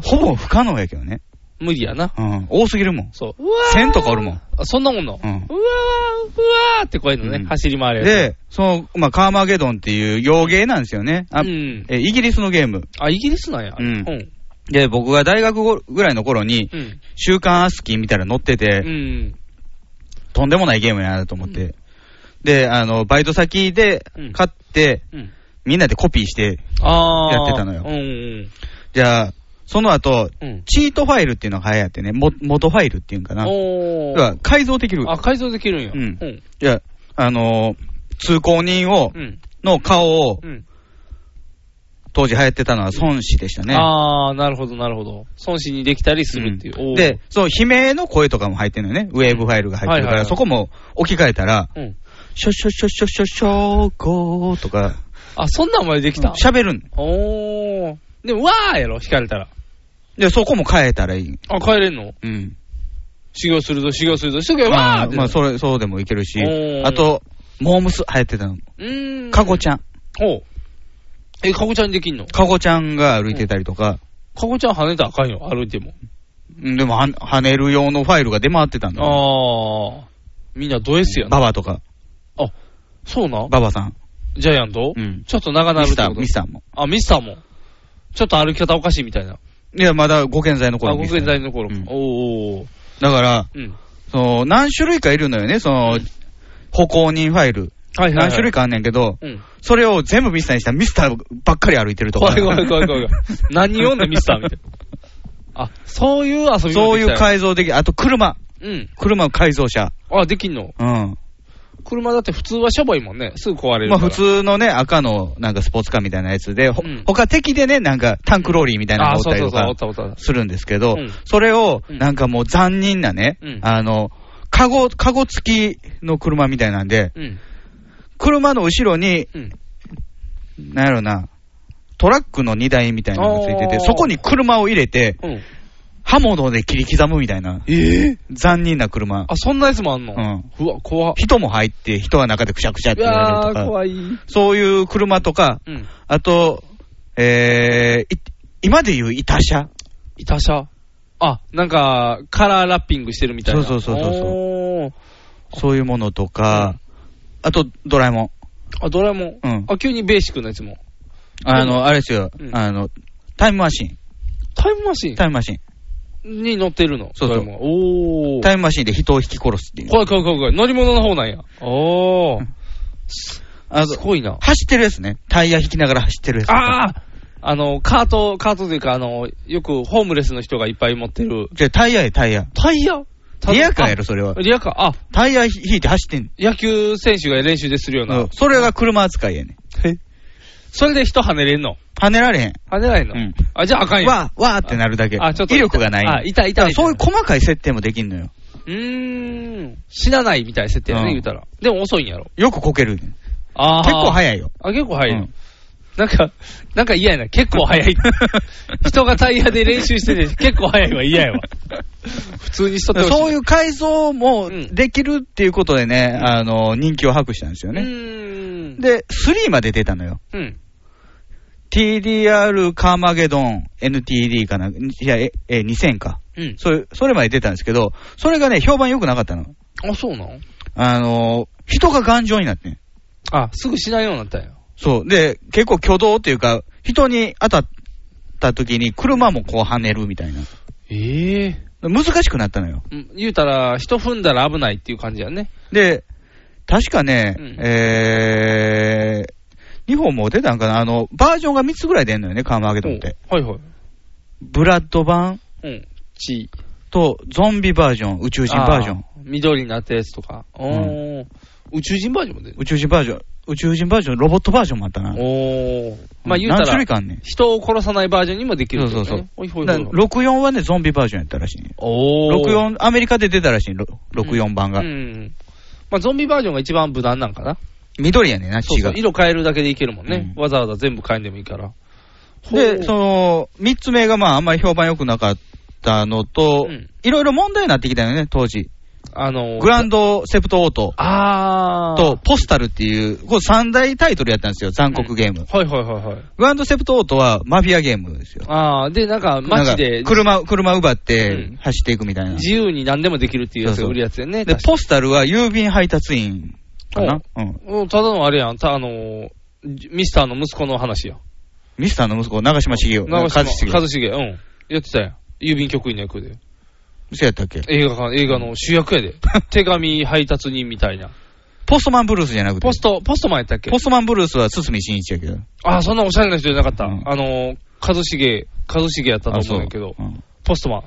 Speaker 2: ほぼ不可能やけどね。
Speaker 3: 無理やな。
Speaker 2: うん。多すぎるもん。
Speaker 3: そう。うわー
Speaker 2: 1000とかおるもん。
Speaker 3: あそんなもんの。
Speaker 2: う
Speaker 3: うんわー、うわーってこういうのね、
Speaker 2: うん
Speaker 3: 走り回れる。
Speaker 2: で、その、まあ、カーマゲドンっていう洋芸なんですよね。あ
Speaker 3: うん。
Speaker 2: えイギリスのゲーム。
Speaker 3: あ、イギリスなんや。
Speaker 2: うん
Speaker 3: うん。
Speaker 2: で、僕が大学ごぐらいの頃に、
Speaker 3: うん。
Speaker 2: 週刊アスキーみたいなの載ってて、
Speaker 3: うん。
Speaker 2: とんでもないゲームやなと思って。で、あの、バイト先で
Speaker 3: うん
Speaker 2: 買って、
Speaker 3: うん。
Speaker 2: みんなでコピーして、
Speaker 3: あー。
Speaker 2: やってたのよ
Speaker 3: うん
Speaker 2: じゃあ、その後、
Speaker 3: うん。うん。
Speaker 2: チートファイルっていうのが流行ってね、も元ファイルっていうんかな。要
Speaker 3: お
Speaker 2: は
Speaker 3: ー。
Speaker 2: 改造できる。
Speaker 3: あ、改造できるんや。
Speaker 2: うん
Speaker 3: うん。
Speaker 2: いや、あのー通行人を、
Speaker 3: うん。
Speaker 2: の顔を、
Speaker 3: うん。
Speaker 2: 当時流行ってたのは孫子でしたね。
Speaker 3: あー、なるほど、なるほど。孫子にできたりするっていう。
Speaker 2: うん
Speaker 3: おー
Speaker 2: で、、その悲鳴の声とかも入ってるのよね。ウェーブファイルが入ってる
Speaker 3: はい
Speaker 2: か
Speaker 3: はいは
Speaker 2: ら、
Speaker 3: い
Speaker 2: そこも置き換えたら、
Speaker 3: うん。
Speaker 2: ショショショショショショーゴーとか、
Speaker 3: あ、そんなんまでできた。
Speaker 2: 喋るん。
Speaker 3: おー。で、うわーやろ、引かれたら。
Speaker 2: で、そこも変えたらいい。
Speaker 3: あ、帰れんの
Speaker 2: うん。
Speaker 3: 修行するぞ、修行するぞ、しとけ、
Speaker 2: ま
Speaker 3: わー
Speaker 2: あ、
Speaker 3: って。
Speaker 2: まあ、それ、そうでもいけるし
Speaker 3: お。ー
Speaker 2: あと、モームス流行ってたの。
Speaker 3: うーん。
Speaker 2: カゴちゃん。
Speaker 3: ゃん。おうえ、カゴちゃんできんの
Speaker 2: カゴちゃんが歩いてたりとか、
Speaker 3: カゴちゃん跳ねたらあかんよ、歩いても。
Speaker 2: うんでもは、跳ねる用のファイルが出回ってたんだよ。
Speaker 3: あー。みんなド S やな。
Speaker 2: ババとか、
Speaker 3: そうな。
Speaker 2: ババさん。
Speaker 3: ジャイアント
Speaker 2: うん。
Speaker 3: ちょっと長な
Speaker 2: ミ
Speaker 3: るっ
Speaker 2: ス
Speaker 3: て
Speaker 2: タ
Speaker 3: こ
Speaker 2: ー、
Speaker 3: と
Speaker 2: ミスターも。
Speaker 3: あ、ミスターも。ちょっと歩き方おかしいみたいな。
Speaker 2: いや、まだご健在の
Speaker 3: あ、
Speaker 2: 頃
Speaker 3: ご
Speaker 2: ミスター
Speaker 3: 現在の頃
Speaker 2: うん。
Speaker 3: おー。
Speaker 2: だから、
Speaker 3: うん。
Speaker 2: その、何種類かいるのよね、その、歩行人ファイル。
Speaker 3: はい
Speaker 2: 何種類。かあんねんけど、
Speaker 3: うん。
Speaker 2: それを全部ミスターにしたらミスターばっかり歩いてるとか。
Speaker 3: 怖い怖い怖い
Speaker 2: <laughs>
Speaker 3: 怖い怖い。何読んでミスターみたいな。あ、そういう遊び
Speaker 2: そういう
Speaker 3: 会。
Speaker 2: 改造的、あと車、
Speaker 3: うん。
Speaker 2: 車の改造車。
Speaker 3: あ、できんの
Speaker 2: うん。
Speaker 3: 車だって普通はしょぼいもんね。すぐ壊れる
Speaker 2: ま
Speaker 3: か
Speaker 2: あ
Speaker 3: ら。
Speaker 2: 普通のね、赤のなんかスポーツカーみたいなやつで、ほ
Speaker 3: うん
Speaker 2: 他敵でね、なんかタンクローリーみたいなのが
Speaker 3: あ、
Speaker 2: おっ
Speaker 3: そ
Speaker 2: た
Speaker 3: う
Speaker 2: り
Speaker 3: そう
Speaker 2: と
Speaker 3: そう、おっ
Speaker 2: か
Speaker 3: たおった。
Speaker 2: するんですけど
Speaker 3: うん、
Speaker 2: それを
Speaker 3: うん
Speaker 2: なんかもう残忍なね
Speaker 3: うん、
Speaker 2: あの、カゴ、カゴ付きの車みたいなんで、
Speaker 3: うん。
Speaker 2: 車の後ろに、
Speaker 3: うん。
Speaker 2: なんやろな、トラックの荷台みたいなのがついてて、
Speaker 3: あー
Speaker 2: そこに車を入れて、
Speaker 3: うん。
Speaker 2: 刃物で切り刻むみたいな、残忍な車。
Speaker 3: あ、そんなやつもあんの
Speaker 2: うん
Speaker 3: うわ、怖っ。
Speaker 2: 人も入って、人は中でくしゃくしゃっ
Speaker 3: う
Speaker 2: て言われ
Speaker 3: わ
Speaker 2: る
Speaker 3: ー、
Speaker 2: とか、
Speaker 3: 怖い。うん。
Speaker 2: そういう車とか、あと、えー、い今で言う板車。
Speaker 3: いたしゃ。あ、なんか、カラーラッピングしてるみたいな。
Speaker 2: そうそうそうそうそう
Speaker 3: おー
Speaker 2: そういうものとか、あと、ドラえもん。
Speaker 3: あ、ドラえもん。
Speaker 2: うん
Speaker 3: あ、急にベーシックなやつも。
Speaker 2: あの、あれですよ、
Speaker 3: うん
Speaker 2: あの、タイムマシン。
Speaker 3: タイムマシン
Speaker 2: タイムマシン。
Speaker 3: に乗ってるの。
Speaker 2: そうそう
Speaker 3: ドラえもんおー。
Speaker 2: タイムマシンで人を引き殺すっていう。
Speaker 3: 怖い怖い怖い怖い。乗り物の方なんや。おー。
Speaker 2: あ
Speaker 3: す
Speaker 2: と、
Speaker 3: ごいな。
Speaker 2: 走ってるやつね。タイヤ引きながら走ってるやつとか。
Speaker 3: あーあの、カート、カートというか、あの、よくホームレスの人がいっぱい持ってる。
Speaker 2: じゃあタイヤやタイヤ。
Speaker 3: タイヤ
Speaker 2: リアカーやろ、それは
Speaker 3: あ。リアカー。あ、
Speaker 2: タイヤ引いて走ってん
Speaker 3: 野球選手が練習でするような。
Speaker 2: の。それが車扱いやね。
Speaker 3: それで人跳ねれんの
Speaker 2: 跳ねられへん。
Speaker 3: 跳ねないの、
Speaker 2: うん
Speaker 3: あ、じゃああかんよ。
Speaker 2: わー、わーってなるだけ。
Speaker 3: あ、ちょっと。
Speaker 2: 威力がない。
Speaker 3: あ、痛い
Speaker 2: だ
Speaker 3: 痛
Speaker 2: か
Speaker 3: い。
Speaker 2: らそういう細かい設定もできんのよ。
Speaker 3: うーん。死なないみたいな設定やね、
Speaker 2: うん
Speaker 3: 言うたら。でも遅いんやろ。
Speaker 2: よくこけるね。
Speaker 3: あ
Speaker 2: 結構
Speaker 3: い。
Speaker 2: 早いよ。
Speaker 3: あ、結構早い
Speaker 2: う
Speaker 3: の、
Speaker 2: ん
Speaker 3: なんか、なんか嫌やな。結構
Speaker 2: <laughs>
Speaker 3: 早い。人がタイヤで練習してて、結構早いは嫌やわ。普通にしとってほしい。。
Speaker 2: そういうう改造も
Speaker 3: うん
Speaker 2: できるっていうことでね、あの、人気を博したんですよ
Speaker 3: う
Speaker 2: ね。
Speaker 3: ーん。
Speaker 2: で、3まで出たのよ。
Speaker 3: うん。
Speaker 2: TDR カーマゲドン NTD かな、いや、え、え2000か。
Speaker 3: うん。
Speaker 2: それ、それまで出たんですけど、それがね、評判良くなかったの。
Speaker 3: あ、そうなの
Speaker 2: あの、人が頑丈になってん
Speaker 3: あ、すぐしないようになったんや。
Speaker 2: そう。で、結構挙動っていうか、人に当たった時に車もこう跳ねるみたいな。
Speaker 3: ええ
Speaker 2: 難しくなったのよ。
Speaker 3: うん言うたら、人踏んだら危ないっていう感じやね。
Speaker 2: で、確かね、
Speaker 3: うん
Speaker 2: えー、2本も出たんかな、あの、バージョンが3つぐらい出んのよね、カーマーゲドンって。
Speaker 3: おはいはい。
Speaker 2: ブラッド版
Speaker 3: うん。血。
Speaker 2: とゾンビバージョン、宇宙人バージョ
Speaker 3: あ
Speaker 2: ン。。
Speaker 3: 緑になったやつとか。おー。宇宙人バージョンも出る。
Speaker 2: 宇宙人バージョン、宇宙人バージョン、ロボットバージョンもあったな。
Speaker 3: おー。まあ言うた
Speaker 2: 何種類
Speaker 3: ら、
Speaker 2: かあんねん。
Speaker 3: 人を殺さないバージョンにもできるってこと
Speaker 2: そうそうそう
Speaker 3: ね。ほいほいほ
Speaker 2: だ
Speaker 3: い
Speaker 2: から64はね、ゾンビバージョンやったらしいね。
Speaker 3: おー。
Speaker 2: 64、アメリカで出たらしい、ろ64版が
Speaker 3: う。ん。まあゾンビバージョンが一番無難なんかな。
Speaker 2: 緑やねんな、
Speaker 3: そう
Speaker 2: 血
Speaker 3: そ
Speaker 2: が
Speaker 3: う。色変えるだけでいけるもんね。わざわざ全部変えんでもいいから。
Speaker 2: で、その、三つ目がまあ、あんまり評判良くなかったのと、いろいろ問題になってきたよね、当時。
Speaker 3: あの
Speaker 2: グランドセプトオート
Speaker 3: あ
Speaker 2: とポスタルっていう、これ三大タイトルやったんですよ、残酷ゲーム。
Speaker 3: はいはいはいはい。
Speaker 2: グランドセプトオートはマフィアゲームですよ。
Speaker 3: ああ、で、なんか街
Speaker 2: な
Speaker 3: で
Speaker 2: んか車、車奪って走っていくみたいな。
Speaker 3: 自由に何でもできるっていうやつが売るやつやね。
Speaker 2: で、
Speaker 3: 確か
Speaker 2: ポスタルは郵便配達員かな。うん。
Speaker 3: うんただのあれやん、たあのー、ミスターの息子の話や。
Speaker 2: ミスターの息子、長嶋茂雄。
Speaker 3: 長嶋
Speaker 2: 一茂
Speaker 3: 一茂、うん。やってたやん。郵便局員の役で。
Speaker 2: そうやったっけ
Speaker 3: 映画か、映画の主役
Speaker 2: <laughs>
Speaker 3: やで。手紙配達人みたいな。
Speaker 2: ポストマンブルースじゃなくて
Speaker 3: ポ。スト、ポストマンやったっけ
Speaker 2: ポストマンブルースは堤真一やけど。
Speaker 3: あ、そんなおしゃれな人じゃなかった。あのー、一茂、一茂やったと思うんだけど、ポストマン。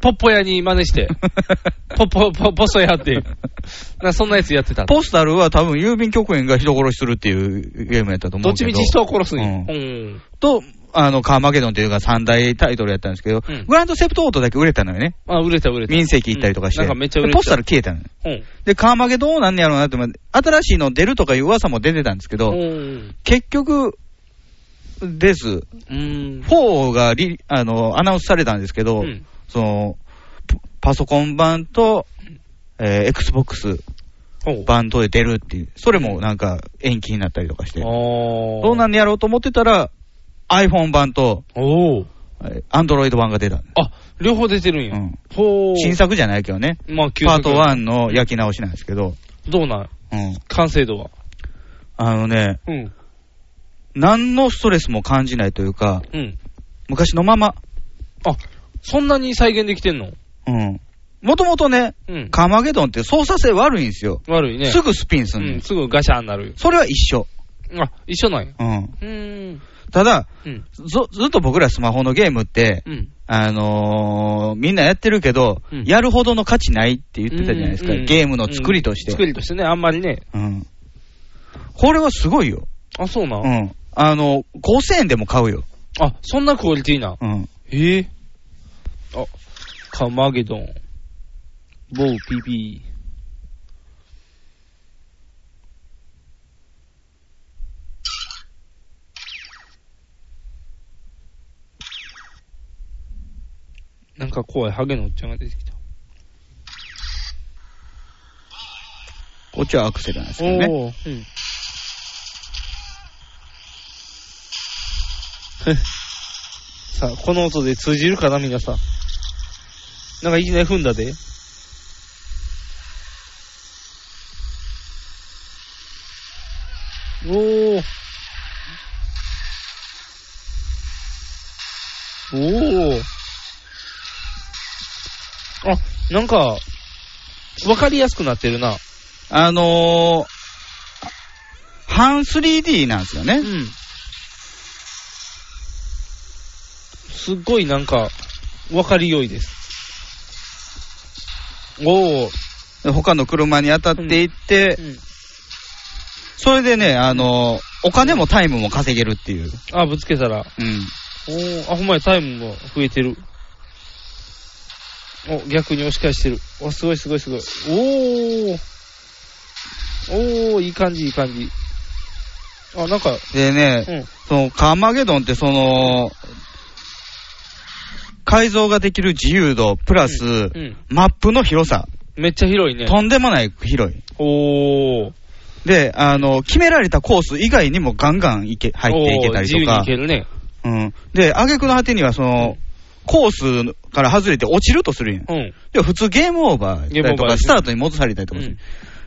Speaker 3: ポッポ屋に真
Speaker 2: <laughs>
Speaker 3: 似して、ポッポ、ポ、ポスト屋っていう。なそんなやつやってた。
Speaker 2: ポスタルは多分郵便局員が人殺しするっていうゲームやったと思
Speaker 3: ど
Speaker 2: う
Speaker 3: っ
Speaker 2: け
Speaker 3: ち
Speaker 2: ど。
Speaker 3: みち人を殺すんや。
Speaker 2: うん
Speaker 3: うん。
Speaker 2: と、あの、カーマゲドンというか三大タイトルやったんですけど、
Speaker 3: うん
Speaker 2: グランドセプトオートだけ売れたのよね。
Speaker 3: あ、売れた売れた。
Speaker 2: 民生機行ったりとかして。
Speaker 3: うんなんかめっちゃ売
Speaker 2: で
Speaker 3: れてた
Speaker 2: ポスタル消えたのよ。
Speaker 3: うん。
Speaker 2: で、カーマゲドンをなんねやろうなって思って、新しいの出るとかいう噂も出てたんですけど、
Speaker 3: うん。
Speaker 2: 結局、です。
Speaker 3: うん。
Speaker 2: 4がリあのアナウンスされたんですけど、
Speaker 3: うん
Speaker 2: そのパパソコン版と、えー XBOX
Speaker 3: ほう
Speaker 2: 版とで出るっていう、それもなんか延期になったりとかして、
Speaker 3: あ
Speaker 2: どうなんでやろうと思ってたら、iPhone 版と
Speaker 3: おお。
Speaker 2: えー Android 版が出た、
Speaker 3: あ、両方出てるんや。
Speaker 2: うん
Speaker 3: ほう。
Speaker 2: 新作じゃないけどね、
Speaker 3: まあ、旧
Speaker 2: パ
Speaker 3: 作
Speaker 2: ート1の焼き直しなんですけど、
Speaker 3: どうなん
Speaker 2: うん、
Speaker 3: 完成度は。
Speaker 2: あのね、
Speaker 3: うん。
Speaker 2: 何のストレスも感じないというか、
Speaker 3: うん。
Speaker 2: 昔のまま、
Speaker 3: そんなに再現できてんの
Speaker 2: うん、もともとね、
Speaker 3: うん。
Speaker 2: カーマゲドンって操作性悪いんですよ。
Speaker 3: 悪いね。
Speaker 2: すぐスピンす
Speaker 3: うん
Speaker 2: の、
Speaker 3: ん、すぐガシャンなる。
Speaker 2: それは一緒。
Speaker 3: あ、一緒なんや。
Speaker 2: うん。
Speaker 3: うーん。
Speaker 2: ただ、
Speaker 3: うん。
Speaker 2: ずずっと僕らスマホのゲームって、
Speaker 3: うん。
Speaker 2: あのーみんなやってるけど、
Speaker 3: うん
Speaker 2: やるほどの価値ないって言ってたじゃないですか、
Speaker 3: うんうん
Speaker 2: ゲームの作りとして、
Speaker 3: 作りとしてね、あんまりね。
Speaker 2: うんこれはすごいよ。
Speaker 3: あ、そうな。
Speaker 2: うんん。あの、5000円でも買うよ。
Speaker 3: あ、そんなクオリティな。
Speaker 2: うん。
Speaker 3: ええ。あ、カマゲドン。ボウピピー。なんか怖いハゲのおっちゃんが出てきた。
Speaker 2: こっちはアクセルなんですけどね。
Speaker 3: おー。うん。 <laughs> さあ、この音で通じるかな、皆さん。なんかいきなり踏んだで。おー。おー。あ、なんか、わかりやすくなってるな。
Speaker 2: あのー、半 3D なんですよね。
Speaker 3: うん。すっごいなんか、わかりよいです。おお、
Speaker 2: 他の車に当たっていって、それでね、あの、お金もタイムも稼げるっていう。
Speaker 3: あ、ぶつけたら。
Speaker 2: うん。
Speaker 3: おお、あ、ほんまや、タイムも増えてる。お、逆に押し返してる。お、すごいすごいすごい。おお、おお、いい感じ、いい感じ。あ、なんか、
Speaker 2: でね、
Speaker 3: うん。
Speaker 2: その、カーマゲドンってその、改造ができる自由度、プラス、
Speaker 3: うん。
Speaker 2: マップの広さ、
Speaker 3: めっちゃ広いね。
Speaker 2: とんでもない広い。
Speaker 3: おお、
Speaker 2: で、あの、決められたコース以外にもガンガン行け、入っていけたり
Speaker 3: おー自由
Speaker 2: と
Speaker 3: に
Speaker 2: か
Speaker 3: 行。けるね。
Speaker 2: うん。で、挙句の果てには、その、コースから外れて落ちるとするやん。
Speaker 3: うん。
Speaker 2: でも普通ゲームオーバーやったり
Speaker 3: ゲームオ
Speaker 2: と
Speaker 3: ーバー
Speaker 2: か、
Speaker 3: です
Speaker 2: スタートに戻されたりとかす
Speaker 3: う
Speaker 2: る
Speaker 3: ん。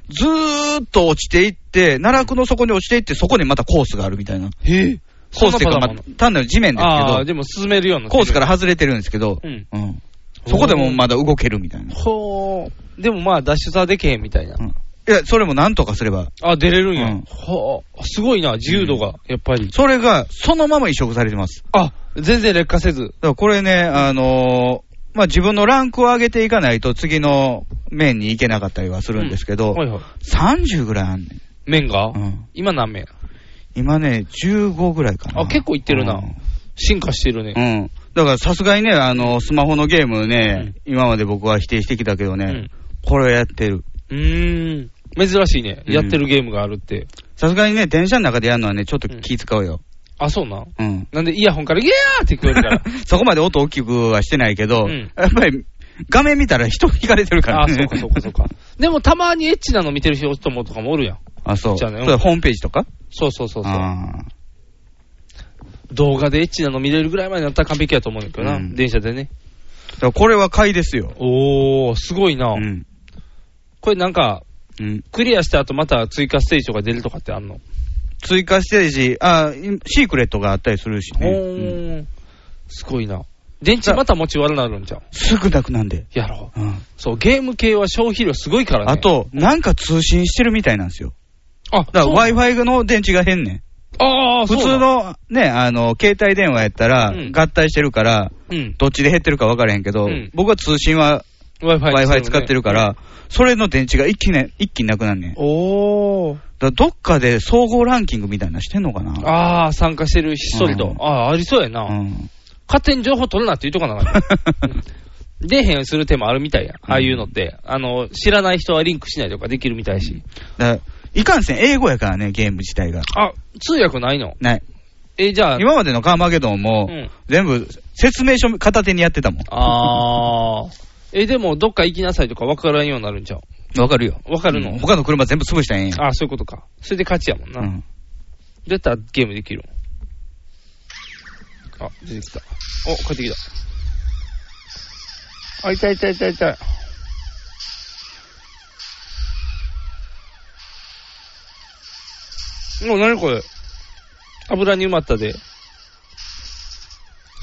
Speaker 2: ずーっと落ちていって、奈落の底に落ちていって、そこにまたコースがあるみたいな。
Speaker 3: へえ。
Speaker 2: コースっていうか、まあ、単なる地面です
Speaker 3: ああー、
Speaker 2: け
Speaker 3: でも進めるように
Speaker 2: ど、
Speaker 3: なって
Speaker 2: コ
Speaker 3: る
Speaker 2: ースから外れてるんですけど、
Speaker 3: うん
Speaker 2: うんそこでもまだ動けるみたいな。
Speaker 3: ほう。でもまあ、脱出はできへんみたいな。
Speaker 2: うんいや、それもなんとかすれば。
Speaker 3: あ、出れるんや。
Speaker 2: うん
Speaker 3: ほう。すごいな、自由度が、やっぱり。
Speaker 2: それが、そのまま移植されてます。
Speaker 3: あ、全然劣化せず。
Speaker 2: だからこれね、あのーまあ、自分のランクを上げていかないと、次の面に行けなかったりはするんですけど、
Speaker 3: はいはい。
Speaker 2: 30ぐらいあんねん。
Speaker 3: 麺が
Speaker 2: うん
Speaker 3: 今何麺
Speaker 2: 今ね、15ぐらいかな。
Speaker 3: あ、結構いってるな
Speaker 2: うん。
Speaker 3: 進化してる
Speaker 2: う
Speaker 3: ね。
Speaker 2: ん。だからさすがにね、あの、スマホのゲームね、今まで僕は否定してきたけどね、これをやってる。
Speaker 3: うん。うーん。珍しいね。
Speaker 2: うん
Speaker 3: やってるゲームがあるって。
Speaker 2: さすがにね、電車の中でやるのはね、ちょっと気使うよ。
Speaker 3: あ、そうなん
Speaker 2: うん。
Speaker 3: なんでイヤホンから、イヤーって聞こえ
Speaker 2: <laughs>
Speaker 3: るから。
Speaker 2: そこまで音大きくはしてないけど、
Speaker 3: うん
Speaker 2: やっぱり画面見たら人引かれてるから
Speaker 3: あ、
Speaker 2: ね。
Speaker 3: そうかそうかそうか。でもたまにエッチなの見てる人もとかもおるやん。
Speaker 2: <laughs> あ、そう。
Speaker 3: じ
Speaker 2: そ
Speaker 3: ゃあね
Speaker 2: れホームページとか
Speaker 3: そうそうそうそう。
Speaker 2: あ
Speaker 3: 動画でエッチなの見れるぐらいまでなったら完璧やと思うんだけどな、
Speaker 2: うん
Speaker 3: 電車でね。
Speaker 2: ーだからこれは買いですよ。
Speaker 3: おー、すごいな。
Speaker 2: うん。
Speaker 3: これなんか、
Speaker 2: うん。
Speaker 3: クリアした後また追加ステージとか出るとかってあんの、
Speaker 2: 追加してるし、あ、シークレットがあったりするし
Speaker 3: お
Speaker 2: ね。うん
Speaker 3: ー、すごいな。電池また持ち悪なるんじゃん。
Speaker 2: すぐなくなんで。
Speaker 3: やろう。
Speaker 2: うん。
Speaker 3: そう、ゲーム系は消費量すごいからね。
Speaker 2: あ、と、なんか通信してるみたいなんですよ。
Speaker 3: あ、
Speaker 2: だか
Speaker 3: そう
Speaker 2: ら Wi-Fi の電池が変ねん。
Speaker 3: ああ、
Speaker 2: 普
Speaker 3: そう
Speaker 2: 通
Speaker 3: だ。
Speaker 2: のね、あの、携帯電話やったら
Speaker 3: うん
Speaker 2: 合体してるから、
Speaker 3: うん。
Speaker 2: どっちで減ってるか分からへんけど、
Speaker 3: うん
Speaker 2: 僕は通信は
Speaker 3: Wi-Fi
Speaker 2: Wi-Fi 使ってるか。
Speaker 3: ね
Speaker 2: ら、それの電池が一気に、一気になくなんねん。だか
Speaker 3: おー。
Speaker 2: らどっかで総合ランキングみたいなのしてんのかな
Speaker 3: ああ、参加してる、ひっそりと。
Speaker 2: うん
Speaker 3: ああ、ありそうやな。
Speaker 2: うん。 <laughs>
Speaker 3: 勝手に情報取るなって言うとかなかった。うん出えへんする手もあるみたいやん。ああいうのって。あの、知らない人はリンクしないとかできるみたいし。
Speaker 2: だからいかんせん英語やからね、ゲーム自体が。
Speaker 3: あ、通訳ないの
Speaker 2: ない。
Speaker 3: え、じゃあ、
Speaker 2: 今までのカーマゲドンも、
Speaker 3: うん
Speaker 2: 全部説明書片手にやってたもん。
Speaker 3: ああ。え、でも、どっか行きなさいとか分からんようになるんちゃう
Speaker 2: わかるよ。
Speaker 3: 分かるの、
Speaker 2: うん他の車全部潰したらええんや。
Speaker 3: ああ、そういうことか。それで勝ちやもんな。
Speaker 2: う
Speaker 3: ど
Speaker 2: ん
Speaker 3: うやったらゲームできるのあ、出てきた。お、帰ってきた。あ、痛い痛い痛い痛い。もう何これ油に埋まったで。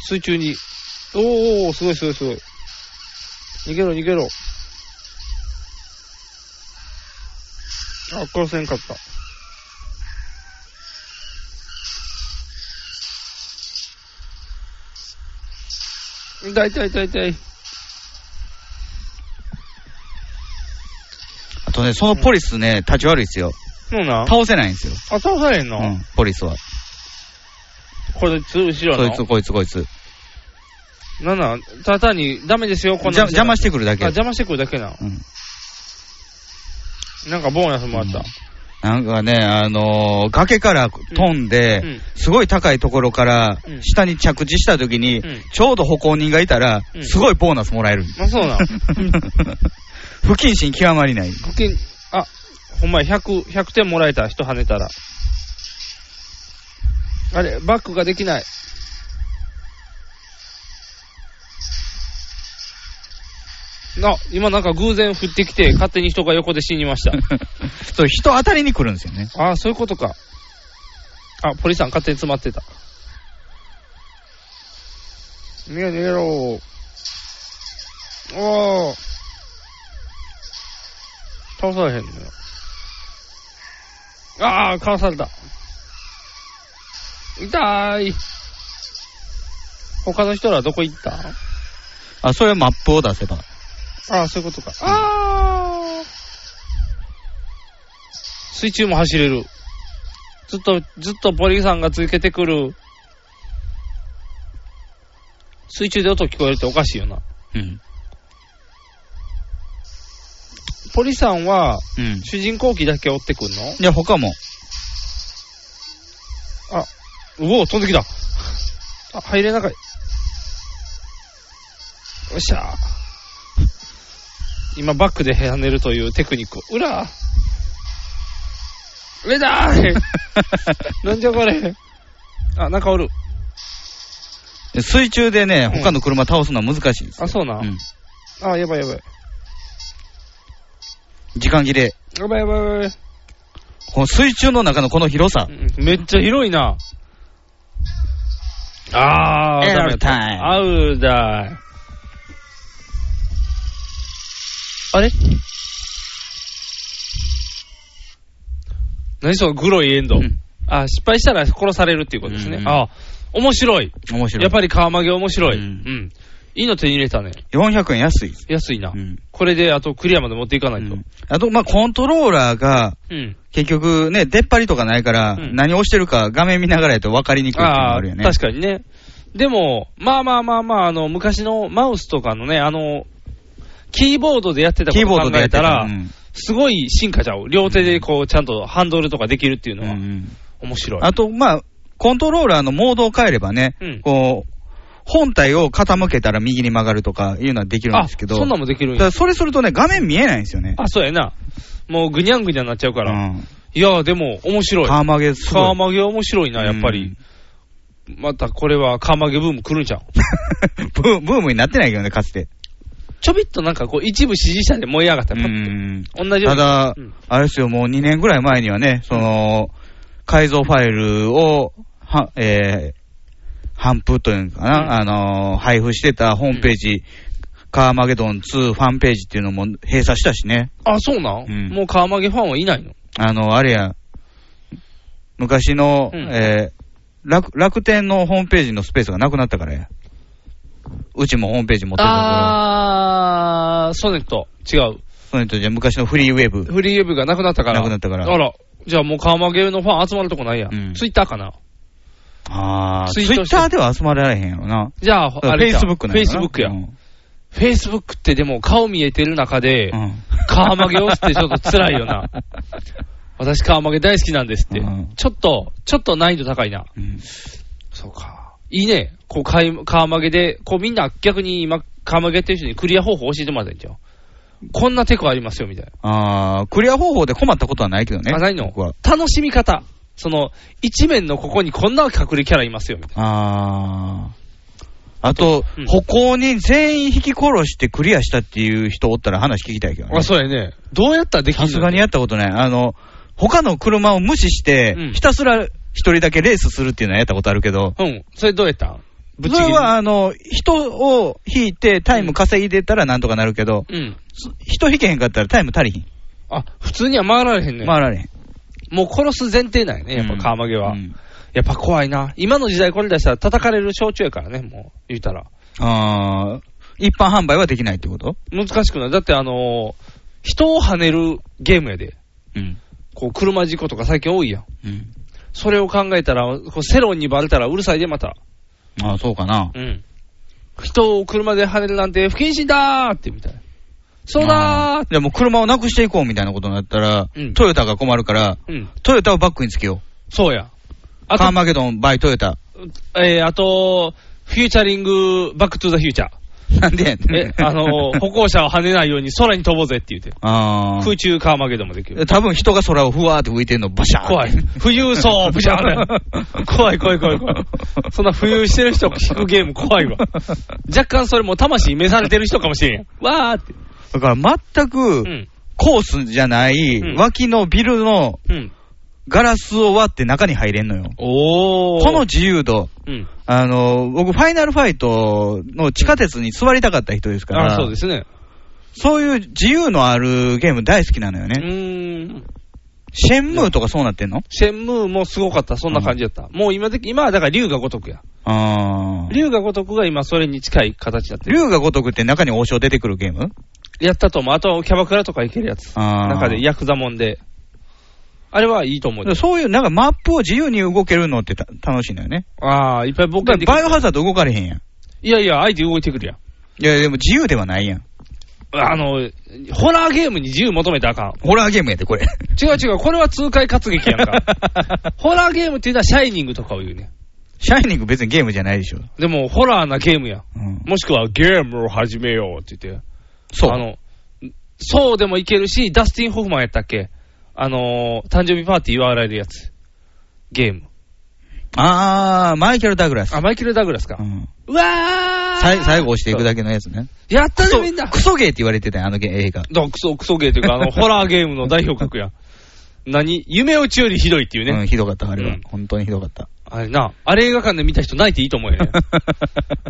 Speaker 3: 水中に。おーおー、すごいすごいすごい。逃げろ逃げろ。あ、殺せんかった。痛い痛い痛い痛い。
Speaker 2: あとね、そのポリスね、立ち悪いっすよ。
Speaker 3: そうなん
Speaker 2: 倒せないんですよ。
Speaker 3: あ、倒されんの、
Speaker 2: うん、ポリスは。
Speaker 3: これ、つ、後ろ
Speaker 2: そ
Speaker 3: の。
Speaker 2: いつ、こいつ、こいつ。
Speaker 3: なんなんただに、ダメですよ、こん
Speaker 2: じゃ
Speaker 3: な
Speaker 2: 邪魔してくるだ
Speaker 3: あ、
Speaker 2: け。
Speaker 3: 邪魔してくるだけな。
Speaker 2: うん
Speaker 3: なんかボーナスもらった。
Speaker 2: なんかね、あのー崖から飛んで、
Speaker 3: うんうん
Speaker 2: すごい高いところから
Speaker 3: うん
Speaker 2: 下に着地した時に、
Speaker 3: うん
Speaker 2: ちょうど歩行人がいたら、
Speaker 3: うん
Speaker 2: すごいボーナスもらえる。
Speaker 3: あ、そ
Speaker 2: <laughs>
Speaker 3: うなん
Speaker 2: 不謹慎極まりない。
Speaker 3: 保険、あ、ほんまや、100、100点もらえた、人跳ねたら。あれ、バックができない。な、今なんか偶然降ってきて、勝手に人が横で死に
Speaker 2: <laughs>
Speaker 3: ました。
Speaker 2: そう、人当たりに来るんですよね。
Speaker 3: ああ、そういうことか。あ、ポリさん勝手に詰まってた。逃げろ逃げろおー。倒されへんのよ。ああ、かわされた。痛い。他の人らどこ行った
Speaker 2: あ、それはマップを出せば。
Speaker 3: ああ、そういうことか。ああ。水中も走れる。ずっと、ずっとポリさんが続けてくる。水中で音聞こえるっておかしいよな。
Speaker 2: うん。
Speaker 3: ポリさんは、
Speaker 2: うん。
Speaker 3: 主人公機だけ追ってくんの
Speaker 2: いや、他も。
Speaker 3: うお、飛んできた。あ、入れなかい。よっしゃ今、バックで跳ねるというテクニック。うら上だーい <laughs> なんじゃこれ。あ、なんかおる。
Speaker 2: 水中でね、
Speaker 3: うん
Speaker 2: 他の車倒すのは難しいですよ。
Speaker 3: あ、そうな。
Speaker 2: うん。
Speaker 3: あ、やばいやばい。
Speaker 2: 時間切れ。
Speaker 3: やばいやばいやばい。
Speaker 2: この水中の中のこの広さ。
Speaker 3: うんめっちゃ広いな。あー、
Speaker 2: エア
Speaker 3: ダメ
Speaker 2: ロ
Speaker 3: だった
Speaker 2: タイム
Speaker 3: あうだい。あれ何そのグロいエンド。
Speaker 2: うん
Speaker 3: あ、失敗したら殺されるっていうことですね。
Speaker 2: うん
Speaker 3: あ、面白い。
Speaker 2: 面白い。
Speaker 3: やっぱり川曲げ面白い。
Speaker 2: う
Speaker 3: う。
Speaker 2: んん
Speaker 3: いいの手に入れたね。
Speaker 2: 400円安いです。
Speaker 3: 安いな。
Speaker 2: うん
Speaker 3: これで、あとクリアまで持っていかな
Speaker 2: う
Speaker 3: いと。
Speaker 2: んあと、まあ、コントローラーが、
Speaker 3: うん。
Speaker 2: 結局ね、出っ張りとかないから、
Speaker 3: うん
Speaker 2: 何押してるか画面見ながらやと分かりにくいっていうのがあるよね。
Speaker 3: あー確かにね。でも、まあまあまあまあ、あの、昔のマウスとかのね、あの、キーボードでやってたこ
Speaker 2: キー
Speaker 3: と
Speaker 2: ボー
Speaker 3: 考
Speaker 2: ドでや
Speaker 3: え
Speaker 2: って
Speaker 3: たら、
Speaker 2: うん
Speaker 3: すごい進化ちゃう。両手でこう、ちゃんとハンドルとかできるっていうのは、面白い。
Speaker 2: あと、まあ、コントローラーのモードを変えればね、
Speaker 3: うん
Speaker 2: こう、本体を傾けたら右に曲がるとかいうのはできるんですけど、
Speaker 3: あそんなんもできるんや
Speaker 2: ただそれするとね、画面見えないんですよね。
Speaker 3: あ、そうやな。もうぐにゃんぐにゃんなっちゃうから。
Speaker 2: うん
Speaker 3: いやーでも、面白い。
Speaker 2: カーマゲすごい
Speaker 3: カーマゲ面白いな、やっぱり。またこれはカーマゲブーム来るんちゃう
Speaker 2: <laughs> ブーブームになってないけどね、かつて。
Speaker 3: ちょびっとなんかこう、一部支持者で燃え上がった。パッ
Speaker 2: うん
Speaker 3: と同じよう
Speaker 2: た
Speaker 3: に。
Speaker 2: だ
Speaker 3: うん、
Speaker 2: あれですよ、もう2年ぐらい前にはね、その、改造ファイルを、は、えー、頒布というのかな、あのー配布してたホームページ、カーマゲドン2ファンページっていうのも閉鎖したしね、
Speaker 3: あ、そうなん、
Speaker 2: うん
Speaker 3: もうカーマゲファンはいないの
Speaker 2: あの、あれや、昔の、
Speaker 3: うん
Speaker 2: えー楽、楽天のホームページのスペースがなくなったからや。うちもホームページ持ってるから。
Speaker 3: あー、ソネット。違う。
Speaker 2: その人じゃ昔のフリーウェブ。
Speaker 3: フリーウェブがなくなったから。
Speaker 2: なくなったから
Speaker 3: あら。じゃあもうカーマゲのファン集まるとこないや。
Speaker 2: うん
Speaker 3: ツイッターかな。
Speaker 2: ああ、ツ
Speaker 3: ツ
Speaker 2: イ
Speaker 3: イート
Speaker 2: ッ
Speaker 3: して
Speaker 2: ターでは集まれられへんやろな。
Speaker 3: じゃあ、あ
Speaker 2: フェ
Speaker 3: れ
Speaker 2: イ
Speaker 3: じゃん
Speaker 2: スブックなん
Speaker 3: フ
Speaker 2: や
Speaker 3: ェイ
Speaker 2: ろ
Speaker 3: ス
Speaker 2: な
Speaker 3: ブックや。
Speaker 2: うん
Speaker 3: フェイスブックってでも顔見えてる中で、
Speaker 2: うん
Speaker 3: カーマゲ押すってちょっと辛い
Speaker 2: <laughs>
Speaker 3: よな。私カーマゲ大好きなんですって。
Speaker 2: うん
Speaker 3: ちょっと、ちょっと難易度高いな。
Speaker 2: うん
Speaker 3: そうか。いいね。こう、カイカーマゲで、こうみんな逆に今、カーマゲやってる人にクリア方法教えてもらったらいいんちゃうこんなテクありますよ、みたいな。
Speaker 2: ああ、クリア方法で困ったことはないけどね。
Speaker 3: あ、ないの
Speaker 2: 僕は
Speaker 3: 楽しみ方。その、一面のここにこんな隠れキャラいますよ、みたい
Speaker 2: ああ。あと、
Speaker 3: うん
Speaker 2: 歩行に全員引き殺してクリアしたっていう人おったら話聞きたいけど
Speaker 3: な。
Speaker 2: ね。
Speaker 3: あ、そうやね。どうやったらできる
Speaker 2: さ
Speaker 3: の
Speaker 2: すがにやったことない。あの、他の車を無視して、
Speaker 3: うん
Speaker 2: ひたすら一人だけレースするっていうのはやったことあるけど、
Speaker 3: うん。それどうやったぶ
Speaker 2: そ
Speaker 3: っち
Speaker 2: れ
Speaker 3: ぎり。
Speaker 2: は、あの、人を引いてタイム稼いでたらなんとかなるけど、
Speaker 3: うん。
Speaker 2: 人引けへんかったらタイム足りひん。
Speaker 3: あ、普通には回られへんね。
Speaker 2: 回られへん。
Speaker 3: もう殺す前提なんやね、やっぱカーマゲは。
Speaker 2: うん
Speaker 3: やっぱ怖いな。今の時代これ出したら叩かれる象徴やからね、もう、言うたら。
Speaker 2: ああ、一般販売はできないってこと
Speaker 3: 難しくない。だってあのー人を跳ねるゲームやで。
Speaker 2: うん。
Speaker 3: こう、車事故とか最近多いやん。
Speaker 2: うん。
Speaker 3: それを考えたら、こう世論にバレたらうるさいで、また。
Speaker 2: ああ、そうかな。
Speaker 3: うん。人を車で跳ねるなんて不謹慎だーって、みたいな。そうだ
Speaker 2: あ
Speaker 3: ー
Speaker 2: ーじゃあもう車をなくしていこうみたいなことになったら、
Speaker 3: うん
Speaker 2: トヨタが困るから、
Speaker 3: うん。
Speaker 2: トヨタをバックにつけよ
Speaker 3: そうや。
Speaker 2: う。
Speaker 3: あ
Speaker 2: カー
Speaker 3: と、
Speaker 2: マゲドン、バイトヨタ。 <laughs>
Speaker 3: えー、あと、フューチャリング、バックトゥザフュー
Speaker 2: <laughs>
Speaker 3: チャー。
Speaker 2: なんでやね
Speaker 3: え、
Speaker 2: ん。
Speaker 3: あのー歩行者を跳ねないように空に飛ぼうぜって言うて。
Speaker 2: <laughs> あ
Speaker 3: 空中カーマゲドンもできる。
Speaker 2: あ。多分人が空をふわーって浮いてんの、バシャーって
Speaker 3: 怖い。浮遊そう、ブシャー <laughs> 怖い怖い怖い怖い。そんな浮遊してる人を聞くゲーム怖いわ。若干それもう魂召されてる人かもしれん。わーって。
Speaker 2: だから全
Speaker 3: う
Speaker 2: く
Speaker 3: ん。
Speaker 2: コースじゃない、
Speaker 3: うん
Speaker 2: 脇のビルの
Speaker 3: うん。
Speaker 2: ガラスを割って中に入れんのよ。
Speaker 3: おー。
Speaker 2: この、自由度。
Speaker 3: うん。
Speaker 2: あの、僕、ファイナルファイトの地下鉄に座りたかった人ですから、
Speaker 3: あ、そうですね。
Speaker 2: そういう自由のあるゲーム大好きなのよ
Speaker 3: う
Speaker 2: ね。
Speaker 3: ーん。
Speaker 2: シェンムーとかそうなってんの
Speaker 3: シェンムーもすごかった。そんな感じだった。もう今で、今はだから竜が如くや。
Speaker 2: あー。
Speaker 3: 竜が如くが今それに近い形だってる。
Speaker 2: 竜が如くって中に王将出てくるゲーム
Speaker 3: やったと思う。あとはキャバクラとか行けるやつ。
Speaker 2: あー
Speaker 3: 中でヤクザもんで。あれはいいと思うよ。
Speaker 2: そういう、なんかマップを自由に動けるのってた楽しいんだよね。
Speaker 3: ああ、いっぱい僕ができ
Speaker 2: バイ
Speaker 3: る。
Speaker 2: オハザード動かれへんやん。
Speaker 3: いやいや、相手動いてくるやん。
Speaker 2: いや、でも自由ではないやん。
Speaker 3: あの、ホラーゲームに自由求めたらあかん。
Speaker 2: ホラーゲームやで、こ
Speaker 3: <laughs>
Speaker 2: れ。
Speaker 3: 違う違う、これは痛快活劇やん <laughs> か。ホラーゲームっていうのはシャイニングとかを言うね。
Speaker 2: シャイニング別にゲームじゃないでしょ。
Speaker 3: でも、ホラーなゲームやん。
Speaker 2: うん、
Speaker 3: もしくは、ゲームを始めようって言って。
Speaker 2: そう。
Speaker 3: あの、そうでもいけるし、ダスティン・ホフマンやったっけあのー、誕生日パーティー祝われるやつ。ゲーム。
Speaker 2: あー、マイケル・ダグラス。
Speaker 3: あ、マイケル・ダグラスか
Speaker 2: う。ん
Speaker 3: うわー
Speaker 2: さい最後押していくだけのやつね。
Speaker 3: やっ
Speaker 2: ク
Speaker 3: たね、
Speaker 2: ソ
Speaker 3: みんな
Speaker 2: クソゲーって言われてたよ、あのゲ映画。
Speaker 3: だクソ、クソゲーというか、あの、ホラーゲームの代表格や。何夢落ちよりひどいっていうね。
Speaker 2: うん、ひどかった、あれは。
Speaker 3: うん
Speaker 2: 本当にひどかった。
Speaker 3: あれな、あれ映画館で見た人泣いていいと思う
Speaker 2: <laughs>
Speaker 3: よね。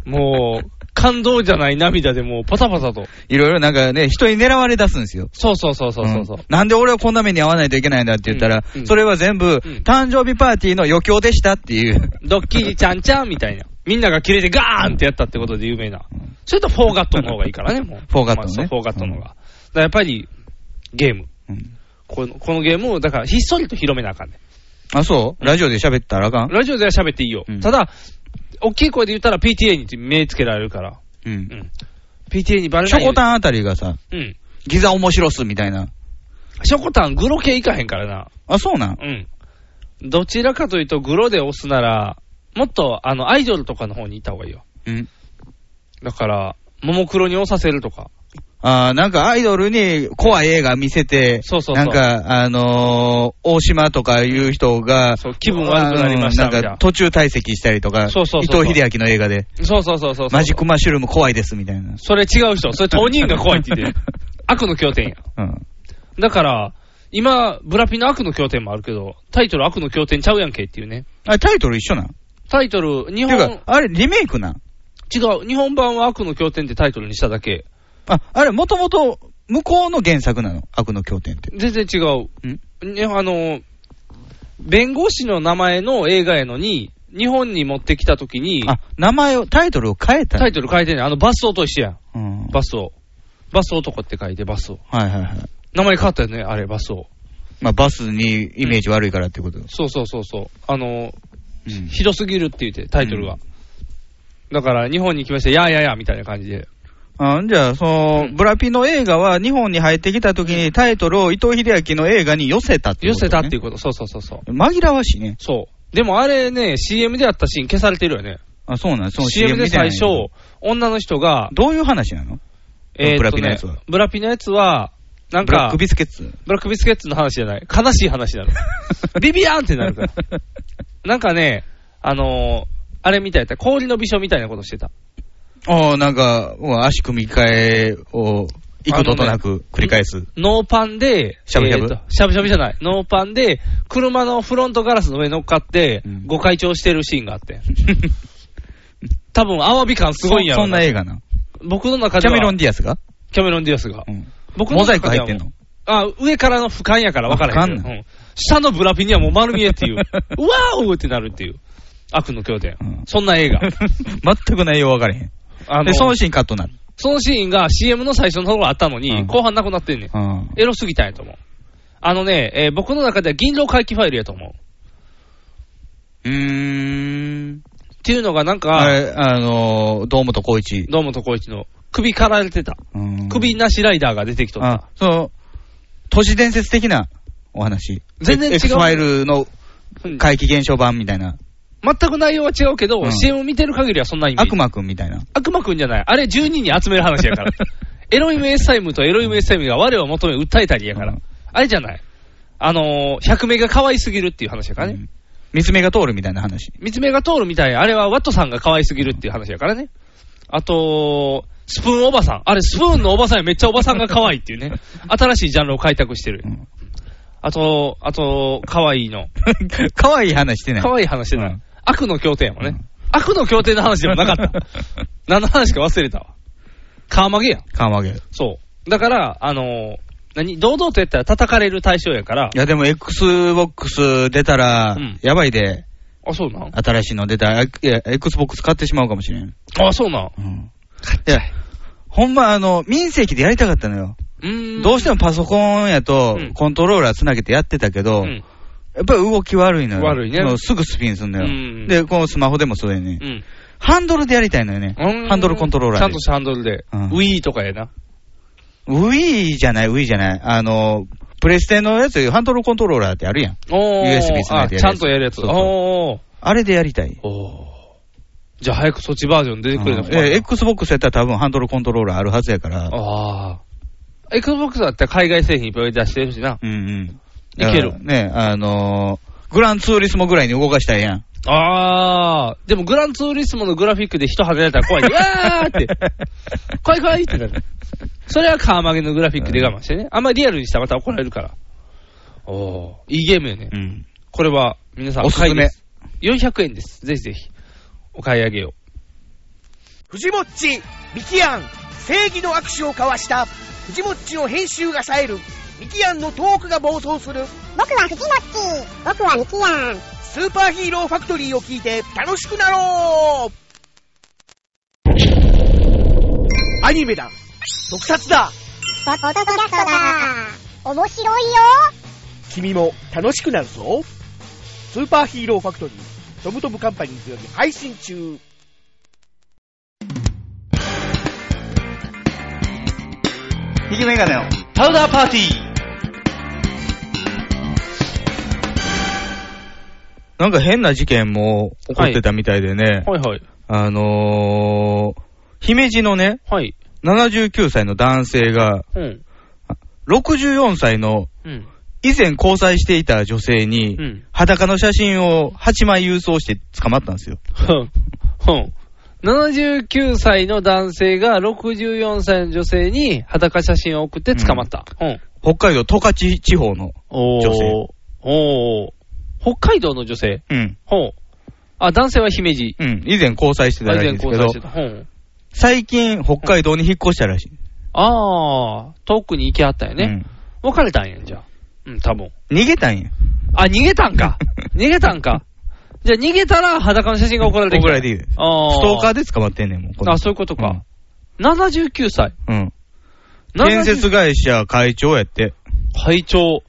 Speaker 3: もう、感動じゃない涙でもうパタパタと。
Speaker 2: いろいろなんかね、人に狙われ出すんですよ。
Speaker 3: そうそうそうそうそう。う
Speaker 2: うんなんで俺はこんな目に遭わないといけないんだって言ったら、
Speaker 3: うんうん
Speaker 2: それは全部、
Speaker 3: ん
Speaker 2: 誕生日パーティーの余興でしたっていう。
Speaker 3: ドッキリちゃんちゃんみたいな。みんなが切れてガーンってやったってことで有名な。それとフォーガットの方がいいからね、もう。
Speaker 2: <laughs> フォーガットね
Speaker 3: まあそうフォーガットの方が。だからやっぱり、ゲーム。
Speaker 2: うん
Speaker 3: このこのゲームを、だからひっそりと広めなあかんね。
Speaker 2: あ、そうラジオで喋ったらあかん
Speaker 3: ラジオでは喋っていいよ。
Speaker 2: うん
Speaker 3: ただ、大きい声で言ったら PTA に目つけられるから。
Speaker 2: う。
Speaker 3: うんん。PTA にバレ
Speaker 2: シ
Speaker 3: ない
Speaker 2: ョ
Speaker 3: よ
Speaker 2: コ
Speaker 3: うに。
Speaker 2: タンあたりがさ、
Speaker 3: うん。
Speaker 2: ギザ面白すみたいな。
Speaker 3: ショコタン、グロ系いかへんからな。
Speaker 2: あ、そうなん
Speaker 3: うん。どちらかというと、グロで押すなら、もっと、あの、アイドルとかの方にいた方がいいよ。
Speaker 2: うん。
Speaker 3: だから、ももクロに押させるとか。
Speaker 2: あーなんかアイドルに怖い映画見せて、
Speaker 3: そうそうそ
Speaker 2: な
Speaker 3: う
Speaker 2: んか、あのー大島とかいう人が、
Speaker 3: そう気分悪くなりまし
Speaker 2: あ
Speaker 3: た
Speaker 2: のー
Speaker 3: みたい
Speaker 2: なん
Speaker 3: な
Speaker 2: か途中退席したりとか、
Speaker 3: そうそうそうそう
Speaker 2: 伊藤秀明の映画で、
Speaker 3: そうそうそうそうそう。
Speaker 2: マジックマッシュルーム怖いですみたいな。
Speaker 3: それ違う人。それ
Speaker 2: <laughs>
Speaker 3: 当人が怖いって言ってる。悪の経典や。
Speaker 2: うん。
Speaker 3: だから、今、ブラピの悪の経典もあるけど、タイトル悪の経典ちゃうやんけっていうね。
Speaker 2: あれタイトル一緒なん
Speaker 3: タイトル、日
Speaker 2: ていうか
Speaker 3: 本、、
Speaker 2: あれリメイクなん
Speaker 3: 違う、日本版は悪の経典ってタイトルにしただけ。
Speaker 2: あ、あれもともと向こうの原作なの悪の経典って。
Speaker 3: 全然違う。
Speaker 2: ん
Speaker 3: ね、あの、弁護士の名前の映画やのに、日本に持ってきたときに、
Speaker 2: あ、名前を、タイトルを変えた
Speaker 3: タイトル変えてんねんあの、バスオと一緒やん。
Speaker 2: ル。うん。
Speaker 3: バスオ。バス男って書いて、バスオ。
Speaker 2: はいはいはい。
Speaker 3: 名前変わったよね、あれ、バスオ。
Speaker 2: まあバスにイメージ悪いからってこと。
Speaker 3: そうそうそうそう。あの、
Speaker 2: うん
Speaker 3: ひどすぎるって言って、タイトルが。だから、日本に来ました、やーやーやーみたいな感じで。
Speaker 2: あじゃあ、その、ブラピの映画は日本に入ってきた時にタイトルを伊藤秀明の映画に寄せたっていう
Speaker 3: 寄
Speaker 2: こと、ね。
Speaker 3: せたっていうこと、そうそうそうそう。
Speaker 2: う。紛らわしいね。
Speaker 3: そう。でもあれね、CM でやったシーン消されてるよね。
Speaker 2: あ、そうなんその
Speaker 3: CM で
Speaker 2: 見てな
Speaker 3: 最
Speaker 2: い
Speaker 3: 初、女の人が、
Speaker 2: どういう話なの
Speaker 3: えーっとね
Speaker 2: ブラピのやつは
Speaker 3: ブラピのやつは、なん
Speaker 2: ブラッ
Speaker 3: か
Speaker 2: ク、ビスケッツ。
Speaker 3: ブラックビスケッツの話じゃない。悲しい話なの。 <laughs>
Speaker 2: <laughs>
Speaker 3: ビビアーンってなるから。なんかね、あのーあれみたいだった。氷の美女みたいなことしてた。
Speaker 2: ああ、なんか、うん足組み替えを幾度となく繰り返す。
Speaker 3: ノーパンで、
Speaker 2: しゃぶしゃぶ
Speaker 3: えーっとしゃぶしゃぶじゃない。ノーパンで、車のフロントガラスの上に乗っかって
Speaker 2: う、ん
Speaker 3: ご開帳してるシーンがあって。
Speaker 2: <laughs>
Speaker 3: 多分、アワビ感すごいんや
Speaker 2: そ
Speaker 3: ろ
Speaker 2: そんな映画な。
Speaker 3: 僕の中
Speaker 2: キ
Speaker 3: で
Speaker 2: ャ
Speaker 3: は。
Speaker 2: メロン・ディアスが、
Speaker 3: キャメロンディアスが。
Speaker 2: うん
Speaker 3: 僕の
Speaker 2: モザ
Speaker 3: 中
Speaker 2: イ
Speaker 3: で
Speaker 2: ク
Speaker 3: は
Speaker 2: 入
Speaker 3: も
Speaker 2: っ
Speaker 3: う
Speaker 2: てんの
Speaker 3: あ、上からの俯瞰やから分からへんけ
Speaker 2: わ
Speaker 3: ど。
Speaker 2: かんな
Speaker 3: うん下のブラピにはもう丸見えっ
Speaker 2: <laughs>
Speaker 3: ていう。うわーおーってなるっていう。悪の経典。
Speaker 2: うん
Speaker 3: そんな
Speaker 2: <laughs>
Speaker 3: 映画。
Speaker 2: 全く内容分からへん。
Speaker 3: あの
Speaker 2: で、
Speaker 3: そ
Speaker 2: そ
Speaker 3: の
Speaker 2: のシーンカットになる。
Speaker 3: シーンが CM の最初のところあったのに、
Speaker 2: うん
Speaker 3: 後半なくなってんねん。
Speaker 2: うん
Speaker 3: エロすぎたんやと思う。あのね、えー僕の中では銀狼回帰ファイルやと思う。っ
Speaker 2: うーん。
Speaker 3: ていうのがなん
Speaker 2: あ
Speaker 3: か、
Speaker 2: れ、あのー、堂本光一。
Speaker 3: どうもとこいちの首かられてた。
Speaker 2: うん
Speaker 3: 首なしライダーが出てきとった。
Speaker 2: あ、その、都市伝説的なお話。
Speaker 3: 全然違う
Speaker 2: X ファイルの
Speaker 3: うん
Speaker 2: 怪奇現象版みたいな。
Speaker 3: 全く内容は違うけど、
Speaker 2: うん
Speaker 3: CM 見てる限りはそんなイメージ
Speaker 2: 悪。魔くんみたいな。
Speaker 3: 悪魔くんじゃない。あれ12人集める話や
Speaker 2: <laughs>
Speaker 3: から。エロイムエッサイムとエロイムエッサイムが我を求め訴えたりやから。
Speaker 2: うん
Speaker 3: あれじゃない。あのー、100名が可愛すぎるっていう話やから
Speaker 2: う
Speaker 3: ね。
Speaker 2: ん見つめが通るみたいな話。
Speaker 3: 見つめが通るみたい。あれはワットさんが可愛すぎるっていう話やからね。あと、スプーンおばさん。あれ、スプーンのおばさんやめっちゃおばさんが可愛いっていうね。新しいジャンルを開拓してる。
Speaker 2: うん
Speaker 3: あと、あと、可愛いの。
Speaker 2: <laughs> 可愛い話してない。
Speaker 3: 可愛い話でない。
Speaker 2: うん
Speaker 3: 悪の協定やもんね。
Speaker 2: うん
Speaker 3: 悪の協定の話でもなか
Speaker 2: <laughs>
Speaker 3: った。何の話か忘れたわ。カーマゲや。
Speaker 2: 緩和げる。
Speaker 3: そう。だから、あのー何堂々とやったら叩かれる対象やから
Speaker 2: い、や、でも Xbox 出たら
Speaker 3: うん、
Speaker 2: やばいで、
Speaker 3: あ、そうなん
Speaker 2: 新しいの出たら、いや Xbox 買ってしまうかもしれん。
Speaker 3: あ、そうなん
Speaker 2: うん。いや、ほんま、あの、民席でやりたかったのよ。
Speaker 3: うーん。
Speaker 2: どうしてもパソコンやと
Speaker 3: うん、
Speaker 2: コントローラーつなげてやってたけど、
Speaker 3: うん。
Speaker 2: やっぱり動き悪いのよ。
Speaker 3: 悪いね
Speaker 2: もうすぐスピンすんの
Speaker 3: うん
Speaker 2: よ。で、このスマホでもそうやね
Speaker 3: う。ん。
Speaker 2: ハンドルでやりたいのよね。ハンドルコントローラー
Speaker 3: ち
Speaker 2: で。
Speaker 3: ゃんとしたハンドルで。
Speaker 2: うん
Speaker 3: Wii とかやな。
Speaker 2: ウィーじゃない、ウィーじゃない。あの、プレステのやつ、ハンドルコントローラーってあるやん。
Speaker 3: おー。
Speaker 2: USB つな
Speaker 3: あ、
Speaker 2: いでやるやつ
Speaker 3: ちゃんとやるやつ。
Speaker 2: そうそう
Speaker 3: お
Speaker 2: あれでやりたい
Speaker 3: ー。。おー。じゃあ早くそっちバージョン出てくれな
Speaker 2: うん
Speaker 3: か
Speaker 2: え Xbox やったら多分ハンドルコントローラーあるはずやから。
Speaker 3: あー。Xbox だったら海外製品いっぱい出してるしな。
Speaker 2: うんうん。
Speaker 3: いけ
Speaker 2: だ
Speaker 3: る
Speaker 2: からね、あのー、グランツーリスモぐらいに動かしたいやん。
Speaker 3: あー。でもグランツーリスモのグラフィックで人離れたら <laughs> 怖い。うわーって。怖い怖いってなる。それはカーマゲのグラフィックで我慢してね。あんまりリアルにしたらまた怒られるから。おおいいゲームよね
Speaker 2: う。ん。
Speaker 3: これは、皆さん
Speaker 2: おすすめ
Speaker 3: 買いです。400円です。ぜひぜひ、お買い上げを。
Speaker 11: 藤もっち、ミキアン、正義の握手を交わした、藤もっちの編集が冴える、ミキアンのトークが暴走する、
Speaker 4: 僕はフジモッチ僕はミキヤン
Speaker 11: スーパーヒーローファクトリーを聞いて楽しくなろうアニメだ特撮だ
Speaker 4: ポッドキャストだ面白いよ
Speaker 11: 君も楽しくなるぞスーパーヒーローファクトリー、トムトムカンパニーズより配信中
Speaker 1: ひげメガネのパウダーパーティー
Speaker 2: なんか変な事件も起こってたみたいでね、
Speaker 3: はいはい。
Speaker 2: あのー、姫路のね、
Speaker 3: はい。
Speaker 2: 79歳の男性が、
Speaker 3: うん。
Speaker 2: 64歳の
Speaker 3: うん。
Speaker 2: 以前交際していた女性に、
Speaker 3: うん。
Speaker 2: 裸の写真を8枚郵送して捕まったんですよ。
Speaker 3: ふん。79歳の男性が64歳の女性に裸写真を送って捕まった。うん。
Speaker 2: 北海道十勝地方の。
Speaker 3: おー。
Speaker 2: 女性
Speaker 3: おー。北海道の女性。
Speaker 2: うん。
Speaker 3: ほう。あ、男性は姫路。
Speaker 2: うん。以前交際してたらしいんですけ
Speaker 3: あ以
Speaker 2: ど
Speaker 3: 前交際して、た。ほう。
Speaker 2: 最近北海道に引っ越したらしい。
Speaker 3: あー、遠くに行きはったよね。別れたんやん、じゃあ。うん、多 <laughs> 分。
Speaker 2: 逃げたんや。
Speaker 3: あ、逃げたんか。逃げたんか。じゃあ逃げたら裸の写真が送られてきた。
Speaker 2: 送られてきた
Speaker 3: あー。
Speaker 2: ストーカーで捕まってんねん、もうこの。
Speaker 3: あ、そういうことか。79歳。
Speaker 2: うん。
Speaker 3: 70
Speaker 2: 建設会社会長やって。
Speaker 3: 会長。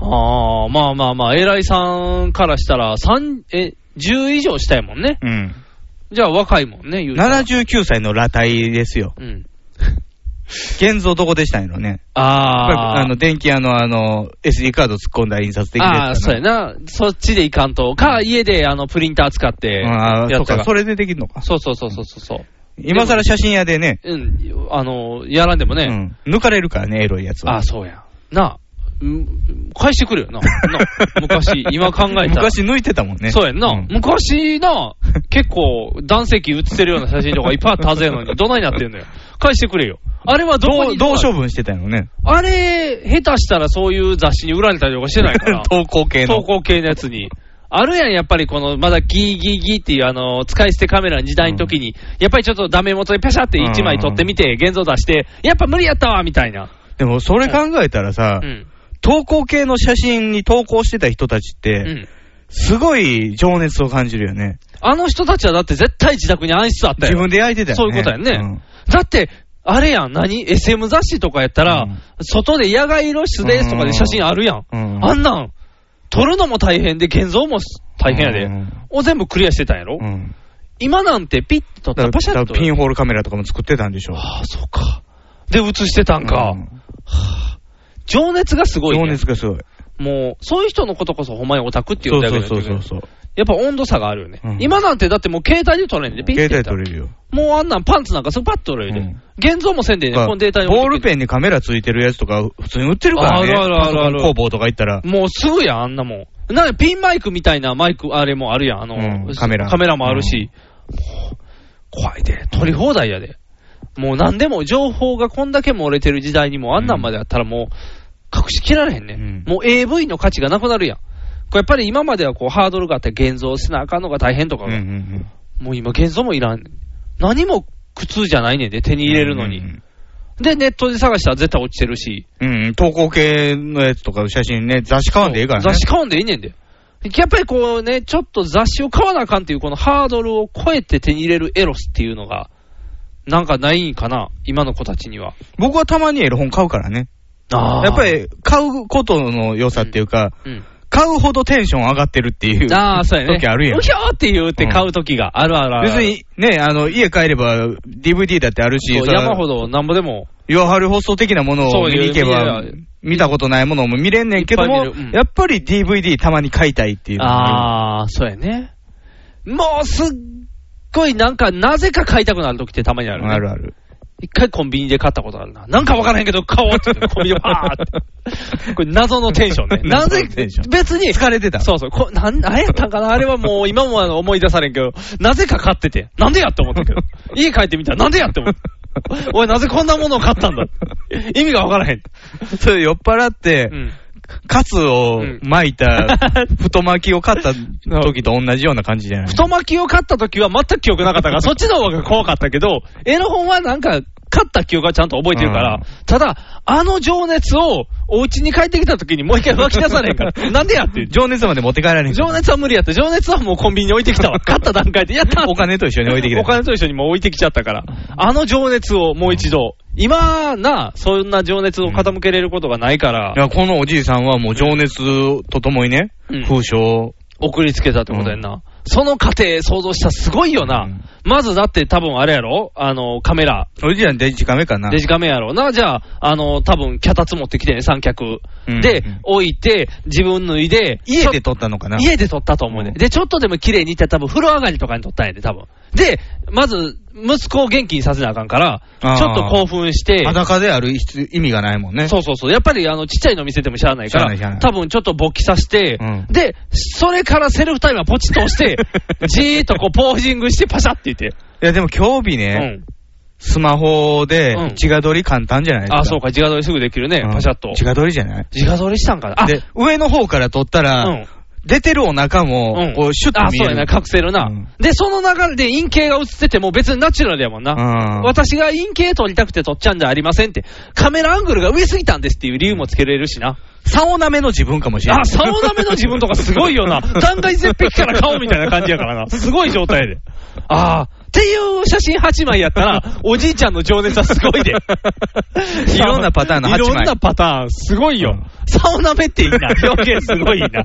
Speaker 3: ああ、まあまあまあ、偉いさんからしたら、三え、10以上したいもんね。
Speaker 2: うん。
Speaker 3: じゃあ若いもんね、言うたら
Speaker 2: 79歳の裸体ですよ。
Speaker 3: うん。
Speaker 2: 現像どこでしたんやろね。
Speaker 3: あ
Speaker 2: あ
Speaker 3: ー
Speaker 2: の、電気屋のあの、SD カード突っ込んだ印刷的な
Speaker 3: あ
Speaker 2: や
Speaker 3: あ、
Speaker 2: つ
Speaker 3: そ
Speaker 2: か
Speaker 3: うやな。そっちでいかんと。か、家であの、プリンター使って
Speaker 2: な。ああ、
Speaker 3: や
Speaker 2: そ
Speaker 3: っ
Speaker 2: う
Speaker 3: た
Speaker 2: か、
Speaker 3: ら。
Speaker 2: それでできるのか。
Speaker 3: そうそうそうそうそう。
Speaker 2: 今更写真屋でね、
Speaker 3: うん、あの、やらんでもね。
Speaker 2: うん抜かれるからね、エロいやつは。
Speaker 3: ああ、そうや。なあ、うん返してくるよ
Speaker 2: <laughs>
Speaker 3: な。なあ <laughs> 昔、今考えたら。
Speaker 2: 昔抜いてたもんね。
Speaker 3: そうやんな。
Speaker 2: ん
Speaker 3: 昔な、結構、男性器写ってるような写真とかいっぱいあったはずやのに、どないなってんのよ。返してくれよ。あれはどこ
Speaker 2: どう、
Speaker 3: に
Speaker 2: どう処分してたんやろね。
Speaker 3: あれ、下手したらそういう雑誌に売られたりとかしてないから。
Speaker 2: <laughs> 投稿系
Speaker 3: 投
Speaker 2: の。
Speaker 3: 稿系のやつに。あるやん、やっぱりこの、まだギーギーギーっていう、あの、使い捨てカメラの時代の時に、やっぱりちょっとダメ元でペシャって1枚撮ってみて、現像出して、やっぱ無理やったわ、みたいな。
Speaker 2: でも、それ考えたらさ
Speaker 3: う、ん。
Speaker 2: 投稿系の写真に投稿してた人たちっ
Speaker 3: う
Speaker 2: て、
Speaker 3: ん。
Speaker 2: すごい情熱を感じるよね。
Speaker 3: あの人たちはだって絶対自宅に暗室あったよ。
Speaker 2: 自分で焼いてたよね。
Speaker 3: そういうことやんね
Speaker 2: うん
Speaker 3: だって、あれやん、何 ?SM 雑誌とかやったら、
Speaker 2: うん
Speaker 3: 外で野外露出ですとかで写真あるやん。
Speaker 2: うん
Speaker 3: あんなん、撮るのも大変で、現像も大変やで。
Speaker 2: うん
Speaker 3: を全部クリアしてたんやろ、
Speaker 2: うん。
Speaker 3: 今なんてピッと撮った
Speaker 2: だ
Speaker 3: らパシ
Speaker 2: か
Speaker 3: ャ
Speaker 2: ら
Speaker 3: ッと。
Speaker 2: ピンホールカメラとかも作ってたんでしょ。
Speaker 3: ああ、そうか。で、映してたんか。
Speaker 2: うん
Speaker 3: 情熱がすごい、
Speaker 2: 情
Speaker 3: ね。
Speaker 2: 熱がすごい。
Speaker 3: もう、そういう人のことこそほんまにオタクって
Speaker 2: そ
Speaker 3: 言
Speaker 2: う
Speaker 3: ってあ
Speaker 2: そ
Speaker 3: げ
Speaker 2: う
Speaker 3: るんだ
Speaker 2: そうそう。
Speaker 3: けど
Speaker 2: そう。
Speaker 3: やっぱ温度差があるよね、
Speaker 2: うん
Speaker 3: 今なんてだってもう携帯で撮れんねんで、ピッ
Speaker 2: 携
Speaker 3: てや
Speaker 2: 帯
Speaker 3: っ
Speaker 2: 取
Speaker 3: たら
Speaker 2: れるよ。
Speaker 3: もうあんなんパンツなんかすぐパッと取れるで、
Speaker 2: うん
Speaker 3: 現像もせんでいいねんこのデータに
Speaker 2: ボール
Speaker 3: ン
Speaker 2: ペンにカメラついてるやつとか、普通に売ってるからね。
Speaker 3: あるあるあるある
Speaker 2: パソコン工房とか行ったら。
Speaker 3: もうすぐやん、あんなもん。なんかピンマイクみたいなマイク、あれもあるやん、あの、
Speaker 2: うんカメラ
Speaker 3: カメラもあるし、もう怖いで、撮り放題やで。もう何でも、情報がこんだけ漏れてる時代にもうあんなんまであったらもう、隠しきられへんね、ん。
Speaker 2: うん
Speaker 3: もう AV の価値がなくなるやん。これやっぱり今まではこうハードルがあって現像せなあかんのが大変とか
Speaker 2: う
Speaker 3: が、
Speaker 2: んうんうん。
Speaker 3: もう今現像もいらん。何も苦痛じゃないねんで、手に入れるのに。
Speaker 2: うん
Speaker 3: で、ネットで探したら絶対落ちてるし。
Speaker 2: うんうん、投稿系のやつとかの写真ね、雑誌買わんでいいからね。
Speaker 3: 雑誌買わんでいいねんで。やっぱりこうね、ちょっと雑誌を買わなあかんっていう、このハードルを超えて手に入れるエロスっていうのが、なんかないんかな、今の子たちには。
Speaker 2: 僕はたまにエロ本買うからね。
Speaker 3: あ
Speaker 2: やっぱ、り買うことの良さっていうか、
Speaker 3: うん。
Speaker 2: 買うほどテンション上がってるっていう
Speaker 3: ああ、そうやね。
Speaker 2: 時あるやん
Speaker 3: う。ひょーって言うって買う時があるあるある。
Speaker 2: 別にね、あの、家帰れば DVD だってあるし、
Speaker 3: そう、
Speaker 2: それは
Speaker 3: 山ほどなんぼでも。
Speaker 2: 岩春放送的なもの
Speaker 3: そう
Speaker 2: を見に行けば
Speaker 3: いや、
Speaker 2: 見たことないものも見れんねんけども、
Speaker 3: いっぱい見るうん
Speaker 2: やっぱり DVD たまに買いたいっていうのが
Speaker 3: ああ、そうやね。もうすっごいなんか、なぜか買いたくなる時ってたまにある、ね。
Speaker 2: あるある。。
Speaker 3: 一回コンビニで買ったことあるな。なんかわからへんけど、買おうって言ってコンビニでパーって。 <laughs> これ <laughs> 謎のテンションね
Speaker 2: 謎
Speaker 3: な
Speaker 2: のテ
Speaker 3: ぜ
Speaker 2: ンション、
Speaker 3: 別に。
Speaker 2: 疲れてた。
Speaker 3: そうそう。こなん、あれやったんかなあれはもう今もあの思い出されんけど、なぜか買ってて。なんでやって思ったけ <laughs> ど。家帰ってみたらなんでやって思った。おい、なぜこんなものを買ったんだ意味がわからへん。
Speaker 2: それ酔っ払って
Speaker 3: う、ん。
Speaker 2: カツを巻いた
Speaker 3: うん
Speaker 2: 太巻きを買った時と同じような感じじゃない
Speaker 3: 太巻きを買った時は全く記憶なかったから、そっちの方が怖かったけど、エロ本はなんか、買った記憶はちゃんと覚えてるか
Speaker 2: う
Speaker 3: ら、
Speaker 2: ん
Speaker 3: ただ、あの情熱をお家に帰ってきた時にもう一回湧き出さね
Speaker 2: <laughs>
Speaker 3: えから、なんでやっていう。
Speaker 2: 情熱まで持って帰られへんから
Speaker 3: 情熱は無理やった。情熱はもうコンビニに置いてき
Speaker 2: <laughs>
Speaker 3: たわ。買った段階で、やった
Speaker 2: お金と一緒に置いてきた
Speaker 3: お金と一緒にもう置いてきちゃったから。あの情熱をもう一度。今な、そんな情熱を傾けれることがないから
Speaker 2: い、や、このおじいさんはもう情熱とともにね、
Speaker 3: うん
Speaker 2: 風潮を
Speaker 3: 送りつけたってことやんな。その過程想像したらすごいよな。まずだって多分あれやろあの、カメラ。
Speaker 2: オリジナルデジカメかな。
Speaker 3: デジカメやろうな。じゃあ、あの、多分脚立持ってきてね、三脚。
Speaker 2: うん
Speaker 3: で、置いて、自分脱いで、
Speaker 2: 家で
Speaker 3: ち
Speaker 2: 撮ったのか
Speaker 3: ょ
Speaker 2: な。
Speaker 3: 家で撮ったと思うね。で、ちょっとでも綺麗にって多分風呂上がりとかに撮ったんやで、多分。で、まず、息子を元気にさせなあかんから、
Speaker 2: あー
Speaker 3: ちょっと興奮して、
Speaker 2: 裸である必意味がないもんね。
Speaker 3: そうそうそう。やっぱり、あの、ちっちゃいの見せてもしゃあないか
Speaker 2: しゃあないしゃあな
Speaker 3: ら、
Speaker 2: い
Speaker 3: 多分ちょっと勃起させて、
Speaker 2: うん
Speaker 3: で、それからセルフタイマーポチッと押して、
Speaker 2: <laughs>
Speaker 3: じーっとこう、ポージングして、パシャって言って。
Speaker 2: いや、でも今日日
Speaker 3: う
Speaker 2: ね、
Speaker 3: ん。
Speaker 2: スマホで
Speaker 3: うん、
Speaker 2: 自画撮り簡単じゃないですか。
Speaker 3: あ、そうか、自画撮りすぐできるね、
Speaker 2: うん
Speaker 3: パシャッと。
Speaker 2: 自画撮りじゃない
Speaker 3: 自画撮りしたんかなあ、
Speaker 2: で、上の方から撮った
Speaker 3: う
Speaker 2: ら
Speaker 3: ん、
Speaker 2: 出てるお腹
Speaker 3: う
Speaker 2: も
Speaker 3: ん、
Speaker 2: こう、シュッと
Speaker 3: あ、
Speaker 2: 見
Speaker 3: そう
Speaker 2: え
Speaker 3: や
Speaker 2: る
Speaker 3: な、。隠せるな。
Speaker 2: うん
Speaker 3: で、その流れで陰茎が映ってても別にナチュラルやもんな。
Speaker 2: うん
Speaker 3: 私が陰茎撮りたくて撮っちゃうんじゃありませんって、カメラアングルが上すぎたんですっていう理由もつけれるしな。
Speaker 2: サオナメの自分かもしれない。。
Speaker 3: あ、サオナメの自分とかすごいよ <laughs> な。断崖絶壁から顔みたいな感じやからな。すごい状態で。ああ。っていう写真8枚やった <laughs> ら、おじいちゃんの情熱はすごいで
Speaker 2: いろんなパターンの8枚
Speaker 3: <laughs> いろんなパターン、すごいよ。サオナメっていいな。表現すごいいいな。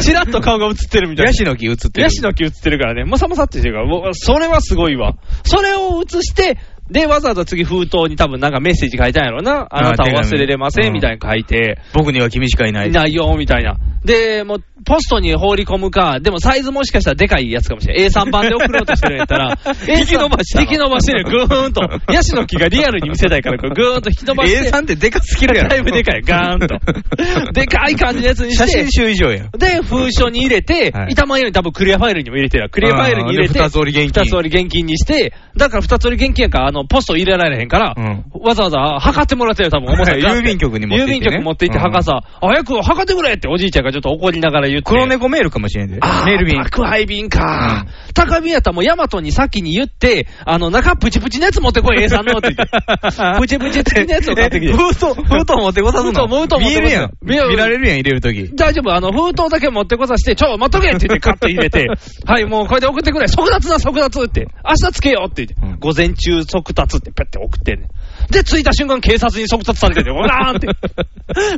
Speaker 3: チラッと顔が映ってるみたいな
Speaker 2: ヤ。シの木映ってる。
Speaker 3: ヤシの木映ってるからね、もさもさってしてるから、もうそれはすごいわ。それを映して、で、わざわざ次封筒に多分なんかメッセージ書いたんやろな。あなたを忘れれませ
Speaker 2: うん
Speaker 3: ん、みたいなの書いて、
Speaker 2: 僕には君しかいない。
Speaker 3: 内容みたいな。で、もう、ポストに放り込むか、でもサイズもしかしたらでかいやつかもしれん。A3 版で送ろうとしてるんやった
Speaker 2: <laughs>
Speaker 3: ら、引き伸ばして。引き伸ばしてるよ、ぐーんと。ヤシの木がリアルに見せたいから、こうぐーんと引き伸ばして。
Speaker 2: A3 ってでかすぎるやろ。
Speaker 3: だいぶでかい、ガーン
Speaker 2: <laughs>
Speaker 3: と。でかい感じのやつにして。
Speaker 2: 写真集以上やん。
Speaker 3: で、封書に入れて、
Speaker 2: はい
Speaker 3: 板前より多分クリアファイルにも入れてるわクリアファイルに入れて、
Speaker 2: あーで二つ折り現金
Speaker 3: 二つ折り現金にして、だから二つ折り現金やから、あの、ポスト入れられへんから、
Speaker 2: う
Speaker 3: わざわざ測ってもらってるよ、多分重さ
Speaker 2: 郵便局に持って行ってね
Speaker 3: 郵便局持って行って測さ、早く測ってくれっておじいちゃんがちょっと怒りながら言って。
Speaker 2: 黒猫メールかもしれんで。メ
Speaker 3: あー
Speaker 2: ール便。
Speaker 3: 宅配便か。宅配便やったらもうヤマトに先に言って、あの、中プチプチのやつ持ってこい、A さんのって言
Speaker 2: <laughs>
Speaker 3: って。プチプチ付きのやつを買ってきて。
Speaker 2: 封筒、封筒持ってこさすの。
Speaker 3: 封筒封筒持ってこさす
Speaker 2: 見えるやん。
Speaker 3: 見える
Speaker 2: 見られるやん、入れるとき。
Speaker 3: 大丈夫、あの、封筒だけ持ってこさせて、ちょ、待っとけって言って、カッと入
Speaker 2: <laughs>
Speaker 3: れて、はい、もうこれで送ってくれ、即達な、即達って、明日つけよって言って、
Speaker 2: うん
Speaker 3: 午前中即達って、ペッて送ってんねんで、着いた瞬間、警察に即達されてて、
Speaker 2: <laughs>
Speaker 3: わーんって、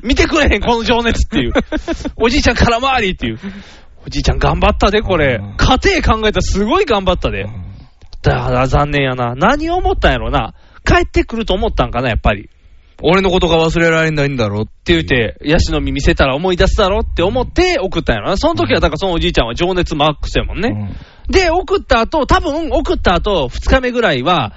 Speaker 3: 見てくれへん、この情熱っていう、おじいちゃん空回りっていう、おじいちゃん頑張ったで、これ、
Speaker 2: うん
Speaker 3: 家庭考えたらすごい頑張ったで、だから残念やな、何を思ったんやろな、帰ってくると思ったんかな、やっぱり。
Speaker 2: 俺のことが忘れられないんだろっ
Speaker 3: って言うて、ヤシの実見せたら思い出すだろって思って送ったんやろな。その時は、だからそのおじいちゃんは情熱マックスやもん
Speaker 2: て。
Speaker 3: ね。で、送った後、多分送った後、2日目ぐらいは、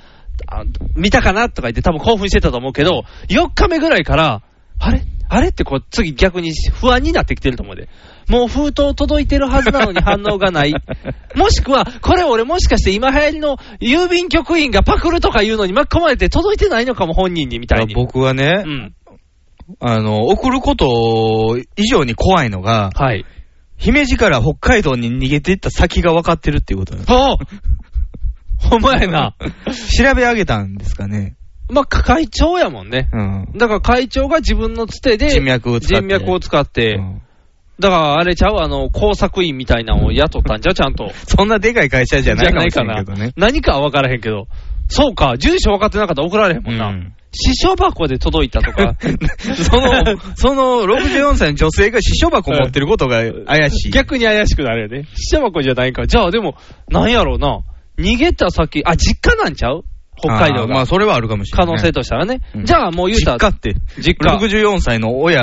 Speaker 3: あ見たかなとか言って多分興奮してたと思うけど、4日目ぐらいから、あれあれってこう、次逆に不安になってきてると思うで。もう封筒届いてるはずなのに反応が <laughs> ない。もしくは、これ俺もしかして今流行りの郵便局員がパクるとか言うのに巻き込まれて届いてないのかも本人にみたいに。
Speaker 2: 僕はね
Speaker 3: う、ん。
Speaker 2: あの、送ること以上に怖いのが、
Speaker 3: はい。
Speaker 2: 姫路から北海道に逃げていった先が分かってるっていうことなんです
Speaker 3: おほんまやな。
Speaker 2: 調べ上げたんですかね。
Speaker 3: まあ、会長やもんね。
Speaker 2: うん。
Speaker 3: だから会長が自分のつてで、
Speaker 2: 人脈を使って
Speaker 3: 人脈を使って
Speaker 2: うん
Speaker 3: だからあれちゃう、あの、工作員みたいなのを雇ったんじゃう、ちゃんと。
Speaker 2: そんなでかい会社じゃないかもし
Speaker 3: じゃ
Speaker 2: れ
Speaker 3: なん
Speaker 2: け
Speaker 3: い
Speaker 2: ど
Speaker 3: か
Speaker 2: ね
Speaker 3: な。。何かは分からへんけど。そうか、住所分かってなかったら送られへんもんな。
Speaker 2: うん。
Speaker 3: 死書箱で届いたとか
Speaker 2: <laughs> その、その
Speaker 3: <laughs>
Speaker 2: 64歳の女性が死書箱持ってることが怪しい。
Speaker 3: 逆に怪しくなるよね。死者箱じゃないか。じゃあでも、なんやろうな。逃げた先、あ、実家なんちゃう北海
Speaker 2: あ
Speaker 3: 道
Speaker 2: ーま
Speaker 3: が
Speaker 2: あ、。それはあるかもしれな
Speaker 3: 可
Speaker 2: い。
Speaker 3: 能性としたらね。
Speaker 2: うん
Speaker 3: じゃあもう言うたら
Speaker 2: 実家って。
Speaker 3: 実家
Speaker 2: 64歳の親、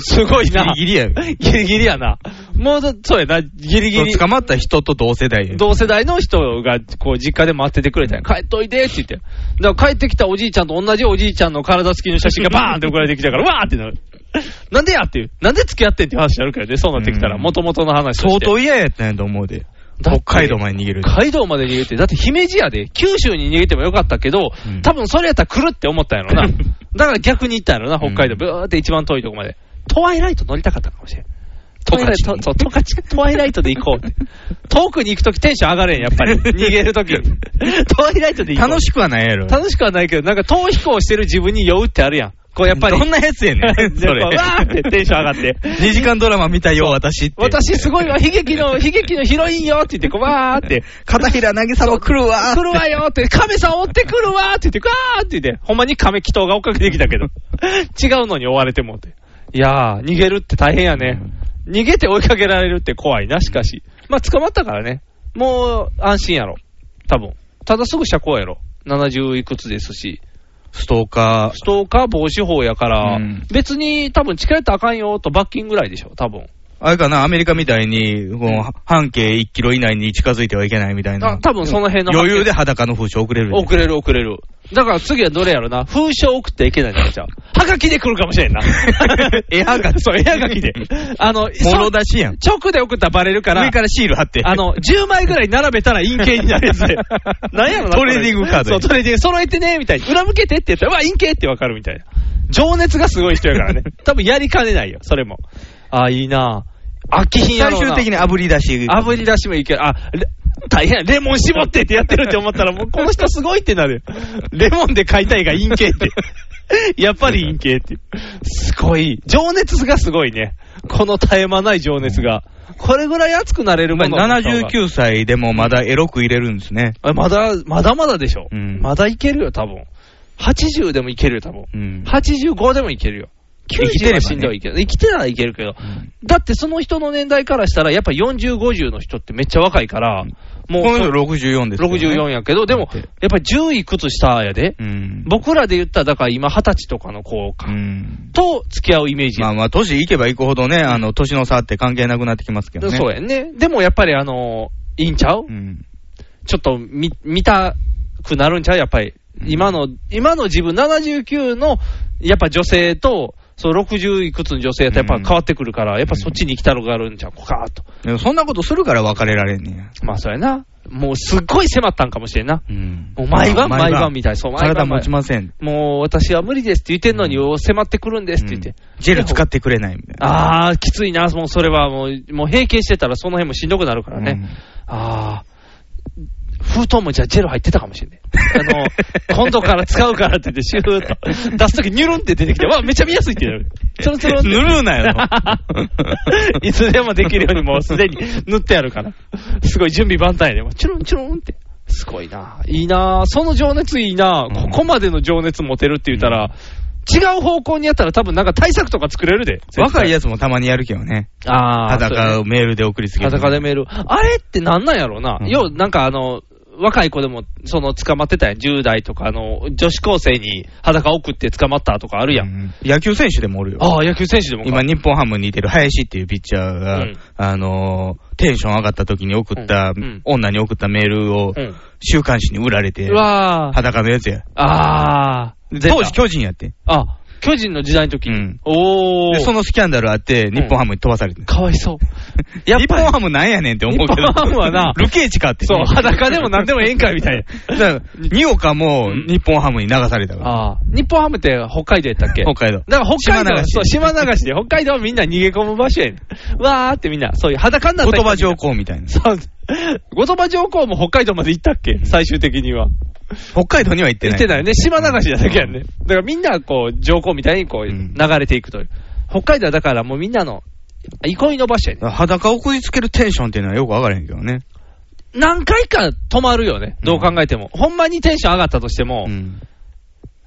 Speaker 3: すごいな。
Speaker 2: ギリギリやよ
Speaker 3: ギリギリやな。もうだ、そうやな、ギリギリ。
Speaker 2: 捕まった人と同世代や
Speaker 3: 同世代の人が、こう、実家で待っててくれたんや帰っといでって言って。だから帰ってきたおじいちゃんと同じおじいちゃんの体つきの写真がバーンって送られてきたから、わーってなる。なんでやっていう。なんで付き合ってんっていう話になるからね、そうなってきたら、
Speaker 2: うん
Speaker 3: 元々の話とし
Speaker 2: 相
Speaker 3: て。
Speaker 2: 当嫌やったんやと思うで。
Speaker 3: だって
Speaker 2: 北海道まで逃げる。
Speaker 3: 北海道まで逃げて、だって姫路やで、九州に逃げてもよかったけど、
Speaker 2: うん
Speaker 3: 多分それやったら来るって思ったんやろな。 <laughs> だから逆に行ったんやろな、北海道、
Speaker 2: うん
Speaker 3: ブーって一番遠いとこまで。トワイライト乗りたかったかもしれん。
Speaker 2: ト
Speaker 3: ト
Speaker 2: カ
Speaker 3: ワイ
Speaker 2: チ
Speaker 3: ライト、そう、トカチ、トワイライトで行こう <laughs> って。遠くに行くときテンション上がれん、やっ <laughs> ぱり。逃げるとき。トワイライトで行こう。
Speaker 2: 楽しくはないやろ。
Speaker 3: 楽しくはないけど、なんか遠飛行してる自分に酔うってあるやん。こうやっぱり。
Speaker 2: どんなやつやね
Speaker 3: <laughs>
Speaker 2: ん。それ。
Speaker 3: やっぱわーってテンション上がって。
Speaker 2: 2時間ドラマ見たよ、私って。
Speaker 3: 私すごいわ、悲劇の、悲劇のヒロインよって言って、こうわーって。
Speaker 2: 片平なぎさも来るわ。
Speaker 3: 来るわよって、亀さん追ってくるわーって言って、ガーって言って、ほんまに亀祈祷が追っかけてきたけど、
Speaker 2: <laughs>
Speaker 3: 違うのに追われてもって。いやー、逃げるって大変やね。逃げて追いかけられるって怖いな、しかし。まあ、捕まったからね。もう、安心やろ。多分。ただすぐ釈放やろ。70いくつですし。
Speaker 2: ストーカ
Speaker 3: ストーカー防止法やから、
Speaker 2: うん
Speaker 3: 別に多分近寄ったらあかんよと罰金ぐらいでしょ、多分。
Speaker 2: ー、あれかな、アメリカみたいに、この半径1キロ以内に近づいてはいけないみたいな。
Speaker 3: あ多分その辺の
Speaker 2: 余裕で裸の風車送れる。
Speaker 3: 遅れる遅れる。だから次はどれやろな。風書送っていけないじゃないですか。はがきで来るかもしれんな。
Speaker 2: <laughs> 絵はがき。
Speaker 3: そう、絵はがきで。あの、
Speaker 2: もろ出しやん。
Speaker 3: 直で送ったらバレるから
Speaker 2: 上、からシール貼って。
Speaker 3: あの、10枚ぐらい並べたら陰形に
Speaker 2: <laughs>
Speaker 3: なるやつで。なんやろな
Speaker 2: トレーディングカード
Speaker 3: そ
Speaker 2: や
Speaker 3: う、トレーディング、揃えてね、みたいな。裏向けてって言ったら、うわ、陰形ってわかるみたいな。情熱がすごい人やからね。多分やりかねないよ、それも。ああ、いいなぁ。飽きひんや
Speaker 2: 最
Speaker 3: ろうな
Speaker 2: 終的に炙り出し。
Speaker 3: 炙り出しもいいけど、あ、レ大変、レモン絞ってってやってるって思ったら、もうこの人すごいってなるよ。レモンで買いたいが陰形って。 <laughs> やっぱり陰形って。すごい。情熱がすごいね。この絶え間ない情熱が。これぐらい熱くなれるもの
Speaker 2: まあ79歳でもまだエロく入れるんですね。
Speaker 3: あまだ、まだまだでしょ。
Speaker 2: うん
Speaker 3: まだいけるよ、多分。80でもいけるよ、多分。
Speaker 2: うん。
Speaker 3: 85でもいけるよ。
Speaker 2: 生きてればね
Speaker 3: 90はしんどいけど、生きてたらいけるけど、だってその人の年代からしたら、やっぱ40、50の人ってめっちゃ若いから、もう
Speaker 2: この人64です、ね。
Speaker 3: 64やけど、でも、やっぱり10いくつ下やで、
Speaker 2: うん。
Speaker 3: 僕らで言ったら、だから今20歳とかの子か
Speaker 2: うん。
Speaker 3: と付き合うイメージ
Speaker 2: まあまあ、年いけばいくほどね、あの、年の差って関係なくなってきますけどね。
Speaker 3: そうやんね。でもやっぱりあのー、いいんちゃう
Speaker 2: うん。
Speaker 3: ちょっと見、見たくなるんちゃうやっぱり。
Speaker 2: うん
Speaker 3: 今の、今の自分79の、やっぱ女性と、そう60いくつの女性やったらやっぱ変わってくるから、やっぱそっちに行きたのがあるんちゃうかーっと。
Speaker 2: でもそんなことするから別れられんねや。
Speaker 3: まあそうやな。もうすっごい迫ったんかもしれんな。
Speaker 2: うん
Speaker 3: もう毎晩毎晩みたいそう毎晩
Speaker 2: 体持ちません。
Speaker 3: もう私は無理ですって言ってんのに、迫ってくるんですって言って。
Speaker 2: うんジェル使ってくれないみたいな。
Speaker 3: あー、きついな、もうそれはもう、もう閉経してたらその辺もしんどくなるからね。あー、封筒もじゃあジェル入ってたかもしれない。あの、今度から使うからって言って、シューッと出すときニュルンって出てきて、わ、めっちゃ見やすいってなる。そろ <laughs> そろ。
Speaker 2: 塗るなよ
Speaker 3: <laughs> いつでもできるようにもうすでに塗ってあるから。すごい準備万端やで、もうチュルンチュルンって。すごいな。いいな。その情熱いいな。ここまでの情熱持てるって言ったら、違う方向にやったら多分なんか対策とか作れるで。
Speaker 2: <laughs> 若い
Speaker 3: や
Speaker 2: やつもたまにやるけどね。
Speaker 3: あー
Speaker 2: 裸をメールで送りつける。
Speaker 3: 裸でメール。あれってなんなんやろうな。
Speaker 2: うん
Speaker 3: 要はなんかあの、若い子でも、その、捕まってたやん。10代とか、あの、女子高生に裸送って捕まったとかあるやん。
Speaker 2: うん野球選手でもおるよ。
Speaker 3: ああ、野球選手でもか
Speaker 2: 今、日本ハムにいてる林っていうピッチャーが、
Speaker 3: うん
Speaker 2: あのーテンション上がった時に送った、
Speaker 3: うんうん
Speaker 2: 女に送ったメールを
Speaker 3: うん。
Speaker 2: 週刊誌に売られて、
Speaker 3: うわー。
Speaker 2: 裸のやつや。
Speaker 3: あー。
Speaker 2: 当時巨人やって。
Speaker 3: あ、巨人の時代の時。
Speaker 2: うん
Speaker 3: お
Speaker 2: で
Speaker 3: ー。
Speaker 2: そのスキャンダルあって、日本ハムに飛ばされてる。
Speaker 3: かわい <laughs> そう。やっ
Speaker 2: 日
Speaker 3: ぱり
Speaker 2: 本ハムなんやねんって思うけど。
Speaker 3: 日本ハムはな
Speaker 2: <laughs> ルケーチかって。
Speaker 3: そう、裸でも何でもええんかいみたい
Speaker 2: だから、ニオカも日本ハムに流され
Speaker 3: <laughs>
Speaker 2: たから。
Speaker 3: な。あー。日本ハムって北海道やったっけ
Speaker 2: 北海道。
Speaker 3: だから北海道
Speaker 2: 島流し
Speaker 3: そう、島流しで、北海道はみんな逃げ込む場所やねん。わーってみんな、 <laughs> そういう裸になった
Speaker 2: 言
Speaker 3: 人みんな
Speaker 2: 葉上皇みたいな。
Speaker 3: そう。後鳥羽上皇も北海道まで行ったっけ最終的には。
Speaker 2: 北海道には行って
Speaker 3: 行
Speaker 2: ない。
Speaker 3: ってないよね。島流しだけやんね。だからみんな、こう、上皇みたいにこう、
Speaker 2: うん
Speaker 3: 流れていくという。北海道はだからもうみんなの、憩いの場所やね。
Speaker 2: 裸を送りつけるテンションっていうのはよくわからへんけどね。
Speaker 3: 何回か止まるよね。どう考えても。ほんまにテンション上がったとしても、
Speaker 2: うん。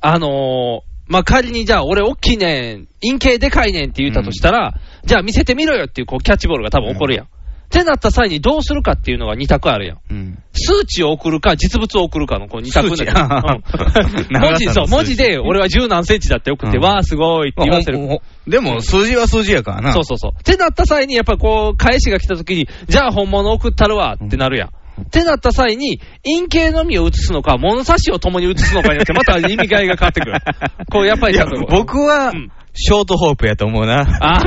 Speaker 3: あのー、まあ、仮にじゃあ俺大きいねん、陰茎でかいねんって言ったとしたら、じゃあ見せてみろよっていうこうキャッチボールが多分起こるやん。ってなった際にどうするかっていうのが2択あるやん。
Speaker 2: うん。
Speaker 3: 数値を送るか、実物を送るかのこう二択になってる
Speaker 2: 数値
Speaker 3: うん
Speaker 2: <laughs>
Speaker 3: 文字、そ
Speaker 2: 長
Speaker 3: う、
Speaker 2: さの数字
Speaker 3: 文字で、俺は十何センチだって送って、
Speaker 2: うん
Speaker 3: わー、すごいって言わせる。
Speaker 2: ほんほんでも、数字は数字やからな。。
Speaker 3: そうそうそう。ってなった際に、やっぱこう、返しが来た時に、じゃあ本物送ったるわってなるやん。ってなった際に、陰形のみを写すのか、物差しを共に写すのかによって、また意味合いが変わってくる
Speaker 2: <laughs>
Speaker 3: こう、やっぱり
Speaker 2: い
Speaker 3: ち
Speaker 2: や
Speaker 3: ゃんと。
Speaker 2: 僕は
Speaker 3: うん、
Speaker 2: ショートホープやと思うな。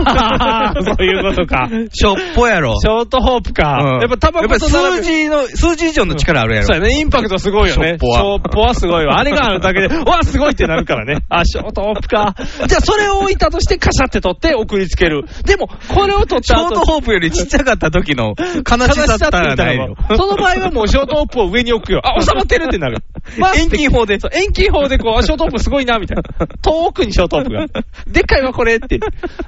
Speaker 3: あ
Speaker 2: <laughs>
Speaker 3: ーそういうことか
Speaker 2: ショッポやろ。
Speaker 3: ショートホープか。
Speaker 2: うん
Speaker 3: やっぱタバコ
Speaker 2: やっ
Speaker 3: と
Speaker 2: ぱ
Speaker 3: 並
Speaker 2: 数
Speaker 3: べ
Speaker 2: 字の、数字以上の力あるやろ。
Speaker 3: そうやね、インパクトすごいよね。
Speaker 2: しょっぽは
Speaker 3: しょっぽはすごいわ。あれがある
Speaker 2: <laughs>
Speaker 3: だけで、わあ、すごいってなるからね。あ、ショートホップか。じゃあ、それを置いたとして、カシャって取って送りつける。でも、これを取っ
Speaker 2: シ
Speaker 3: た
Speaker 2: ョー
Speaker 3: 後
Speaker 2: トホープよりちっちゃかった時の悲しさったらないよ。
Speaker 3: その場合はもうショートホップを上に置くよ。あ、収まってるってなる。
Speaker 2: 遠近
Speaker 3: 法で。そう遠近法でこう、あショートホップすごいな、みたいな。遠くにショートホップが。でっかいわ、これって。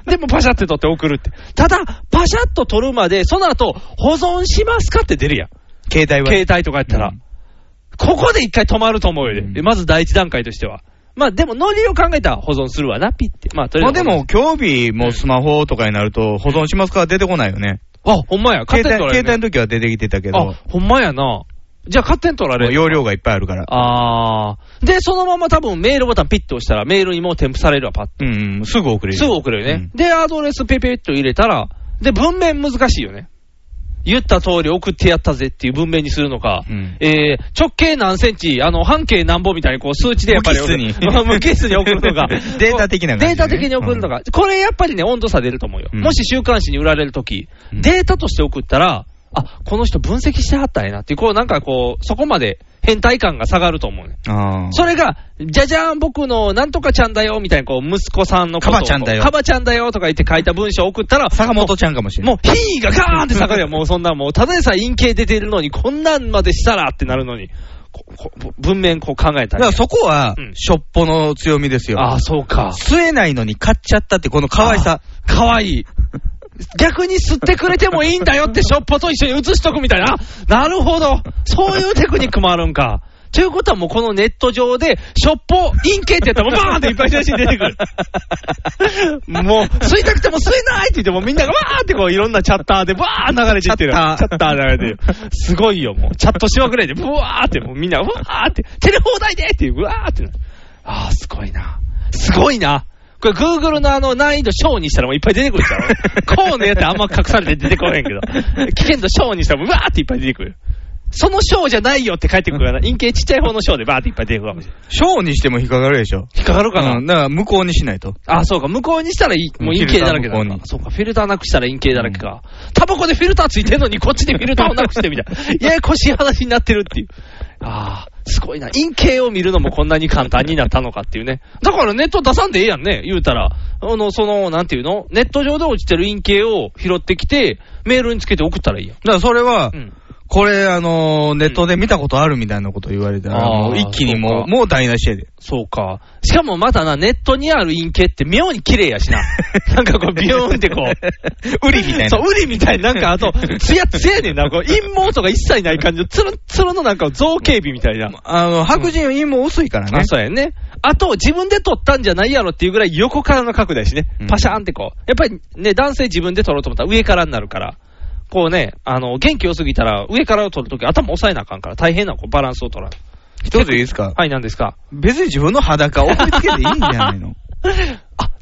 Speaker 3: でもパシャって取って送るって。ただ、パシャッと取るまで、その後、保存しますかって出るやん。
Speaker 2: 携帯は。
Speaker 3: 携帯とかやったら、
Speaker 2: うん
Speaker 3: ここで一回止まると思うよで、
Speaker 2: うん
Speaker 3: まず第一段階としては。まあでも、ノリを考えたら保存するわな、ピッて。まあ、とり
Speaker 2: ま
Speaker 3: あえ
Speaker 2: あ
Speaker 3: ず。
Speaker 2: でも、、興味もスマホとかになると、保存しますから出てこないよね。
Speaker 3: あ、ほんまや。
Speaker 2: 携
Speaker 3: 勝手に取ら
Speaker 2: 帯
Speaker 3: れる、
Speaker 2: 携帯の時は出てきてたけど
Speaker 3: あ、、ほんまやな。じゃあ勝手に取られる。
Speaker 2: 容量がいっぱいあるから。
Speaker 3: あー。で、そのまま多分メールボタンピッと押したらメールにもう添付されるわ、パッと。
Speaker 2: うん、すぐ送れる。
Speaker 3: すぐ送れるね。で、アドレスペペッと入れたら、で、文面難しいよね。言った通り送ってやったぜっていう文面にするのか、えー、直径何センチ、あの、半径何本みたいにこう数値でやっぱり送る
Speaker 2: 無機質に
Speaker 3: 無機質に送るのか。
Speaker 2: <laughs> データ的な感じね
Speaker 3: データ的に送るのか。これやっぱりね、温度差出ると思うよ。
Speaker 2: うん
Speaker 3: もし週刊誌に売られるとき、データとして送ったら、あ、この人分析してはったんやなっていう、こうなんかこう、そこまで変態感が下がると思うね。
Speaker 2: あー
Speaker 3: それが、じゃじゃーん、僕のなんとかちゃんだよみたいな、こう、息子さんのことを
Speaker 2: カバちゃんだよ
Speaker 3: カバちゃんだよとか言って書いた文章を送ったら、坂本
Speaker 2: ちゃんかもしれ
Speaker 3: ない。もう、ヒーがガーンって下がるよ、もうそんな、もう、ただでさえ陰形出てるのに、こんなんまでしたらってなるのに、ここ文面こう考えた
Speaker 2: だ
Speaker 3: り
Speaker 2: から。そこは、しょっぽの強みですよ。
Speaker 3: ああ、そうか。
Speaker 2: 吸えないのに買っちゃったって、この可愛さ。
Speaker 3: 可愛い。逆に吸ってくれてもいいんだよって、ショッポと一緒に写しとくみたいな。あなるほど。そういうテクニックもあるんか。ということはもうこのネット上で、ショッポ、陰形ってやったらバーンっていっぱい写真出てくる。もう、吸いたくても吸えないって言ってもみんながわーってこういろんなチャッターでバーン流れていってる。チャッター。流れてる。すごいよ、もう。チャットしまくれて、ブワーってもうみんな、わーって、テレ放題でっていう、うわーってなる。あー、すごいな。すごいな。これ、Google のあの難易度小にしたらもういっぱい出てくるじゃ <laughs> ろ。こうのやつあんま隠されて出てこへんけど。危険度小にしたらもうわーっていっぱい出てくる。その小じゃないよって返ってくるからな。陰形ちっちゃい方の小でバーっていっぱい出てくるかもしれない。
Speaker 2: 小にしても引っかかるでしょ。
Speaker 3: 引っかかるかな
Speaker 2: うんだから、向こうにしないと。
Speaker 3: あ、そうか、向こうにしたらいい、もう陰形だらけだ
Speaker 2: フィルター向こうに
Speaker 3: そうか、フィルターなくしたら陰形だらけか。タバコでフィルターついてんのに、こっちでフィルターをなくしてみた
Speaker 2: <laughs>
Speaker 3: いな。ややこしい話になってるっていう。ああ、すごいな。陰形を見るのもこんなに簡単になったのかっていうね。だからネット出さんでええやんね、言うたら。あの、その、なんていうのネット上で落ちてる陰形を拾ってきて、メールにつけて送ったらいいやん。
Speaker 2: だからそれは、
Speaker 3: ん
Speaker 2: これ、あのー、ネットで見たことあるみたいなこと言われたら、
Speaker 3: あー
Speaker 2: もう一気に
Speaker 3: そう
Speaker 2: も
Speaker 3: か
Speaker 2: う、もう台無しやで。
Speaker 3: そうか。しかもまたな、ネットにある陰形って妙に綺麗やしな。なんかこう、ビヨーンってこう。ウリみ
Speaker 2: たいな
Speaker 3: そう、ウリみたいな。なんかあと、ツヤツヤやねんな。こう、陰毛とか一切ない感じの、ツルンツルンのなんか造形美みたいな。
Speaker 2: あの、白人陰も薄いからね
Speaker 3: あ。そうやね。あと、自分で撮ったんじゃないやろっていうぐらい横からの角度やしね。パシャーンってこう。やっぱりね、男性自分で撮ろうと思ったら上からになるから。こうね、あの、元気良すぎたら、上からを撮るとき頭押さえなあかんから、大変なこうバランスを取らん。
Speaker 2: 一ついいですか
Speaker 3: はい、何ですか
Speaker 2: 別に自分の裸を送りつけていいんじゃない <laughs> の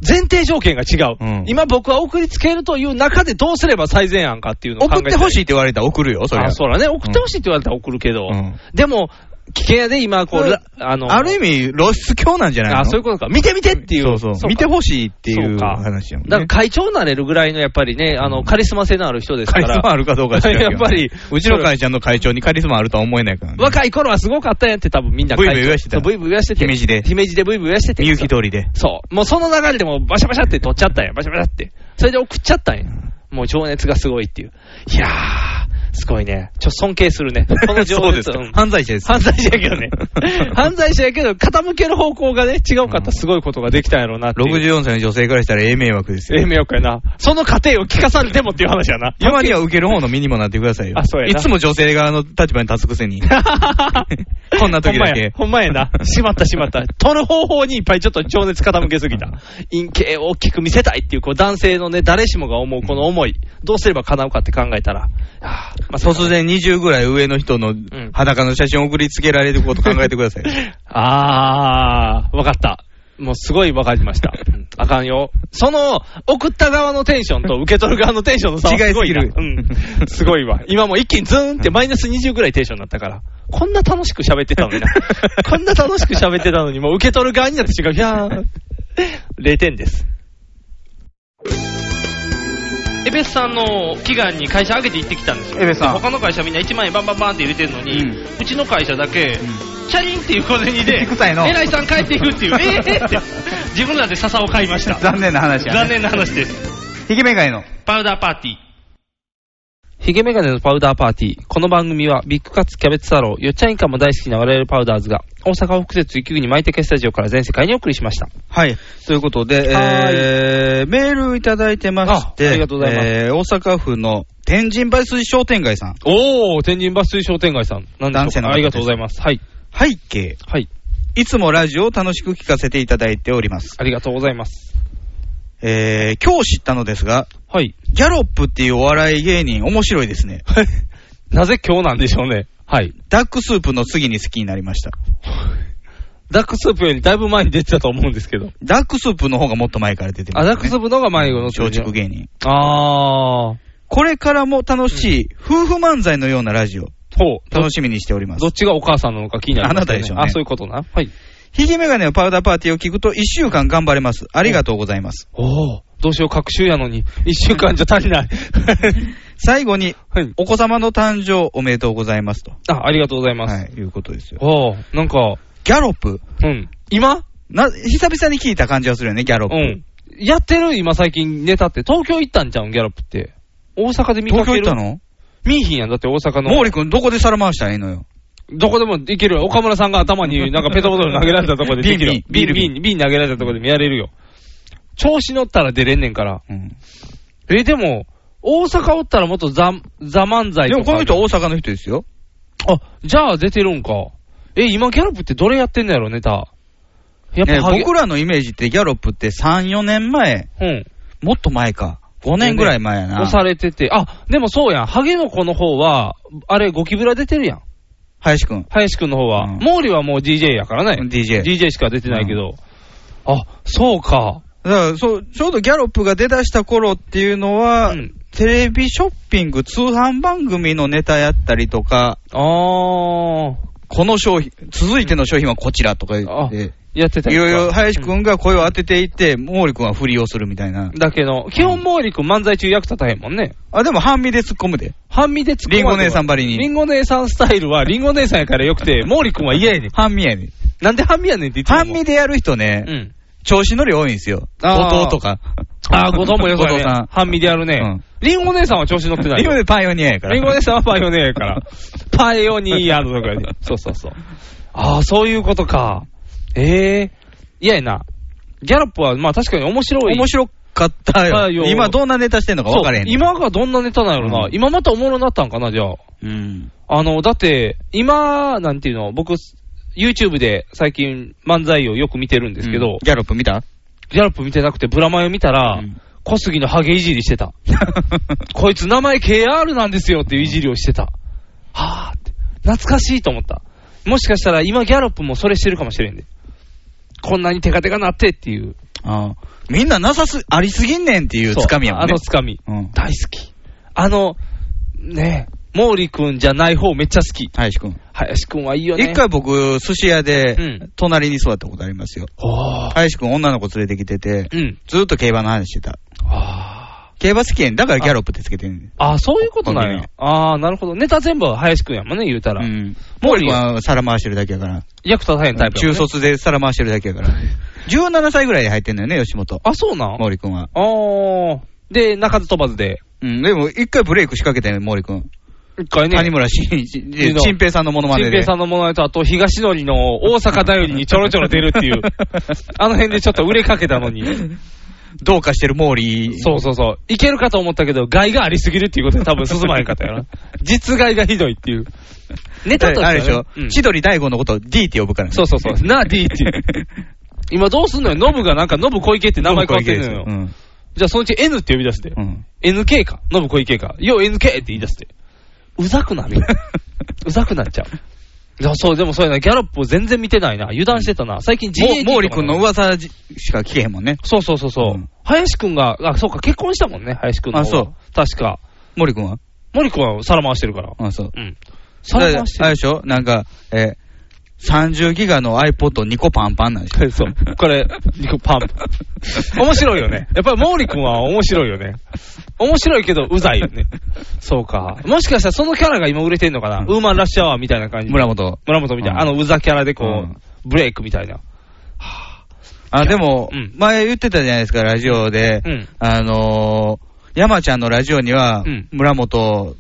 Speaker 3: 前提条件が違う、今僕は送りつけるという中でどうすれば最善案かっていうのを考
Speaker 2: 送
Speaker 3: え
Speaker 2: ってほしい
Speaker 3: い
Speaker 2: って言われたら送るよ、それは
Speaker 3: あそうだね、送ってほしいって言われたら送るけど、
Speaker 2: うん
Speaker 3: でも、危険やで、今こう、
Speaker 2: うん
Speaker 3: らあの
Speaker 2: ある意味、露出狂なんじゃないの
Speaker 3: あそういうことか、見て見てっていう、
Speaker 2: そうそう
Speaker 3: か
Speaker 2: 見てほしいっていう
Speaker 3: そうか
Speaker 2: 話やもんね
Speaker 3: だから会長になれるぐらいのやっぱりね、あのカリスマ性のある人ですか
Speaker 2: カ
Speaker 3: ら、
Speaker 2: リスマあるかどうか知らんけど
Speaker 3: やっぱり、
Speaker 2: <laughs> うちの会社の会長にカリスマあるとは思えないからね。
Speaker 3: 若い頃はすごかったやんって、多分みんな
Speaker 2: ブイ
Speaker 3: 会
Speaker 2: ブイ
Speaker 3: 長、
Speaker 2: 言わしてた
Speaker 3: そうブイブイ言わしてて、
Speaker 2: 姫 <laughs> 路で
Speaker 3: 姫路でブイブイ言わしてて、
Speaker 2: みゆき通りで。
Speaker 3: そう。もうその流れでもうバシャバシャって取っちゃったんや。バシャバシャって。それで送っちゃったんや。もう情熱がすごいっていう。いやー、すごいね。ちょ、尊敬するね。この情
Speaker 2: そうで
Speaker 3: 熱。
Speaker 2: すか
Speaker 3: う
Speaker 2: <laughs>
Speaker 3: ん
Speaker 2: 犯罪者です。
Speaker 3: 犯罪者や
Speaker 2: <laughs>
Speaker 3: けどね。犯罪者やけど、傾ける方向がね、違うかったらすごいことができたんやろうなっていう。
Speaker 2: 64歳の女性からしたらええ迷惑ですよ。
Speaker 3: ええ迷惑やな。その過程を聞かされてもっていう話やな。
Speaker 2: たまには受ける方の身にもなってくださいよ。
Speaker 3: あそうや
Speaker 2: い
Speaker 3: な
Speaker 2: つも女性側の立場に立つくせ <laughs> に。 <laughs> こんな時だけ。
Speaker 3: ほんまやほんまやな。しまったしまった。取る方法にいっぱいちょっと情熱傾けすぎた。陰茎を大きく見せたいっていう、こう男性のね、誰しもが思うこの思い、どうすれば叶うかって考えたら、あーまあそう
Speaker 2: 突然20ぐらい上の人の裸の写真を送りつけられること考えてください。
Speaker 3: <laughs> あー、わかった。もうすごいわかりました。うんあかんよ。その、送った側のテンションと受け取る側のテンションの差はすごいな。
Speaker 2: 違いすぎ
Speaker 3: る。うん。すごいわ。今もう一気にズーンってマイナス20ぐらいテンションになったから。こんな楽しく喋ってたの <laughs> にな。こんな楽しく喋ってたのに、もう受け取る側になって違う。いやー。0点です。エベスさんの祈願に会社上げて行ってきたんですよ。
Speaker 1: エベスさん
Speaker 3: 他の会社みんな1万円バンバンバンって入れてるのに、うちの会社だけ、チャリンっていう小銭で、
Speaker 2: くさいの
Speaker 3: 偉いさん帰っていく <laughs> っていう、えー、って、自分らで笹を買いました。
Speaker 2: 残念な話や、
Speaker 3: 残念な話です。
Speaker 2: ひげめがいの。
Speaker 3: パウダーパーティー。ヒゲメガネのパウダーパーティー。この番組は、ビッグカツ、キャベツ太郎、よっちゃんイカも大好きな我々パウダーズが、大阪北節雪国マイテケスタジオから全世界にお送りしました。
Speaker 2: はい。ということで、
Speaker 3: は
Speaker 2: えー、メールいただいてまして、
Speaker 3: あありがとうございます
Speaker 2: えー、大阪府の天神バイス商店街さん。
Speaker 3: おー、天神バス水商店街さん。なんで
Speaker 2: 男
Speaker 3: し
Speaker 2: 性
Speaker 3: ょう
Speaker 2: の方
Speaker 3: かありがとうございます。はい。
Speaker 2: 背景。
Speaker 3: はい。
Speaker 2: いつもラジオを楽しく聞かせていただいております。
Speaker 3: ありがとうございます。
Speaker 2: えー、今日知ったのですが、
Speaker 3: <laughs> はい。
Speaker 2: ギャロップっていうお笑い芸人、面白いですね。
Speaker 3: なぜ今日なんでしょうね。はい。
Speaker 2: ダックスープの次に好きになりました。
Speaker 3: ダックスープよりだいぶ前に出てたと思うんですけど。
Speaker 2: ダックスープの方がもっと前から出てま
Speaker 3: あ、
Speaker 2: す、ね。
Speaker 3: ダックスープの方が迷子の
Speaker 2: 松竹芸人。
Speaker 3: あー。
Speaker 2: これからも楽しい、夫婦漫才のようなラジオ、
Speaker 3: ほう。
Speaker 2: 楽しみにしております
Speaker 3: ど。っちがお母さんなのか気になります、
Speaker 2: あなたでしょうね
Speaker 3: あ、そういうことな。はい。
Speaker 2: ヒゲメガネのパウダーパーティーを聞くと1週間頑張れます。ありがとうございます。
Speaker 3: おー。どうしよう、各週やのに。一週間じゃ足
Speaker 2: <laughs>
Speaker 3: りない。
Speaker 2: 最後に、
Speaker 3: はい。
Speaker 2: お子様の誕生おめでとうございますと。
Speaker 3: あ、ありがとうございます。
Speaker 2: はい、いうことですよ。
Speaker 3: おー、なんか、
Speaker 2: ギャロップ。
Speaker 3: うん。今
Speaker 2: な、久々に聞いた感じはするよね、ギャロップ。
Speaker 3: うん。やってる今最近ネタって。東京行ったんじゃうん、ギャロップって。大阪で見か
Speaker 2: 東京行
Speaker 3: ける。
Speaker 2: ったの
Speaker 3: 見えひんやん。だって大阪の。
Speaker 2: 毛利君どこで皿回したらいいのよ。。
Speaker 3: どこでもできるよ。岡村さんが頭になんかペットボトル投げられたとこでできるよ
Speaker 2: ビール
Speaker 3: ビ
Speaker 2: 瓶
Speaker 3: ン、ビン、ビン投げられたとこでもやれるよ。調子乗ったら出れんねんから。
Speaker 2: うん。
Speaker 3: え、でも、大阪おったらもっとザ、ザ漫才
Speaker 2: で
Speaker 3: と
Speaker 2: も
Speaker 3: か。
Speaker 2: この人大阪の人ですよ。
Speaker 3: あ、じゃあ出てるんか。え、今ギャロップってどれやってんのやろ、ネタ。やっぱ
Speaker 2: ね、
Speaker 3: ハゲ、
Speaker 2: 僕らのイメージってギャロップって3、4年前、
Speaker 3: うん。
Speaker 2: もっと前か。5年ぐらい前やな
Speaker 3: 押。されてて。あ、でもそうやん。ハゲの子の方は、あれ、ゴキブラ出てるやん。
Speaker 2: 林君。
Speaker 3: 林くんの方は。
Speaker 2: うん
Speaker 3: 毛利はもう DJ やからね。
Speaker 2: DJ。
Speaker 3: DJ しか出てないけど。あ、そうか。
Speaker 2: だからそう、ちょうどギャロップが出だした頃っていうのは、
Speaker 3: うん
Speaker 2: テレビショッピング、通販番組のネタやったりとか、
Speaker 3: あー。
Speaker 2: この商品、続いての商品はこちらとか言
Speaker 3: あ
Speaker 2: って、
Speaker 3: やってた
Speaker 2: い
Speaker 3: やつ
Speaker 2: ろ
Speaker 3: か
Speaker 2: いろ林くんが声を当てていって、毛利くんは振りをするみたいな。
Speaker 3: だけど、基本毛利くん漫才中役立たへんもんね。
Speaker 2: あ、でも半身で突っ込むで。
Speaker 3: 半身で突っ込ま
Speaker 2: リ
Speaker 3: れても
Speaker 2: ンゴ姉さんばりに
Speaker 3: リンゴ姉さんスタイルは、リンゴ姉さんやからよくて、毛利くんは嫌やねん。
Speaker 2: 半身やね。
Speaker 3: なんで半身やねんって言って
Speaker 2: 半身でやる人ね、
Speaker 3: うん。
Speaker 2: 調子乗り多いんですよ。
Speaker 3: あー
Speaker 2: 後藤とか。
Speaker 3: あー、後藤もよそ
Speaker 2: 後藤さ
Speaker 3: やね
Speaker 2: ん。
Speaker 3: 半身でやる
Speaker 2: う
Speaker 3: ね
Speaker 2: ん。
Speaker 3: リンゴ姉さんは調子乗ってないよ。
Speaker 2: 今でパイオニアやから。
Speaker 3: リンゴ姉さんはパイオニアや
Speaker 2: <laughs>
Speaker 3: から。パイオニアのとかに。そうそうそう。ああ、そういうことか。ええいややな。ギャロップは、まあ確かに面白い。
Speaker 2: 面白かった
Speaker 3: は
Speaker 2: よ。
Speaker 3: いよ
Speaker 2: 今どんなネタしてんのか分からへんね。
Speaker 3: そうん今がどんなネタなんやろな。
Speaker 2: うん
Speaker 3: 今またおもろなったんかな、じゃあ。
Speaker 2: うん。
Speaker 3: あの、だって、今、なんていうの、僕、YouTube で最近漫才をよく見てるんですけ
Speaker 2: う
Speaker 3: ど、
Speaker 2: んギャロップ見た
Speaker 3: ギャロップ見てなくてブラマヨ見たら、
Speaker 2: うん <laughs>
Speaker 3: 小杉のハゲいじりしてた。こいつ名前 KR なんですよっていういじりをしてた。はぁって。懐かしいと思った。もしかしたら今ギャロップもそれしてるかもしれんで。こんなにテカテカなってっていう。
Speaker 2: ああみんななさす、ありすぎんねんっていうつかみやもん
Speaker 3: そうあ
Speaker 2: ね
Speaker 3: の。つかみ。
Speaker 2: うん。
Speaker 3: 大好き。あの、ねえ、毛利くんじゃない方めっちゃ好き。
Speaker 2: 林くん。
Speaker 3: 林くんはいいよね。
Speaker 2: 一回僕、寿司屋
Speaker 3: う
Speaker 2: で
Speaker 3: ん、
Speaker 2: 隣に座ったことありますよ。
Speaker 3: おー。
Speaker 2: 林くん女の子連れてきてて、
Speaker 3: うん。
Speaker 2: ずっと競馬の話してた。
Speaker 3: あ
Speaker 2: 競馬好きやん。だからギャロップってつけてんねん。
Speaker 3: ーあー、そういうことなん
Speaker 2: コンビ
Speaker 3: や
Speaker 2: ニ。
Speaker 3: ああ、なるほど。ネタ全部は林くんやもんね、言うたら。
Speaker 2: うん。毛利君は皿回してるだけやから。
Speaker 3: 役立たへんタイプ、
Speaker 2: 中。卒で皿回してるだけやから。17歳ぐらいで入ってんのよね、吉本。
Speaker 3: あ、そうなん
Speaker 2: 毛利君は。
Speaker 3: ああ。で、中津飛ばずで。
Speaker 2: うん。でも、一回ブレイク仕掛けたよ、毛利君。
Speaker 3: 一回ね。
Speaker 2: 谷村新一、
Speaker 3: いいの
Speaker 2: 陳平さんのモノマ
Speaker 3: 新
Speaker 2: ネ
Speaker 3: 平
Speaker 2: で。
Speaker 3: さんのものと、あと、東のりの大阪頼りにちょろちょろ出るっていう。 <laughs> あの辺でちょっと売れかけたの <laughs> に。
Speaker 2: どうかしてる毛利。
Speaker 3: そうそうそう。いけるかと思ったけど、害がありすぎるっていうことで多分進まへんかったよ <laughs> な。実害がひどいっていう。ネタとしては
Speaker 2: あ
Speaker 3: ね
Speaker 2: れでしょ、
Speaker 3: うん
Speaker 2: 千鳥大悟のことを D って呼ぶからね。 <laughs>
Speaker 3: そうそうそう。なあ、D っていう。 <laughs> 今どうすんのよノブがなんか、ノブ小池って名前変わってんのよ。
Speaker 2: うん。
Speaker 3: じゃあそのうち N って呼び出して。
Speaker 2: うん。
Speaker 3: NK か。ノブ小池か。よう NK って言い出して。うざ
Speaker 2: <laughs>
Speaker 3: くなるよ。うざくなっちゃう。いや、そう、でもそうやな。ギャロップ全然見てないな。油断してたな。最近 GH
Speaker 2: も毛利君の噂じしか聞けへんもんね。
Speaker 3: そうそうそうそう。
Speaker 2: うん
Speaker 3: 林くんが、あ、そうか、結婚したもんね、林くんの。
Speaker 2: あそう。
Speaker 3: 確か。
Speaker 2: 毛利君は
Speaker 3: 森くんは皿回してるから。
Speaker 2: あ、そう。
Speaker 3: うん。皿回して
Speaker 2: あれ
Speaker 3: る
Speaker 2: で。しょなんか、えー、30ギガの iPod2 個パンパンなんでしょ
Speaker 3: <laughs> そう。これ、肉パンプ。面白いよね。やっぱり毛利くんは面白いよね。面白いけど、うざいよね。そうか。もしかしたらそのキャラが今売れてんのかな、ウーマンラッシュアワーみたいな感じで。
Speaker 2: 村本。
Speaker 3: 村本みたいな、
Speaker 2: うん
Speaker 3: あのうざキャラでこう、
Speaker 2: うん
Speaker 3: ブレイクみたいな。
Speaker 2: あ、でも、
Speaker 3: うん
Speaker 2: 前言ってたじゃないですか、ラジオで。
Speaker 3: うん
Speaker 2: あのー、山ちゃんのラジオには、
Speaker 3: うん
Speaker 2: 村本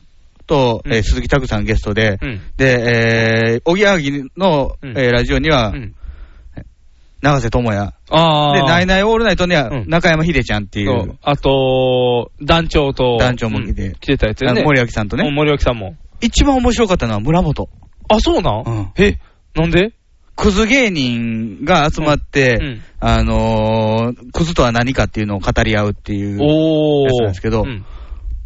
Speaker 2: と、えー
Speaker 3: うん
Speaker 2: 鈴木拓さんゲストで、
Speaker 3: うん
Speaker 2: で、えー、おぎやはぎの、
Speaker 3: うん
Speaker 2: えーラジオには、
Speaker 3: うん、
Speaker 2: 長瀬智也。
Speaker 3: あ
Speaker 2: で、ナイ
Speaker 3: な
Speaker 2: ナイオールナイトには、
Speaker 3: うん
Speaker 2: 中山秀ちゃんっていう、
Speaker 3: あと、団長と、
Speaker 2: 団長も来て
Speaker 3: うん来てたやつよ
Speaker 2: あ
Speaker 3: ね。
Speaker 2: の森脇さんと
Speaker 3: うん
Speaker 2: ね。
Speaker 3: 森脇さんも。
Speaker 2: 一番面白かったのは村本。
Speaker 3: あ、そうなん、
Speaker 2: うん
Speaker 3: え、なんで
Speaker 2: クズ芸人が集まって、
Speaker 3: うん
Speaker 2: あのークズとは何かっていうのを語り合うっていう
Speaker 3: おー
Speaker 2: やつなんですけど、
Speaker 3: うん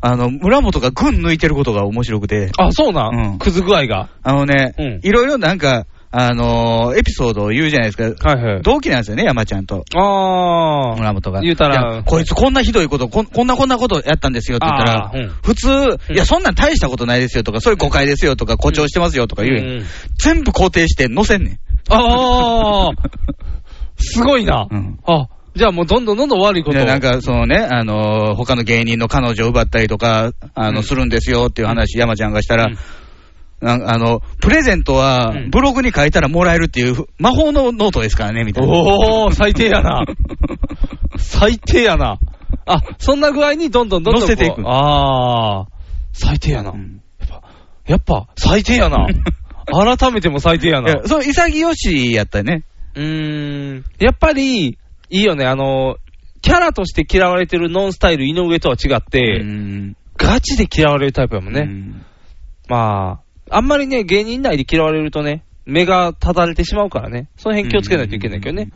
Speaker 2: あの、村本が群抜いてることが面白くて、
Speaker 3: あ、そうなん、くず具合が。
Speaker 2: あのね、
Speaker 3: うん
Speaker 2: いろいろなんか、あのーエピソードを言うじゃないですか、
Speaker 3: はいはい。
Speaker 2: 同期なんですよね、山ちゃんと。
Speaker 3: あー。
Speaker 2: 村本が。
Speaker 3: 言うた
Speaker 2: いや
Speaker 3: ら、
Speaker 2: こいつこんなひどいこと、こんこんなこんなことやったんですよって言ったら
Speaker 3: あ、ーうん
Speaker 2: 普通、いや、そんなん大したことないですよとか、そういう誤解ですよとか、誇張してますよとか言うやん、
Speaker 3: うん
Speaker 2: 全部肯定して載せんねん。
Speaker 3: あー。すごいな。
Speaker 2: <laughs> うん
Speaker 3: あ、じゃあもうどんどんどんどん悪いこと
Speaker 2: で
Speaker 3: を。
Speaker 2: なんか、そのね、あのー他の芸人の彼女を奪ったりとか、あの、するんですよっていう話、山ちゃんがしたら、なんかあの、プレゼントは、ブログに書いたらもらえるっていう、魔法のノートですからね、みたいな。 <laughs>
Speaker 3: おー、最低やな。最低やな。あ、そんな具合にどんどんどんど
Speaker 2: 乗
Speaker 3: んこう。
Speaker 2: せていく
Speaker 3: あー。最低やな。やっぱ、やっぱ最低
Speaker 2: <laughs>
Speaker 3: やな。改めても最低や
Speaker 2: いや
Speaker 3: な。
Speaker 2: そう、潔しやったね。
Speaker 3: うーん。やっぱり、いいよね。あの、キャラとして嫌われてるノンスタイル井上とは違って、
Speaker 2: うん。
Speaker 3: ガチで嫌われるタイプやもんね。まあ、あんまりね、芸人内で嫌われるとね、目が立たれてしまうからね、その辺気をつけないといけないけどね。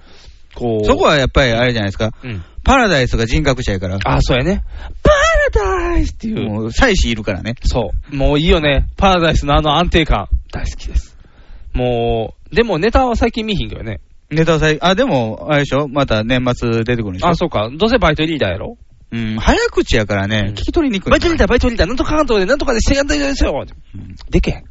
Speaker 3: こう。
Speaker 2: そこはやっぱりあれじゃないですか。
Speaker 3: うん。
Speaker 2: パラダイスが人格者やから。
Speaker 3: あ、そうやね。パラダイスっていう。
Speaker 2: もう、妻子いるからね。
Speaker 3: そう。もういいよね。パラダイスのあの安定感。大好きです。もう、でもネタは最近見ひんけどね。
Speaker 2: ネタ最、あ、でも、あれでしょまた年末出てくるんでしょ
Speaker 3: あ、そうか。どうせバイトリーダーやろ
Speaker 2: うん、早口やからね、聞き取りにくい。
Speaker 3: バイトリーダー、バイトリーダー、なんとかなんとかで、なんとかでしてやんだですよ。でけへん。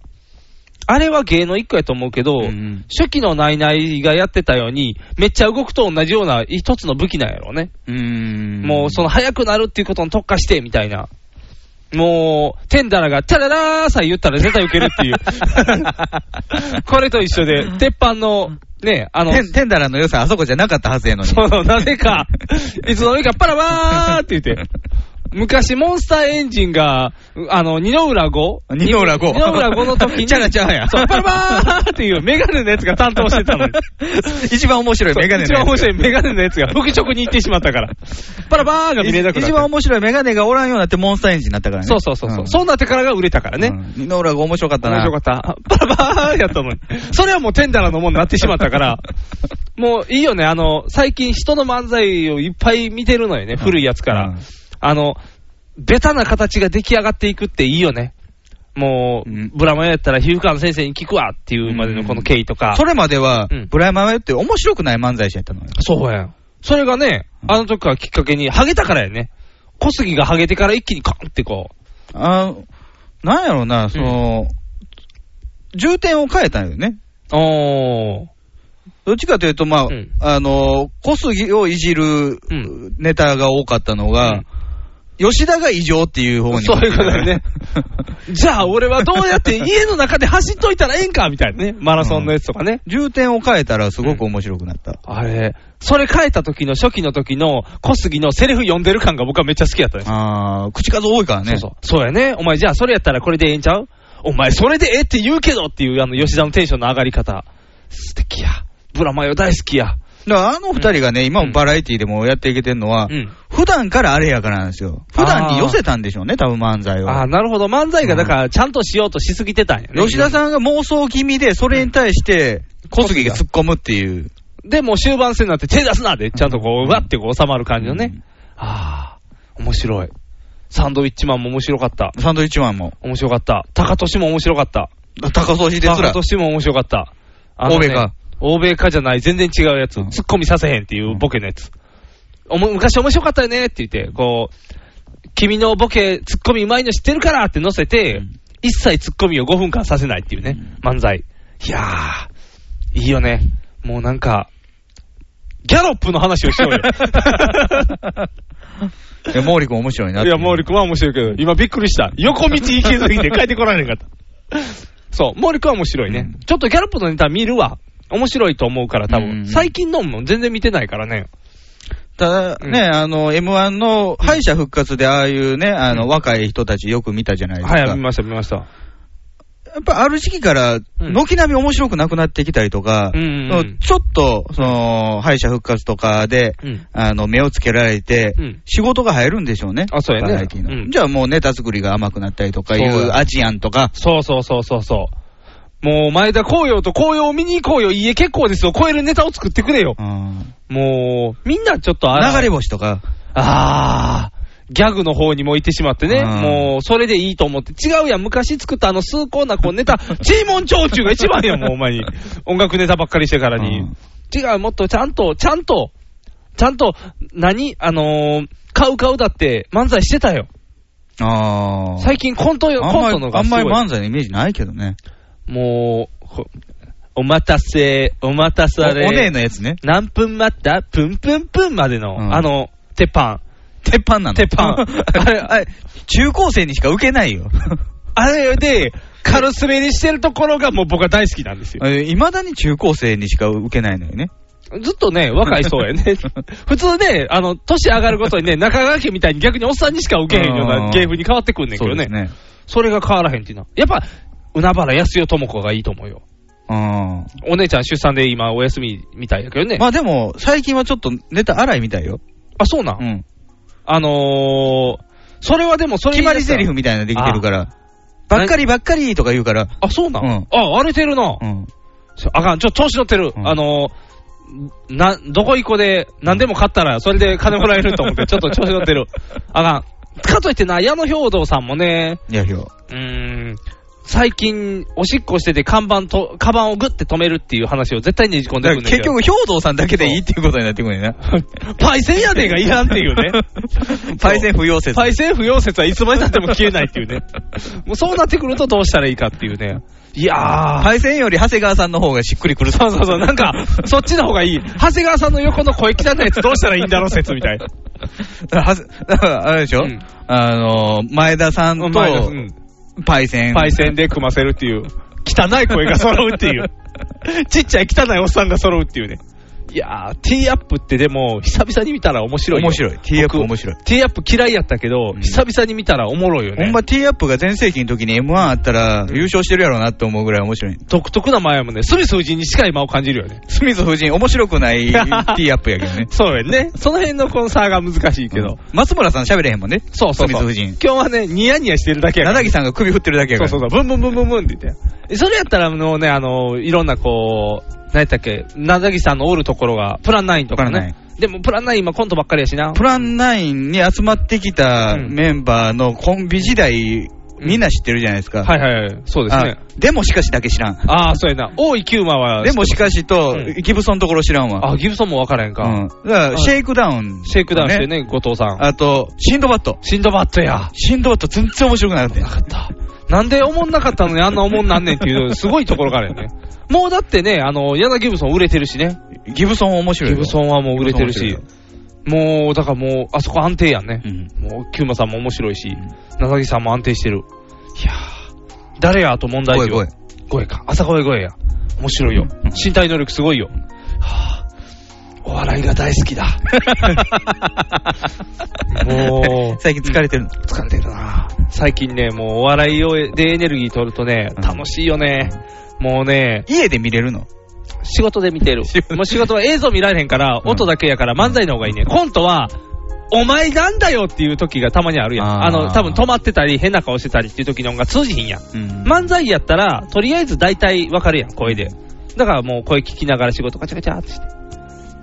Speaker 3: あれは芸の一個やと思うけど、
Speaker 2: うん
Speaker 3: 初期のナイナイがやってたように、めっちゃ動くと同じような一つの武器なんやろうね。
Speaker 2: うん。
Speaker 3: もうその速くなるっていうことに特化して、みたいな。もう、テンダラが、タララーさえ言ったら絶対受けるっ
Speaker 2: <laughs>
Speaker 3: ていう。これと一緒で、鉄板の、ね、あの、
Speaker 2: テンテンダラーの良さ、あそこじゃなかったはずやのに。
Speaker 3: その、なぜか、いつの間にかパラバーって言って、昔、モンスターエンジンが、うあの、二の浦五
Speaker 2: 二の浦五
Speaker 3: 二の浦五の時に、
Speaker 2: チャラチャラや
Speaker 3: そう、パラバーっていうメガネのやつが担当してたのに。
Speaker 2: <laughs> 一番面白いメガネのやつ
Speaker 3: 一番面白いメガネのやつが、副直に行ってしまったから。パラバーが見れなくなっ
Speaker 2: 一
Speaker 3: た
Speaker 2: 番面白いメガネがおらんようになってモンスターエンジンになったからね。
Speaker 3: そうそうそう。そうそうなってからが売れたからね。
Speaker 2: うん。二の裏が面白かった
Speaker 3: 面
Speaker 2: な。
Speaker 3: 白かった。 <laughs> パラパラやったのに。それはもうテンダラのもんになってしまっ
Speaker 2: <laughs>
Speaker 3: たから、もういいよね。あの、最近人の漫才をいっぱい見てるのよね。古いやつから。
Speaker 2: うん
Speaker 3: あの、ベタな形が出来上がっていくっていいよね。もう、
Speaker 2: うん
Speaker 3: ブラマヨやったら皮膚科の先生に聞くわっていうまでのこの経緯とか。
Speaker 2: それまでは、
Speaker 3: うん
Speaker 2: ブライマヨって面白くない漫才師やったのよ。
Speaker 3: そうやん。それがね、あの時からきっかけに、ハゲたからやね。小杉がハゲてから一気にカンってこう。
Speaker 2: あなんやろうな、その、重点を変えたんよね。
Speaker 3: おー。
Speaker 2: どっちかというと、まあ、
Speaker 3: うん
Speaker 2: あの、小杉をいじる
Speaker 3: ん
Speaker 2: ネタが多かったのが、吉田が異常っていう方に。
Speaker 3: そういうことだ
Speaker 2: <laughs>
Speaker 3: よね。じゃあ、俺はどうやって家の中で走っといたらええんかみた
Speaker 2: <laughs>
Speaker 3: いなね。マラソンのやつとかね。
Speaker 2: 重点を変えたらすごく面白くなった。
Speaker 3: あれ、それ変えた時の初期の時の小杉のセリフ読んでる感が僕はめっちゃ好きやったです。
Speaker 2: ああ、口数多いからね。
Speaker 3: そうそう。そうやね。お前じゃあそれやったらこれでええんちゃうお前それでええって言うけどっていうあの吉田のテンションの上がり方。素敵や。ブラマヨ大好きや。
Speaker 2: だからあの二人がね、今もバラエティでもやっていけてるのは、
Speaker 3: うん
Speaker 2: 普段からあれやからなんですよ。普段に寄せたんでしょうね、多分漫才を。
Speaker 3: ああ、なるほど。漫才がだからちゃんとしようとしすぎてたんやね。
Speaker 2: 吉田さんが妄想気味で、それに対して、小杉が突っ込むっていう。
Speaker 3: で、もう終盤戦になって手出すなで、ちゃんとこう、うわってこう収まる感じのね。ああ、面白い。サンドウィッチマンも面白かった。
Speaker 2: サンドイッチマンも。
Speaker 3: 面白かった。高俊も面白かった。
Speaker 2: 高曽氏です
Speaker 3: 高
Speaker 2: ら。
Speaker 3: 俊も面白かった。あの
Speaker 2: 欧米か。
Speaker 3: 欧米かじゃない、全然違うやつ。
Speaker 2: うん
Speaker 3: ツッコミさせへんっていうボケのやつ。おも昔面白かったよねって言って、こう、君のボケ、ツッコミうまいの知ってるからって載せて、一切ツッコミを5分間させないっていうね、漫才。いやー、いいよね。もうなんか、ギャロップの話をしよ <laughs> うよ。
Speaker 2: いや、毛利君面白いなっ
Speaker 3: い
Speaker 2: て
Speaker 3: や、毛利君は面白いけど、今びっくりした。横道行けずにて帰ってこられへんかった。 <laughs> そう、毛利君は面白いね。
Speaker 2: うん
Speaker 3: ちょっとギャロップのネタ見るわ。面白いと思うから、多分。
Speaker 2: うん
Speaker 3: 最近のも全然見てないからね。
Speaker 2: ただね、あの、M1 の敗者復活でああいうね、あの、若い人たちよく見たじゃないですか。
Speaker 3: はい、見ました、見ました。
Speaker 2: やっぱある時期から、
Speaker 3: ん
Speaker 2: 軒並み面白くなくなってきたりとか、
Speaker 3: うんうんうん
Speaker 2: ちょっと、その、敗者復活とかで、
Speaker 3: うん
Speaker 2: あの、目をつけられて、
Speaker 3: うん
Speaker 2: 仕事が入るんでしょうね。
Speaker 3: あそうやね
Speaker 2: バラエティの
Speaker 3: うん
Speaker 2: じゃあもうネタ作りが甘くなったりとかい
Speaker 3: そう
Speaker 2: う、
Speaker 3: や
Speaker 2: アジアンとか、
Speaker 3: そうそうそうそうそう。もう前田紅葉と紅葉を見に行こうよ。いいえ、結構ですよ。超えるネタを作ってくれよ。もう、みんなちょっとあら
Speaker 2: 流れ星とか。
Speaker 3: ああ、ギャグの方にも行ってしまってね、もうそれでいいと思って、違うやん、昔作ったあの崇高なこうネタ、チーモン長中が
Speaker 2: <laughs>
Speaker 3: 一番やん、もうお前に。音楽ネタばっかりしてからに。違う、もっとちゃんと、ちゃんと、ちゃんと、何あのー、カウカウだって漫才してたよ。
Speaker 2: ああ。
Speaker 3: 最近コントよ、
Speaker 2: あん
Speaker 3: コ
Speaker 2: まり
Speaker 3: ントの、
Speaker 2: あ
Speaker 3: が
Speaker 2: ん
Speaker 3: すご
Speaker 2: ま
Speaker 3: い。
Speaker 2: り漫才のイメージないけどね。
Speaker 3: もう、こお待たせ、お待たされ。
Speaker 2: おおねえのやつね。
Speaker 3: 何分待ったプンプンプンまでの、あの、鉄板。
Speaker 2: 鉄板なの <laughs>
Speaker 3: 鉄板。あれ、あれ、
Speaker 2: 中高生にしか受けない
Speaker 3: <laughs>
Speaker 2: よ。
Speaker 3: あれで、軽滑りしてるところがもう僕は大好きなんですよ。
Speaker 2: いまだに中高生にしか受けないのよね。
Speaker 3: <laughs> ずっとね、若いそうや <laughs> ね。普通ね、あの、年上がるごとにね、中川家みたいに逆におっさんにしか受けへんよう
Speaker 2: あ
Speaker 3: な
Speaker 2: ー
Speaker 3: 芸風に変わってくんねんけどね。それが変わらへんっていうのは。やっぱ、海原康代智子がいいと思うよ。
Speaker 2: うん。
Speaker 3: お姉ちゃん出産で今お休みみたいやけどね。
Speaker 2: まあでも、最近はちょっとネタ荒いみたいよ。
Speaker 3: あ、そうなん
Speaker 2: うん。
Speaker 3: あのー、それはでもそれ
Speaker 2: 決まり台詞みたいなのできてるから。ばっかりばっかりとか言うから。
Speaker 3: あ、そうな
Speaker 2: うん。
Speaker 3: あ、荒れてるな。そあかん、ちょ、調子乗ってる。あのー、な、どこ行こで何でも買ったら、それで金もらえると思って、ちょっと調子乗って
Speaker 2: <laughs>
Speaker 3: る。あかん。かといってな、矢野兵道さんもね、
Speaker 2: いや、ひょ。
Speaker 3: うーん、最近、おしっこしてて看板と、カバンをグッて止めるっていう話を絶対ねじ込んで
Speaker 2: だから
Speaker 3: くるんだけ
Speaker 2: 結
Speaker 3: ど。
Speaker 2: 局、兵道さんだけでいいっていうことになってくるんだよな。
Speaker 3: パイセンやねんがいらんっていうね。
Speaker 2: <laughs> パイセン不要説。
Speaker 3: パイセン不要説はいつまでたっても消えないっ
Speaker 2: <laughs>
Speaker 3: ていうね。もうそうなってくるとどうしたらいいかっていうね。いやー。
Speaker 2: パイセンより長谷川さんの方がしっくりくる。
Speaker 3: そうそうそう、なんか、そっちの方がいい。長谷川さんの横の声汚いやつどうしたらいいんだろう説みたいな。
Speaker 2: はずだからあれでしょ、あの、前田さんと、
Speaker 3: 前田うん
Speaker 2: パイセン。
Speaker 3: パイセンで組ませるっていう。汚い声が揃うって <laughs> いう。ちっちゃい汚いおっさんが揃うっていうね。いやー、ティーアップってでも、久々に見たら面白いよ。
Speaker 2: 面白い。T アップ面白い。
Speaker 3: ティーアップ嫌いやったけど、久々に見たらおもろいよ
Speaker 2: ほん
Speaker 3: ね。
Speaker 2: ま T アップが全盛期の時に M1 あったら優勝してるやろうなって思うぐらい面白い。
Speaker 3: 独特な間やもんね。スミス夫人に近い間を感じるよね。。
Speaker 2: スミス夫人面白くない T アップやけどね
Speaker 3: そうやね。その辺のコンサーが難 <laughs> しいけど。
Speaker 2: 松村さん喋れへんもんね。
Speaker 3: そうそうそう
Speaker 2: スミス夫人。
Speaker 3: 今日はね、ニヤニヤしてるだけやから。
Speaker 2: 七木さんが首振ってるだけやから。
Speaker 3: そうそう <laughs> そう、ブンブンブンブンブンって言って。それやったら、あのね、あの、いろんなこう、何やったっけ、なだぎさんのおるところが、プランナインとか
Speaker 2: プラン
Speaker 3: ね。でも、プランナイン今コントばっかりやしな。
Speaker 2: プラン9に集まってきたメンバーのコンビ時代、みんな知ってるじゃないですか。
Speaker 3: はいはいはい、そうですね
Speaker 2: あ。。でもしかしだけ知らん。
Speaker 3: ああー、そうやな。大井九馬は、
Speaker 2: でもしかしと、
Speaker 3: う
Speaker 2: ギブソンところ知らんわ。
Speaker 3: あ、ギブソンも分からへんか。
Speaker 2: うん。だから、シェイクダウン。
Speaker 3: シェイクダウンしてね、後藤さん。
Speaker 2: あと、シンドバット。
Speaker 3: シンドバットや。
Speaker 2: シンドバット全然面白くなかった。
Speaker 3: なんでおもんなかったのにあんなおもんなんねんって <laughs> いう、すごいところからやね。もうだってね、あの、柳ギブソン売れてるしね。
Speaker 2: ギブソン面白い
Speaker 3: ギ
Speaker 2: よ。
Speaker 3: ブソンはもう売れてるし。もう、だからもう、あそこ安定やんね。もう、キューマさんも面白いし、なさぎさんも安定してる。いやー、誰やあと問題児よ。
Speaker 2: 声
Speaker 3: 声か。朝声声や。面白いよ。身体能力すごいよ。はぁ、お笑いが大好きだ。もう、
Speaker 2: <laughs> 最近疲れてるの。
Speaker 3: 疲れてるな最近ね、もうお笑いをでエネルギー取るとね、楽しいよね。もうね、
Speaker 2: 家で見れるの
Speaker 3: 仕事で見てる。もう仕事は映像見られへんから、音だけやから漫才の方がいいね。コントは、お前なんだよっていう時がたまにあるやん。あ
Speaker 2: あー
Speaker 3: の、多分止まってたり、変な顔してたりっていう時の音が通じひんやん。漫才やったら、とりあえず大体わかるやん、声で。だからもう声聞きながら仕事ガチャガチャってして。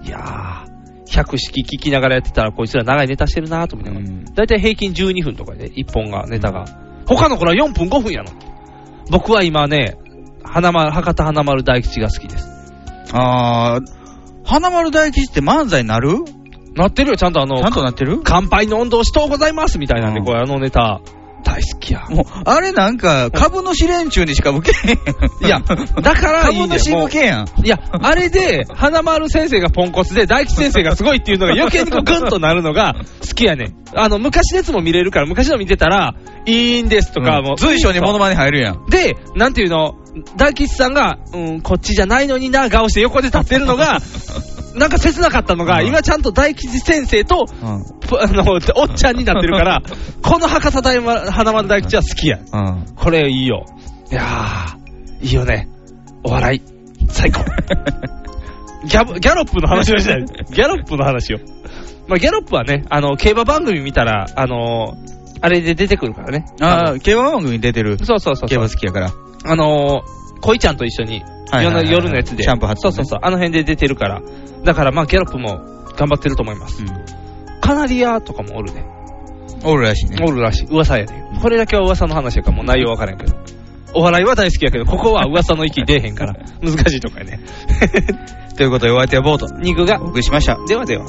Speaker 3: いやー、百式聞きながらやってたら、こいつら長いネタしてるなーと思いながら。大体平均12分とかで、1本が、ネタが。他の頃は4分5分やの。僕は今ね、花丸、博多花丸大吉が好きです。
Speaker 2: あー、花丸大吉って漫才なる
Speaker 3: なってるよ、ちゃんとあの、
Speaker 2: ちゃんとなってる
Speaker 3: 乾杯の温度をしとうございますみたいなんで、これあのネタ、大好きや。
Speaker 2: もう、あれなんか、株主連中にしか受けへん。
Speaker 3: いや、だからいいね
Speaker 2: 株主向けやん。
Speaker 3: いや、あれで、花丸先生がポンコツで、大吉先生がすごいっていうのが余計にこうグンとなるのが好きやねん。あの、昔のやつも見れるから、昔の見てたら、いいんですとか、もう。
Speaker 2: 随所にモノマネ入るやん。
Speaker 3: で、なんていうの、大吉さんが、うん、こっちじゃないのにな、顔して横で立ってるのが、なんか切なかったのが、今ちゃんと大吉先生と、ぷあの、おっちゃんになってるから、この博多大丸花丸大吉は好きや。
Speaker 2: うん。
Speaker 3: これいいよ。いやー、いいよね。お笑い、
Speaker 2: <laughs>
Speaker 3: 最高。ギャブギャロップの話をしたい。ギャロップの話を。まあ、ギャロップはね、あの、競馬番組見たら、あのーあれで出てくるからね。
Speaker 2: あー、競馬番組に出てる。
Speaker 3: そうそうそうそう
Speaker 2: 競馬好きやから。
Speaker 3: あのー恋ちゃんと一緒に、
Speaker 2: はいはいはいはい
Speaker 3: 夜の夜のやつで。
Speaker 2: シャンプー発
Speaker 3: そうそうそう。あの辺で出てるから。だからまあ、ギャロップも頑張ってると思います。カナリアとかもおるね。
Speaker 2: おるらしいね。
Speaker 3: おるらしい。噂やね。これだけは噂の話やから、もう内容わからんけど。お笑いは大好きやけど、ここは噂の域出えへんから、難しいとこやね。 <laughs>
Speaker 2: ということで、お相手はボート。
Speaker 3: 肉が
Speaker 2: お。送りしました。
Speaker 3: ではでは。